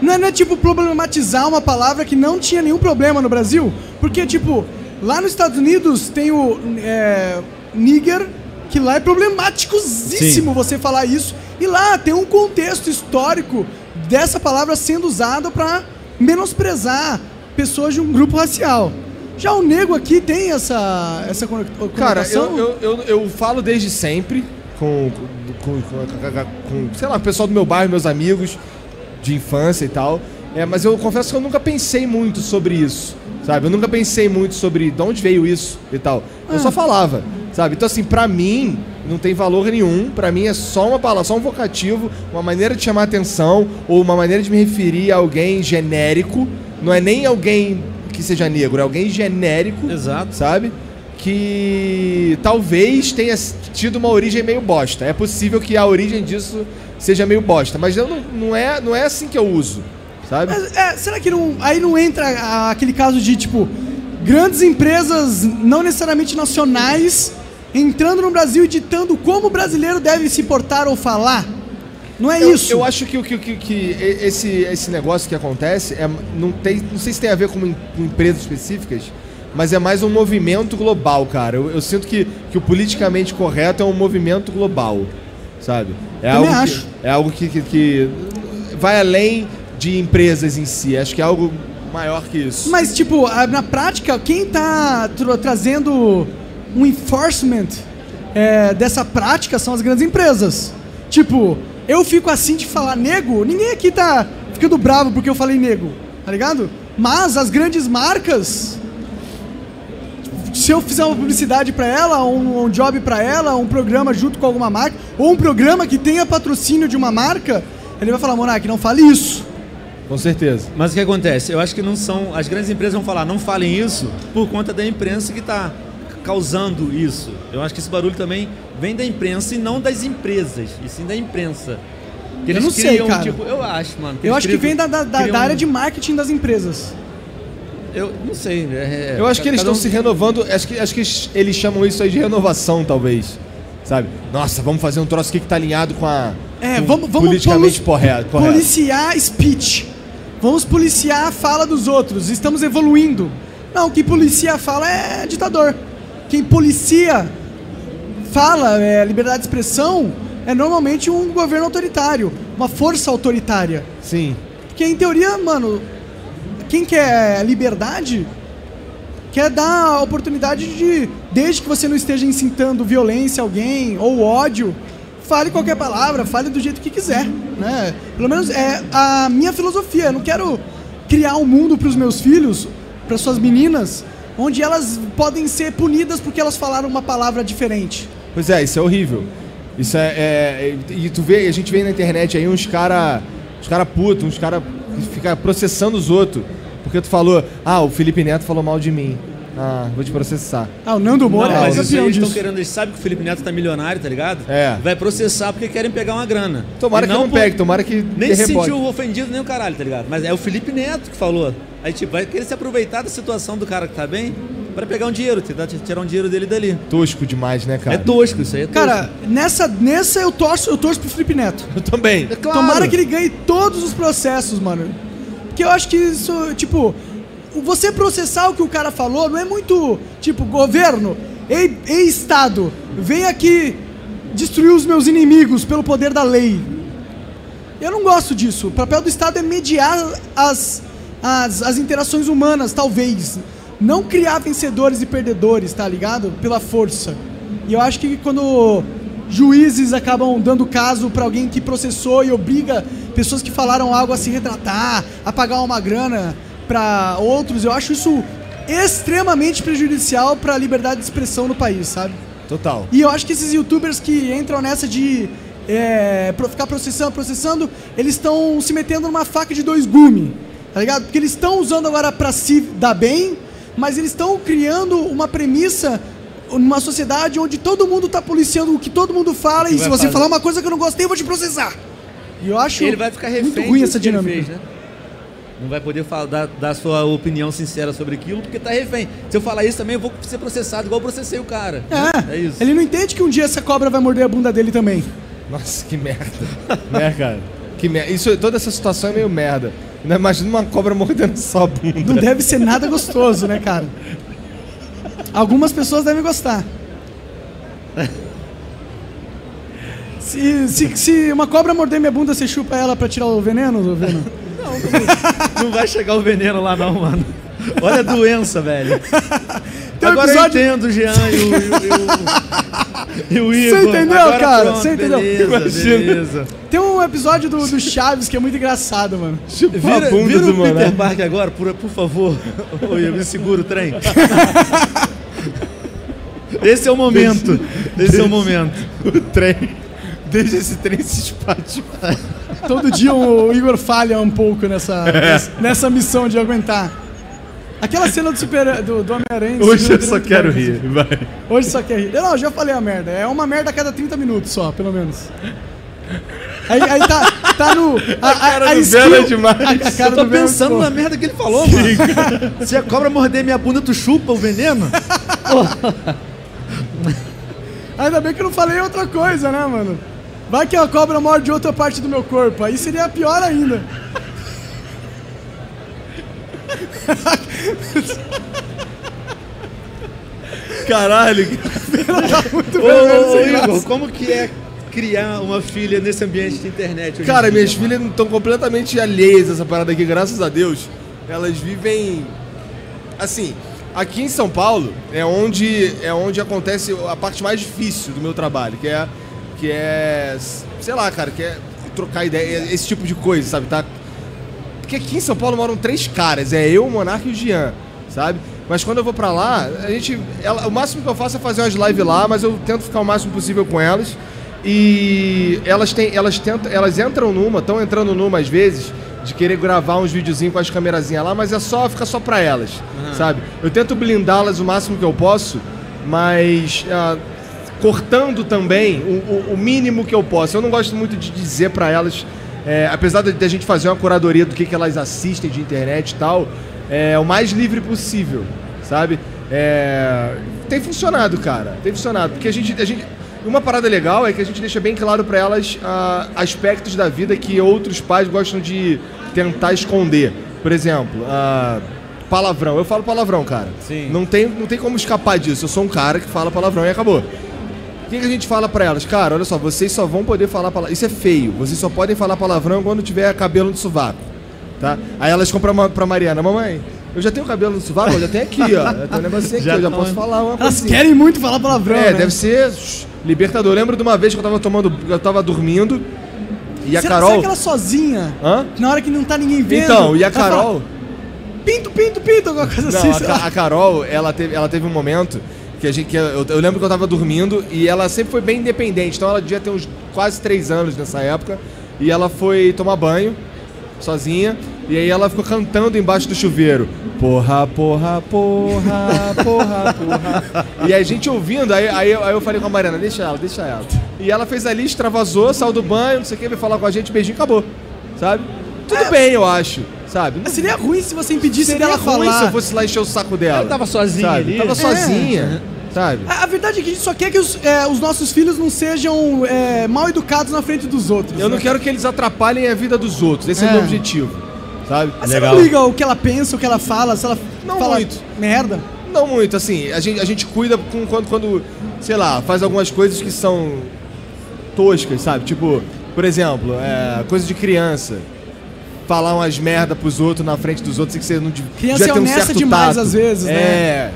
Speaker 1: Não é, não é, tipo problematizar uma palavra que não tinha nenhum problema no Brasil? Porque, tipo, lá nos Estados Unidos tem o é, nigger, que lá é problematicosíssimo você falar isso. E lá tem um contexto histórico dessa palavra sendo usada pra menosprezar pessoas de um grupo racial. Já o nego aqui tem essa, essa cono-
Speaker 2: Cara,
Speaker 1: conotação?
Speaker 2: eu, eu, eu, eu falo desde sempre com, com, com, com- com, sei lá, o pessoal do meu bairro, meus amigos de infância e tal. É, mas eu confesso que eu nunca pensei muito sobre isso, sabe? Eu nunca pensei muito sobre de onde veio isso e tal. Eu só falava, sabe? Então, assim, pra mim, não tem valor nenhum. Pra mim é só uma palavra, só um vocativo, uma maneira de chamar atenção ou uma maneira de me referir a alguém genérico. Não é nem alguém que seja negro, é alguém genérico
Speaker 3: Exato.
Speaker 2: sabe? Que talvez tenha tido uma origem meio bosta. É possível que a origem disso seja meio bosta, mas eu não, não, é, não é assim que eu uso, sabe?
Speaker 1: Mas, é, será que não, aí não entra a- aquele caso de, tipo, grandes empresas, não necessariamente nacionais, entrando no Brasil e ditando como o brasileiro deve se portar ou falar? Não é
Speaker 2: Eu-
Speaker 1: isso?
Speaker 2: Eu, acho que, o que, que, que e- esse, esse negócio que acontece é, não, tem, não sei se tem a ver com, em- com empresas específicas, mas é mais um movimento global, cara. Eu, eu sinto que, que o politicamente correto é um movimento global, sabe? É
Speaker 1: Também
Speaker 2: algo
Speaker 1: acho.
Speaker 2: Que, é algo que, que, que vai além de empresas em si. Acho que é algo maior que isso.
Speaker 1: Mas, tipo, a- na prática, quem tá tra- trazendo um enforcement é, dessa prática são as grandes empresas. Tipo, eu fico assim de falar nego, ninguém aqui tá ficando bravo porque eu falei nego, tá ligado? Mas as grandes marcas, se eu fizer uma publicidade pra ela, um, um job pra ela, um programa junto com alguma marca, ou um programa que tenha patrocínio de uma marca, ele vai falar, Monark, não fale isso.
Speaker 2: Com certeza.
Speaker 3: Mas o que acontece? Eu acho que não são. As grandes empresas vão falar, não falem isso, por conta da imprensa que está causando isso. Eu acho que esse barulho também vem da imprensa e não das empresas, e sim da imprensa. Que
Speaker 1: Eu
Speaker 3: eles
Speaker 1: não sei,
Speaker 3: criam,
Speaker 1: cara.
Speaker 3: tipo, eu acho, mano.
Speaker 1: Eu
Speaker 3: eles
Speaker 1: acho que
Speaker 3: criam-
Speaker 1: vem da, da- da-
Speaker 3: criam- um
Speaker 1: da área de marketing das empresas.
Speaker 3: Eu não sei. é- é-
Speaker 2: Eu acho que eles
Speaker 3: cada
Speaker 2: estão
Speaker 3: um-
Speaker 2: se renovando, acho que, acho que eles chamam isso aí de renovação, talvez. Sabe? Nossa, vamos fazer um troço aqui que tá alinhado com a.
Speaker 1: É,
Speaker 2: com
Speaker 1: vamos- vamos
Speaker 2: Hum, Politicamente
Speaker 1: polu-
Speaker 2: correto. correto.
Speaker 1: Policiar speech. Vamos policiar a fala dos outros. Estamos evoluindo. Não, quem policia a fala é ditador. Quem policia fala, é, liberdade de expressão, é normalmente um governo autoritário, uma força autoritária.
Speaker 2: Sim.
Speaker 1: Porque, em teoria, mano, quem quer liberdade quer dar a oportunidade de, desde que você não esteja incitando violência a alguém ou ódio, fale qualquer palavra, fale do jeito que quiser, né? Pelo menos é a minha filosofia. Eu não quero criar um mundo para os meus filhos, para suas meninas, onde elas podem ser punidas porque elas falaram uma palavra diferente.
Speaker 2: Pois é, isso é horrível. Isso é. é- é- e tu vê, a gente vê na internet aí uns cara. Uns cara puto, uns cara que fica processando os outros. Porque tu falou, ah, o Felipe Neto falou mal de mim. Ah, vou te processar.
Speaker 1: Ah, o Nando Moura
Speaker 3: Não,
Speaker 1: é
Speaker 3: mas isso aí
Speaker 1: campeão
Speaker 3: eles estão
Speaker 1: disso.
Speaker 3: querendo, eles sabem que o Felipe Neto tá milionário, tá ligado?
Speaker 2: É.
Speaker 3: Vai processar porque querem pegar uma grana.
Speaker 2: Tomara
Speaker 3: E
Speaker 2: que não
Speaker 3: por-
Speaker 2: pegue, tomara que.
Speaker 3: Nem
Speaker 2: dê
Speaker 3: se
Speaker 2: rebote.
Speaker 3: sentiu ofendido nem o caralho, tá ligado? Mas é o Felipe Neto que falou. Aí, tipo, vai querer se aproveitar da situação do cara que tá bem pra pegar um dinheiro, tentar t- tirar um dinheiro dele dali.
Speaker 2: Tosco demais, né, cara?
Speaker 3: É tosco, isso aí é tosco.
Speaker 1: Cara, nessa, nessa eu torço, eu torço pro Felipe Neto.
Speaker 3: eu também.
Speaker 1: é Tomara que ele ganhe todos os processos, mano. Porque eu acho que isso, tipo, você processar o que o cara falou não é muito, tipo, governo, ei, ei Estado, vem aqui destruir os meus inimigos pelo poder da lei. Eu não gosto disso. O papel do Estado é mediar as, as, as interações humanas, talvez. Não criar vencedores e perdedores, tá ligado? Pela força. E eu acho que quando juízes acabam dando caso pra alguém que processou e obriga pessoas que falaram algo a se retratar, a pagar uma grana pra outros, eu acho isso extremamente prejudicial pra liberdade de expressão no país, sabe?
Speaker 2: Total.
Speaker 1: E eu acho que esses youtubers que entram nessa de é, pro- ficar processando, processando, eles estão se metendo numa faca de dois gumes, tá ligado? Porque eles estão usando agora pra se dar bem, mas eles estão criando uma premissa numa sociedade onde todo mundo tá policiando o que todo mundo fala e
Speaker 3: vai
Speaker 1: se você
Speaker 3: fazer.
Speaker 1: falar uma coisa que eu não gostei, eu vou te processar. E eu acho
Speaker 3: Ele vai ficar refém
Speaker 1: muito ruim
Speaker 3: do
Speaker 1: essa
Speaker 3: que ele
Speaker 1: dinâmica.
Speaker 3: fez, né? Não vai poder falar, dar, dar sua opinião sincera sobre aquilo, porque tá refém. Se eu falar isso também, eu vou ser processado, igual eu processei o cara.
Speaker 1: É,
Speaker 3: é isso.
Speaker 1: ele não entende que um dia essa cobra vai morder a bunda dele também.
Speaker 2: Nossa, que merda. né, cara? Que merda. Isso, toda essa situação é meio merda. Ainda Imagina uma cobra mordendo só a bunda.
Speaker 1: Não deve ser nada gostoso, né, cara? Algumas pessoas devem gostar. Se, se, se uma cobra morder minha bunda, você chupa ela pra tirar o veneno, Veno?
Speaker 3: Não vai chegar o veneno lá não, mano. Olha a doença, velho.
Speaker 1: Tem um
Speaker 3: Agora
Speaker 1: episódio-
Speaker 3: eu entendo o Jean e o, e o, e o Igor.
Speaker 1: Você entendeu,
Speaker 3: Agora
Speaker 1: cara?
Speaker 3: pronto,
Speaker 1: Você entendeu?
Speaker 3: Beleza,
Speaker 2: Imagina.
Speaker 3: beleza.
Speaker 1: Tem um episódio do, do Chaves que é muito engraçado, mano.
Speaker 2: Chupou
Speaker 3: Vira,
Speaker 2: Tipo, a bunda
Speaker 3: vira
Speaker 2: do
Speaker 3: o Peter
Speaker 2: mano.
Speaker 3: Parker agora, por, por favor. Ô, Igor, me segura o trem. Esse é o momento. Esse é o momento.
Speaker 2: O trem. Desde esse trem se espate.
Speaker 1: Todo dia o Igor falha um pouco nessa, nessa missão de aguentar. Aquela cena do, super, do, do Homem-Aranha. do
Speaker 2: Hoje eu
Speaker 1: Superman
Speaker 2: só
Speaker 1: do
Speaker 2: quero
Speaker 1: Homem-Aranha.
Speaker 2: rir. Vai.
Speaker 1: Hoje só quer rir. Não, já falei a merda. É uma merda a cada 30 minutos só, pelo menos. Aí, aí tá, tá no. A, a, a,
Speaker 2: do
Speaker 1: skill-
Speaker 2: Belo é demais.
Speaker 1: a- a cara
Speaker 3: Eu tô
Speaker 1: do Belo,
Speaker 3: pensando
Speaker 1: pô.
Speaker 3: na merda que ele falou, mano. Se a cobra morder minha bunda, tu chupa o veneno?
Speaker 1: Ainda bem que eu não falei outra coisa, né, mano? Vai que a cobra morde outra parte do meu corpo. Aí seria pior ainda.
Speaker 2: Caralho.
Speaker 1: Muito
Speaker 3: Ô,
Speaker 1: bem, né?
Speaker 3: ô, ô,
Speaker 1: Sem graça.
Speaker 3: Igor, como que é criar uma filha nesse ambiente de internet? hoje em
Speaker 2: Cara,
Speaker 3: dia,
Speaker 2: minhas
Speaker 3: mano?
Speaker 2: filhas estão completamente alheias a essa parada aqui, graças a Deus. Elas vivem. Assim, aqui em São Paulo é onde, é onde acontece a parte mais difícil do meu trabalho, que é. Que é. Sei lá, cara, que é trocar ideia, esse tipo de coisa, sabe? Tá porque aqui em São Paulo moram três caras, é eu, o Monarca e o Jean, sabe? Mas quando eu vou pra lá, a gente. ela- o máximo que eu faço é fazer umas lives lá, mas eu tento ficar o máximo possível com elas. E elas têm. Elas tentam. Elas entram numa, estão entrando numa às vezes, de querer gravar uns videozinhos com as camerazinhas lá, mas é só, fica só pra elas, sabe? Eu tento blindá-las o máximo que eu posso, mas. ah, cortando também o, o- o mínimo que eu posso. Eu não gosto muito de dizer pra elas, é, apesar de- da gente fazer uma curadoria do que, que elas assistem de internet e tal, é o mais livre possível, sabe? É, tem funcionado, cara. Tem funcionado. Porque a gente, a gente. Uma parada legal é que a gente deixa bem claro pra elas ah, aspectos da vida que outros pais gostam de tentar esconder. Por exemplo, ah, palavrão. Eu falo palavrão, cara.
Speaker 3: Sim.
Speaker 2: Não tem, não tem como escapar disso. Eu sou um cara que fala palavrão e acabou. O que, que a gente fala pra elas? Cara, olha só, vocês só vão poder falar palavrão. Isso é feio. Vocês só podem falar palavrão quando tiver cabelo no sovaco. Tá? Aí elas compram ma- pra Mariana, mamãe, eu já tenho cabelo no sovaco, eu já tenho aqui, ó. Eu tenho um negocinho aqui,
Speaker 3: Já
Speaker 2: eu já
Speaker 3: tá
Speaker 2: posso
Speaker 3: onde?
Speaker 2: falar uma
Speaker 1: Elas
Speaker 2: coisinha."
Speaker 1: querem muito falar palavrão.
Speaker 2: É,
Speaker 1: né?
Speaker 2: deve ser shh, libertador. Eu lembro de uma vez que eu tava tomando. Eu tava dormindo. E a
Speaker 1: será,
Speaker 2: Carol.
Speaker 1: será que ela é sozinha?
Speaker 2: Hã?
Speaker 1: Na hora que não tá ninguém vendo.
Speaker 2: Então, e a
Speaker 1: ela fala,
Speaker 2: Carol.
Speaker 1: pinto, pinto, pinto, alguma coisa
Speaker 2: Não,
Speaker 1: assim.
Speaker 2: a,
Speaker 1: sei
Speaker 2: Ca-
Speaker 1: lá.
Speaker 2: a Carol, ela teve, ela teve um momento que a gente. Que eu, eu lembro que eu tava dormindo e ela sempre foi bem independente. Então ela devia ter uns quase três anos nessa época. E ela foi tomar banho sozinha. E aí ela ficou cantando embaixo do chuveiro. Porra, porra, porra, porra, porra. E a gente ouvindo, aí, aí, eu- aí eu falei com a Mariana, deixa ela, deixa ela. E ela fez ali, extravasou, saiu do banho, não sei o que, veio falar com a gente, beijinho, acabou. Sabe? Tudo bem, eu acho. sabe? Não-
Speaker 1: Mas seria ruim se você impedisse
Speaker 2: seria
Speaker 1: dela
Speaker 2: ruim
Speaker 1: falar.
Speaker 2: se eu fosse lá encher o saco dela.
Speaker 3: Ela tava sozinha
Speaker 2: sabe?
Speaker 3: ali.
Speaker 2: Tava
Speaker 3: É.
Speaker 2: sozinha, sabe?
Speaker 1: A, a verdade é que a gente só quer que os, é, os nossos filhos não sejam é, mal educados na frente dos outros.
Speaker 2: Eu
Speaker 1: né?
Speaker 2: não quero que eles atrapalhem a vida dos outros. Esse é,
Speaker 1: É.
Speaker 2: o meu objetivo, sabe?
Speaker 1: Mas você não liga o que ela pensa, o que ela fala, se ela
Speaker 2: Não
Speaker 1: fala
Speaker 2: muito.
Speaker 1: merda.
Speaker 2: Não muito, assim, a gente, a gente cuida com quando, quando, sei lá, faz algumas coisas que são toscas, sabe? Tipo, por exemplo, é, coisa de criança. Falar umas merda pros outros na frente dos outros e que você não de-
Speaker 1: Criança
Speaker 2: devia
Speaker 1: é
Speaker 2: ter um
Speaker 1: honesta demais, às vezes, né?
Speaker 2: É,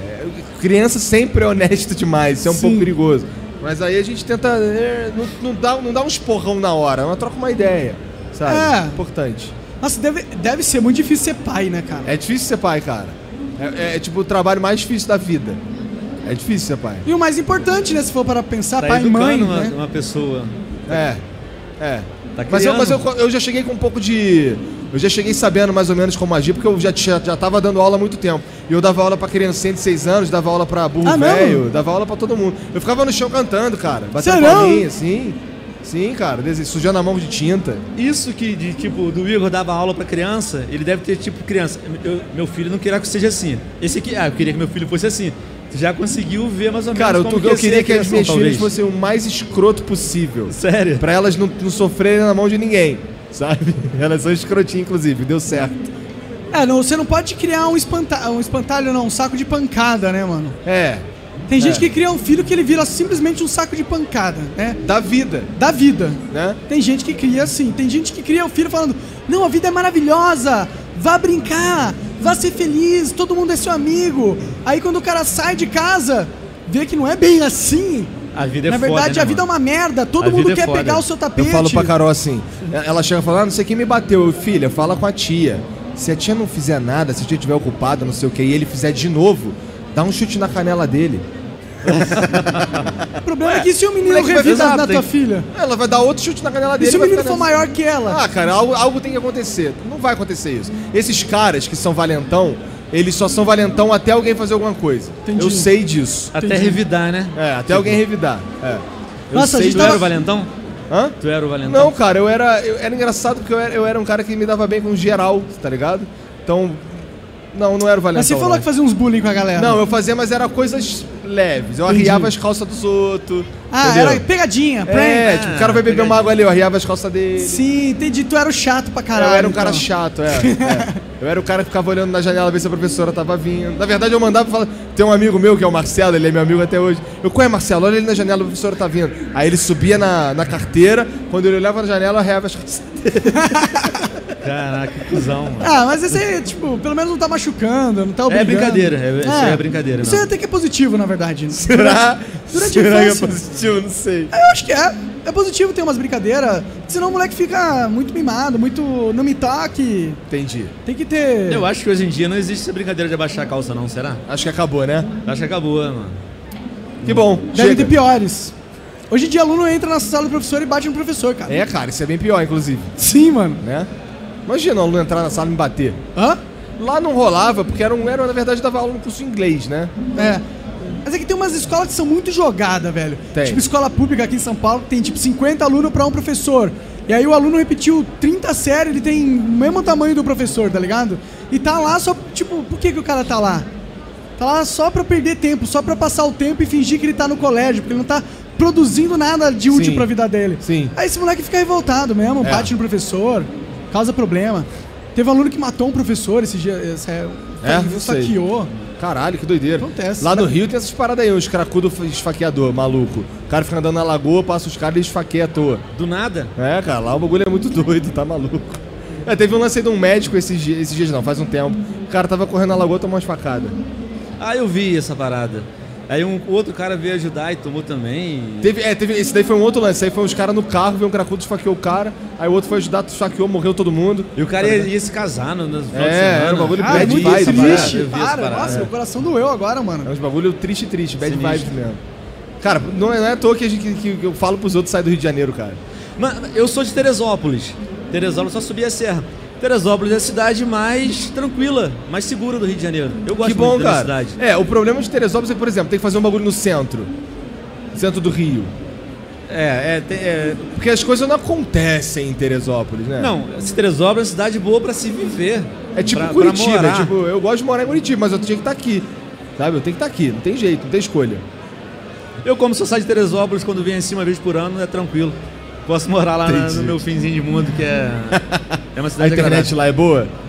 Speaker 2: criança sempre é honesta demais, isso é um
Speaker 1: Sim.
Speaker 2: pouco perigoso. Mas aí a gente tenta, é, não, não dá, não dá um esporrão na hora, mas troca uma ideia, sabe?
Speaker 1: É.
Speaker 2: Importante.
Speaker 1: Nossa, deve, deve ser muito difícil ser pai, né, cara?
Speaker 2: É difícil ser pai, cara. É, é, é, tipo o trabalho mais difícil da vida. É difícil ser pai.
Speaker 1: E o mais importante, né, se for para pensar,
Speaker 3: Tá
Speaker 1: pai e
Speaker 3: educando
Speaker 1: mãe,
Speaker 3: uma,
Speaker 1: né?
Speaker 3: uma pessoa.
Speaker 2: É. É.
Speaker 3: Tá
Speaker 2: mas eu, mas eu,
Speaker 3: criando.
Speaker 2: eu já cheguei com um pouco de. Eu já cheguei sabendo mais ou menos como agir, porque eu já, já, já tava dando aula há muito tempo. E eu dava aula pra criancinha de 6 anos, dava aula pra burro
Speaker 1: Ah, mesmo?
Speaker 2: velho, dava aula pra todo mundo. Eu ficava no chão cantando, cara. Batendo
Speaker 1: Sério?
Speaker 2: palminha, assim. Sim, cara. desse- Sujando a mão de tinta.
Speaker 3: Isso que, de, tipo, do Igor dava aula pra criança, ele deve ter, tipo, criança. eu- meu filho não queria que seja assim. Esse aqui, ah, eu queria que meu filho fosse assim. Você já conseguiu ver mais ou menos
Speaker 2: Cara, eu,
Speaker 3: como
Speaker 2: tô- eu
Speaker 3: ia ser
Speaker 2: queria
Speaker 3: a
Speaker 2: que as
Speaker 3: criação,
Speaker 2: minhas filhas
Speaker 3: talvez.
Speaker 2: fossem o mais escroto possível.
Speaker 3: Sério?
Speaker 2: Pra elas não, não sofrerem na mão de ninguém, sabe? Elas são escrotinhas, inclusive, deu certo.
Speaker 1: É, não, você não pode criar um, espanta um espantalho, não, um saco de pancada, né, mano?
Speaker 2: É,
Speaker 1: Tem gente
Speaker 2: É.
Speaker 1: que cria um filho que ele vira simplesmente um saco de pancada, né?
Speaker 2: da vida,
Speaker 1: Da vida.
Speaker 2: né?
Speaker 1: Tem gente que cria assim, tem gente que cria o filho falando: Não, a vida é maravilhosa, vá brincar, vá ser feliz, todo mundo é seu amigo. Aí quando o cara sai de casa, vê que não é bem assim.
Speaker 3: A vida é
Speaker 1: Na
Speaker 3: foda,
Speaker 1: verdade,
Speaker 3: né,
Speaker 1: a vida
Speaker 3: mano?
Speaker 1: é uma merda, todo
Speaker 3: A
Speaker 1: mundo
Speaker 3: vida é
Speaker 1: quer
Speaker 3: foda.
Speaker 1: pegar o seu tapete.
Speaker 2: Eu falo pra Carol assim, ela chega e fala, ah, não sei quem me bateu. Eu, Filha, fala com a tia. Se a tia não fizer nada, se a tia estiver ocupada, não sei o que, e ele fizer de novo, dá um chute na canela dele.
Speaker 1: O problema é que se o menino
Speaker 2: moleque vai
Speaker 1: revida
Speaker 2: pesar,
Speaker 1: na
Speaker 2: tem-
Speaker 1: tua filha,
Speaker 2: Ela vai dar outro chute na canela
Speaker 1: e
Speaker 2: dele.
Speaker 1: se o
Speaker 2: vai
Speaker 1: menino
Speaker 2: ficar
Speaker 1: for
Speaker 2: nessa-
Speaker 1: maior que ela,
Speaker 2: Ah, cara, algo, algo tem que acontecer. Não vai acontecer isso. Esses caras que são valentão, eles só são valentão até alguém fazer alguma coisa.
Speaker 1: Entendi.
Speaker 2: Eu sei disso.
Speaker 3: Até
Speaker 1: Entendi.
Speaker 3: revidar, né?
Speaker 2: É, até alguém revidar. É.
Speaker 3: Eu
Speaker 1: Nossa, a
Speaker 3: sei,
Speaker 1: gente
Speaker 3: tu
Speaker 1: tava-
Speaker 3: era o Valentão?
Speaker 2: Hã?
Speaker 3: Tu era o Valentão?
Speaker 2: Não, cara, eu era. Eu, era engraçado porque eu era, eu era um cara que me dava bem com geral, tá ligado? Então. Não, não era o valentão.
Speaker 1: mas você falou
Speaker 2: não.
Speaker 1: que fazia uns bullying com a galera.
Speaker 2: então, né? Não, eu fazia, mas era coisas leves. Eu
Speaker 1: Entendi.
Speaker 2: arriava as calças dos outros.
Speaker 1: Ah,
Speaker 2: entendeu?
Speaker 1: era Ah, pegadinha, prank.
Speaker 2: É, tipo, o cara vai beber uma água ali, eu arriava as calças dele.
Speaker 1: Sim, entendi, tu era o chato pra caralho.
Speaker 2: eu era um cara
Speaker 1: então.
Speaker 2: chato, é, é. Eu era o cara que ficava olhando na janela ver se a professora tava vindo. Na verdade, eu mandava falar. Tem um amigo meu que é o Marcelo, ele é meu amigo até hoje. Eu, qual é, Marcelo? Olha ele na janela, a professora tá vindo. Aí ele subia na, na carteira, quando ele olhava na janela, eu arriava as calças.
Speaker 3: Caraca, que cuzão, mano.
Speaker 1: Ah, mas esse aí, tipo, pelo menos não tá machucando, não tá
Speaker 3: É
Speaker 1: obrigando.
Speaker 3: brincadeira, é- isso aí é brincadeira
Speaker 1: Isso aí
Speaker 3: mesmo.
Speaker 1: até que é positivo, na verdade.
Speaker 2: Será?
Speaker 1: Durante a
Speaker 2: Será que é
Speaker 1: infância.
Speaker 2: positivo? Não sei.
Speaker 1: Eu acho que é. É positivo ter umas brincadeiras, senão o moleque fica muito mimado, muito não me toque.
Speaker 2: Entendi.
Speaker 1: Tem que ter.
Speaker 3: Eu acho que hoje em dia não existe essa brincadeira de abaixar a calça, não, será?
Speaker 2: Acho que acabou, né?
Speaker 3: Eu acho que acabou, né, mano.
Speaker 2: Que bom.
Speaker 1: Deve
Speaker 2: chega.
Speaker 1: ter piores. Hoje em dia, aluno entra na sala do professor e bate no professor, cara.
Speaker 2: É, cara, isso é bem pior, inclusive,
Speaker 1: Sim, mano.
Speaker 2: né? Imagina o aluno entrar na sala e me bater.
Speaker 1: Hã?
Speaker 2: Lá não rolava, porque era um. Era, na verdade, eu dava aula no curso de inglês, né?
Speaker 1: É. Mas é que tem umas escolas que são muito jogadas, velho.
Speaker 2: Tem.
Speaker 1: Tipo, escola pública aqui em São Paulo que tem tipo 50 alunos pra um professor. E aí o aluno repetiu 30 séries, ele tem o mesmo tamanho do professor, tá ligado? E tá lá só, tipo, por que, que o cara tá lá? Tá lá só pra perder tempo, só pra passar o tempo e fingir que ele tá no colégio, porque ele não tá produzindo nada de útil
Speaker 2: Sim.
Speaker 1: pra vida dele.
Speaker 2: Sim.
Speaker 1: Aí esse moleque fica revoltado mesmo,
Speaker 2: É.
Speaker 1: bate no professor, causa problema. Teve um aluno que matou um professor esse dia, esse, é,
Speaker 2: É? Não sei.
Speaker 1: saqueou.
Speaker 2: Caralho, que doideira.
Speaker 1: Acontece,
Speaker 2: Lá
Speaker 1: né?
Speaker 2: no Rio tem essas paradas aí, uns cracudos esfaqueador, maluco. O cara fica andando na lagoa, passa os caras e esfaqueia à toa.
Speaker 3: Do nada?
Speaker 2: É, cara, lá o bagulho é muito doido, tá maluco. É, teve um lance aí de um médico esses, dias- esses dias, não, faz um tempo. O cara tava correndo na lagoa e tomou uma esfacada.
Speaker 3: Ah, eu vi essa parada. Aí um outro cara veio ajudar e tomou também.
Speaker 2: Teve, é, teve, esse daí foi um outro lance. Aí foi uns caras no carro, veio um cracudo, esfaqueou o cara. Aí o outro foi ajudar, esfaqueou, morreu todo mundo.
Speaker 3: E o cara ia, ia se casar no, no final de
Speaker 2: É,
Speaker 3: semana. Ah,
Speaker 2: era um bagulho
Speaker 1: Cara, é
Speaker 2: bad
Speaker 1: muito
Speaker 2: vibe,
Speaker 1: triste.
Speaker 3: Eu vi essa
Speaker 1: Para,
Speaker 3: parada.
Speaker 1: nossa, meu coração doeu agora, mano.
Speaker 2: É uns bagulho triste, triste, bad
Speaker 3: Sinistro.
Speaker 2: vibes mesmo. Cara, não é, não é à toa que, a gente, que, que eu falo pros outros sair do Rio de Janeiro, cara.
Speaker 3: Mano, eu sou de Teresópolis. Teresópolis só subia a serra. Teresópolis é a cidade mais tranquila, mais segura do Rio de Janeiro. Eu gosto
Speaker 2: que bom,
Speaker 3: muito da minha
Speaker 2: cara.
Speaker 3: cidade.
Speaker 2: É, o problema de Teresópolis é, por exemplo, tem que fazer um bagulho no centro. Centro do Rio.
Speaker 3: É, é, tem- é-
Speaker 2: Porque as coisas não acontecem em Teresópolis, né?
Speaker 3: Não, esse Teresópolis é uma cidade boa pra se viver.
Speaker 2: É tipo
Speaker 3: Pra- pra
Speaker 2: Curitiba.
Speaker 3: morar.
Speaker 2: é tipo, eu gosto de morar em Curitiba, mas eu tinha que estar aqui. Sabe? Eu tenho que estar aqui. Não tem jeito, não tem escolha.
Speaker 3: Eu, como sou sai de Teresópolis, quando venho assim uma vez por ano, é tranquilo. Posso morar lá
Speaker 2: Entendi.
Speaker 3: no meu finzinho de mundo, que é, é uma
Speaker 2: A
Speaker 3: cidade
Speaker 2: internet lá é boa?
Speaker 3: agradável.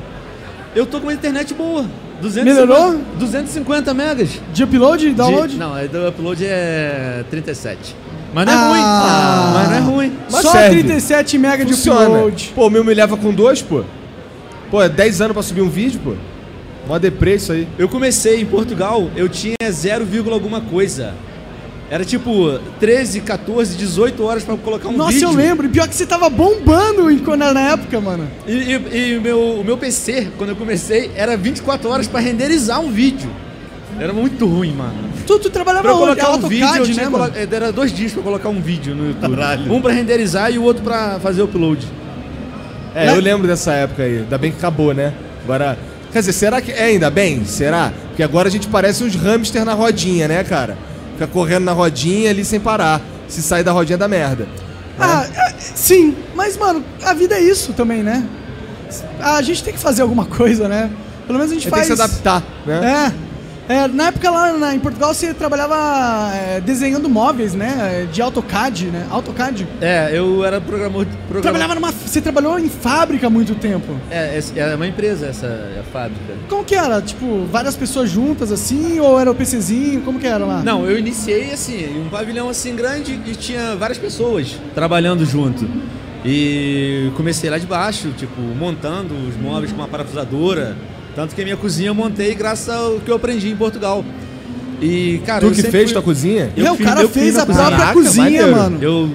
Speaker 3: Eu tô com uma internet boa. 250,
Speaker 1: Melhorou?
Speaker 3: 250 megas.
Speaker 1: De upload, download?
Speaker 3: De- não, aí do upload é 37. Mas não é
Speaker 1: Ah.
Speaker 3: ruim. Mas não é ruim.
Speaker 2: Mas
Speaker 1: Só
Speaker 2: serve.
Speaker 1: 37 mega de
Speaker 2: Funciona.
Speaker 1: upload.
Speaker 2: Pô, o meu me leva com dois, pô. Pô, é 10 anos pra subir um vídeo, pô. Mó deprê isso aí.
Speaker 3: Eu comecei em Portugal, eu tinha 0, vírgula alguma coisa. Era tipo 13, 14, 18 horas pra colocar um
Speaker 1: Nossa,
Speaker 3: vídeo.
Speaker 1: eu lembro. E Pior que você tava bombando em- na na época, mano.
Speaker 3: E, e- e o meu, o meu PC, quando eu comecei, era 24 horas pra renderizar um vídeo. Era muito ruim, mano.
Speaker 1: Tu, tu trabalhava
Speaker 3: Pra eu
Speaker 1: onde?
Speaker 3: colocar um
Speaker 1: AutoCAD,
Speaker 3: vídeo, eu tinha
Speaker 1: né,
Speaker 3: colo-
Speaker 1: mano?
Speaker 3: eh, era dois dias pra colocar um vídeo no YouTube.
Speaker 2: Caralho.
Speaker 3: Um pra renderizar e o outro pra fazer upload.
Speaker 2: É, eu lembro dessa época aí. Ainda bem que acabou, né? Agora. Quer dizer, será que. É, ainda bem? Será? Porque agora a gente parece uns hamster na rodinha, né, cara? Fica correndo na rodinha ali sem parar. Se sair da rodinha da merda.
Speaker 1: Ah, é, sim. Mas, mano, a vida é isso também, né? A gente tem que fazer alguma coisa, né? Pelo menos a gente
Speaker 2: Aí
Speaker 1: faz...
Speaker 2: Tem que se adaptar, né?
Speaker 1: É. É, na época lá na- em Portugal você trabalhava é, desenhando móveis, né? É, De AutoCAD, né? AutoCAD.
Speaker 3: É, eu era programador. programador-
Speaker 1: Trabalhava numa. Você trabalhou em fábrica há muito tempo.
Speaker 3: É, é- é uma empresa essa é a fábrica.
Speaker 1: Como que era? Tipo, várias pessoas juntas assim? Ou era o PCzinho? Como que era lá?
Speaker 3: Não, eu iniciei assim, em um pavilhão assim grande e tinha várias pessoas trabalhando junto. E comecei lá de baixo, tipo, montando os móveis com uma parafusadora. Tanto que a minha cozinha eu montei graças ao que eu aprendi em Portugal. E, cara,
Speaker 2: Tu
Speaker 3: eu
Speaker 2: que
Speaker 3: sempre
Speaker 2: fez
Speaker 3: fui-
Speaker 2: tua cozinha?
Speaker 3: Eu
Speaker 1: Não, o
Speaker 3: fiz-
Speaker 1: cara
Speaker 3: eu fiz
Speaker 1: fez
Speaker 3: na
Speaker 1: a
Speaker 3: cozinha.
Speaker 1: própria
Speaker 2: Caraca,
Speaker 1: cozinha,
Speaker 2: maneiro.
Speaker 1: mano.
Speaker 3: Eu,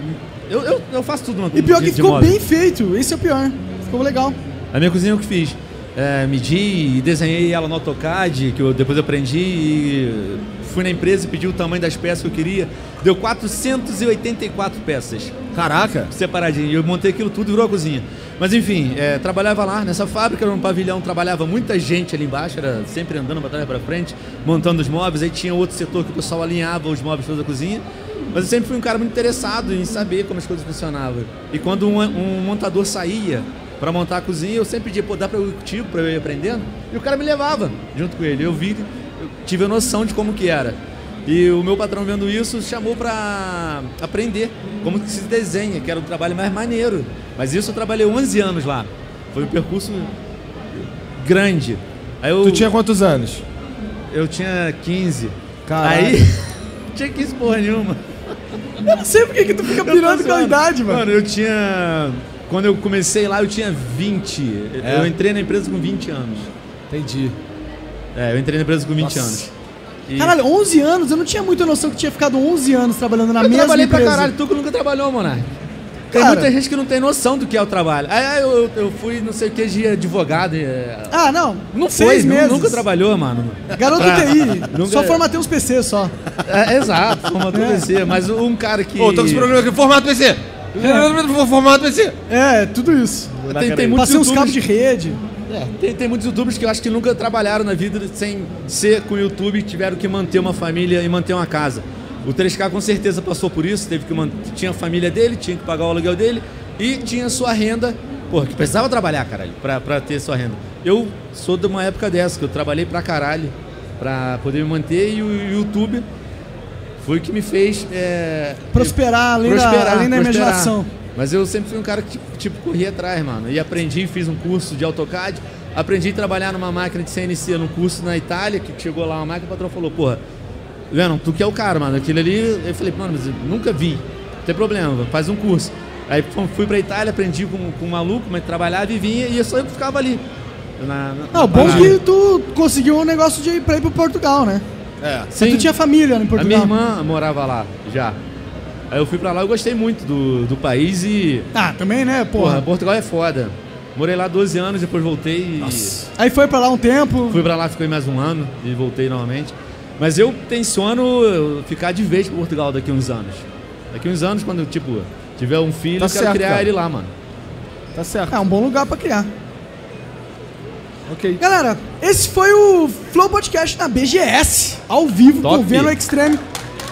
Speaker 3: eu, eu, eu faço tudo na
Speaker 1: E pior que
Speaker 3: de
Speaker 1: ficou
Speaker 3: móvel.
Speaker 1: bem feito. Esse é o pior. Ficou legal.
Speaker 3: A minha cozinha eu que fiz. É, medi e desenhei ela no AutoCAD, que eu depois aprendi e fui na empresa e pedi o tamanho das peças que eu queria. Deu 484 peças
Speaker 2: Caraca.
Speaker 3: separadinho. E Eu montei aquilo tudo e virou a cozinha. Mas enfim, é, trabalhava lá nessa fábrica, era um pavilhão, trabalhava muita gente ali embaixo, era sempre andando para trás para frente, montando os móveis. Aí tinha outro setor que o pessoal alinhava os móveis toda a cozinha. Mas eu sempre fui um cara muito interessado em saber como as coisas funcionavam. E quando um, um montador saía para montar a cozinha, eu sempre pedia, pô, dá para eu ir contigo, para eu ir aprendendo? E o cara me levava junto com ele. Eu vi, eu tive a noção de como que era. E o meu patrão vendo isso chamou pra aprender como que se desenha, que era o trabalho mais maneiro. Mas isso eu trabalhei 11 anos lá. Foi um percurso grande. Aí eu
Speaker 2: Tu tinha quantos anos?
Speaker 3: eu tinha 15.
Speaker 2: Caralho.
Speaker 3: Aí tinha 15 porra nenhuma.
Speaker 1: Eu não sei por que que tu fica
Speaker 3: Eu tô
Speaker 1: pirando com a
Speaker 3: zoando.
Speaker 1: idade, mano.
Speaker 3: Mano, eu tinha quando eu comecei lá eu tinha 20. Eu-
Speaker 2: É.
Speaker 3: Eu entrei na empresa com 20 anos.
Speaker 2: Entendi.
Speaker 3: É, eu entrei na empresa com 20
Speaker 2: Nossa.
Speaker 3: anos. E-
Speaker 1: Caralho, 11 anos? Eu não tinha muita noção que tinha ficado 11 anos trabalhando na
Speaker 3: Eu
Speaker 1: mesma
Speaker 3: trabalhei
Speaker 1: empresa.
Speaker 3: pra caralho, tu que nunca trabalhou, Monark. Tem
Speaker 1: Cara.
Speaker 3: muita gente que não tem noção do que é o trabalho. Aí aí eu, eu fui, não sei o que, de advogado. e, é,
Speaker 1: Ah, não.
Speaker 3: Não foi,
Speaker 1: Seis
Speaker 3: nu-
Speaker 1: meses.
Speaker 3: nunca trabalhou, mano.
Speaker 1: Garoto TI.
Speaker 3: Nunca-
Speaker 1: Só formatei uns PC só.
Speaker 3: É, é exato, como acontecer. Mas um cara que.
Speaker 2: Pô, tô com esse problema aqui. Formato PC! Formato PC!
Speaker 1: É, tudo isso.
Speaker 3: Tem, tem muitos
Speaker 1: Passei uns
Speaker 3: youtubers-
Speaker 1: cabos de rede.
Speaker 3: Tem, tem muitos youtubers que eu acho que nunca trabalharam na vida sem ser com o YouTube e tiveram que manter uma família e manter uma casa. O 3K com certeza passou por isso, teve que man- tinha a família dele, tinha que pagar o aluguel dele e tinha sua renda, porra, que precisava trabalhar, caralho, pra, pra ter sua renda. Eu sou de uma época dessa, que eu trabalhei pra caralho pra poder me manter e o YouTube foi o que me fez é,
Speaker 1: Prosperar além, da, além da
Speaker 3: prosperar.
Speaker 1: imaginação.
Speaker 3: Mas eu sempre fui um cara que, tipo, tipo, corria atrás, mano. E aprendi, fiz um curso de AutoCAD. Aprendi a trabalhar numa máquina de CNC, num curso na Itália, que chegou lá uma máquina, o patrão falou, porra, Venom, tu que é o cara, mano. Aquilo ali, eu falei, mano, mas eu nunca vi. Não tem problema, faz um curso. Aí fom- fui pra Itália, aprendi com, com um maluco, mas trabalhava e vinha, e eu só eu que ficava ali. Na, na-
Speaker 1: Não,
Speaker 3: na
Speaker 1: bom
Speaker 3: parada.
Speaker 1: que tu conseguiu um negócio de ir pra ir pro Portugal, né?
Speaker 2: É.
Speaker 1: Tu tinha família em Portugal.
Speaker 3: A minha irmã morava lá já. Aí eu fui pra lá, eu gostei muito do, do país e.
Speaker 1: Ah, também, né?
Speaker 3: Porra,
Speaker 1: Porra.
Speaker 3: Portugal é foda. Morei lá 12 anos, depois voltei e.
Speaker 1: Aí foi pra lá um tempo.
Speaker 3: Fui pra lá, fiquei mais um ano e voltei novamente. Mas eu tenciono eu ficar de vez pro Portugal daqui uns anos. Daqui uns anos, quando, tipo, tiver um filho,
Speaker 2: Tá
Speaker 3: eu quero
Speaker 2: certo,
Speaker 3: criar
Speaker 2: cara.
Speaker 3: ele lá, mano.
Speaker 2: Tá certo.
Speaker 1: É um bom lugar pra criar.
Speaker 2: Ok.
Speaker 1: Galera, esse foi o Flow Podcast na BGS, ao vivo,
Speaker 3: Top.
Speaker 1: com o Venom Extreme.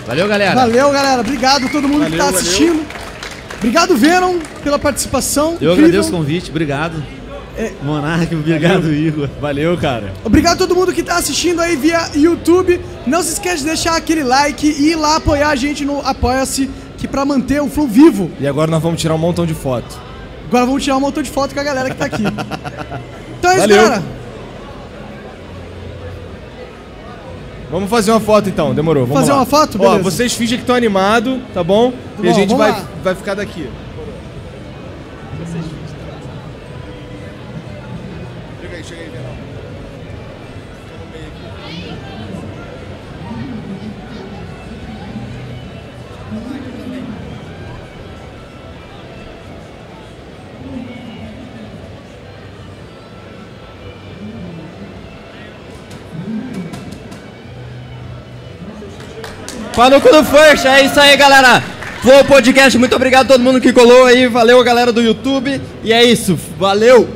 Speaker 3: Valeu, galera.
Speaker 1: Valeu, galera. Obrigado a todo mundo que
Speaker 2: Valeu,
Speaker 1: tá
Speaker 2: valeu.
Speaker 1: assistindo. Obrigado, Venom, pela participação.
Speaker 3: Eu
Speaker 1: Incrível.
Speaker 3: agradeço o convite, obrigado. Monark, obrigado, Igor. Valeu, cara.
Speaker 1: Obrigado a todo mundo que tá assistindo aí via YouTube. Não se esquece de deixar aquele like e ir lá apoiar a gente no Apoia-se, que pra manter o Flow vivo.
Speaker 2: E agora nós vamos tirar um montão de foto.
Speaker 1: Agora vamos tirar um montão de foto com a galera que tá aqui. Então é isso,
Speaker 2: Valeu.
Speaker 1: galera.
Speaker 2: Vamos fazer uma foto então, demorou. Vamos
Speaker 1: Fazer
Speaker 2: lá.
Speaker 1: uma foto?
Speaker 2: Ó,
Speaker 1: Beleza.
Speaker 2: vocês fingem que estão animados, tá bom? e a
Speaker 1: bom,
Speaker 2: gente
Speaker 1: vamos
Speaker 2: vai,
Speaker 1: lá.
Speaker 2: vai ficar daqui. Chega aí, chega aí, Verão. Tô no meio aqui.
Speaker 4: Pau no cu do First, é isso aí, galera. Foi o podcast, muito obrigado a todo mundo que colou aí. Valeu, galera do YouTube. E é isso, valeu.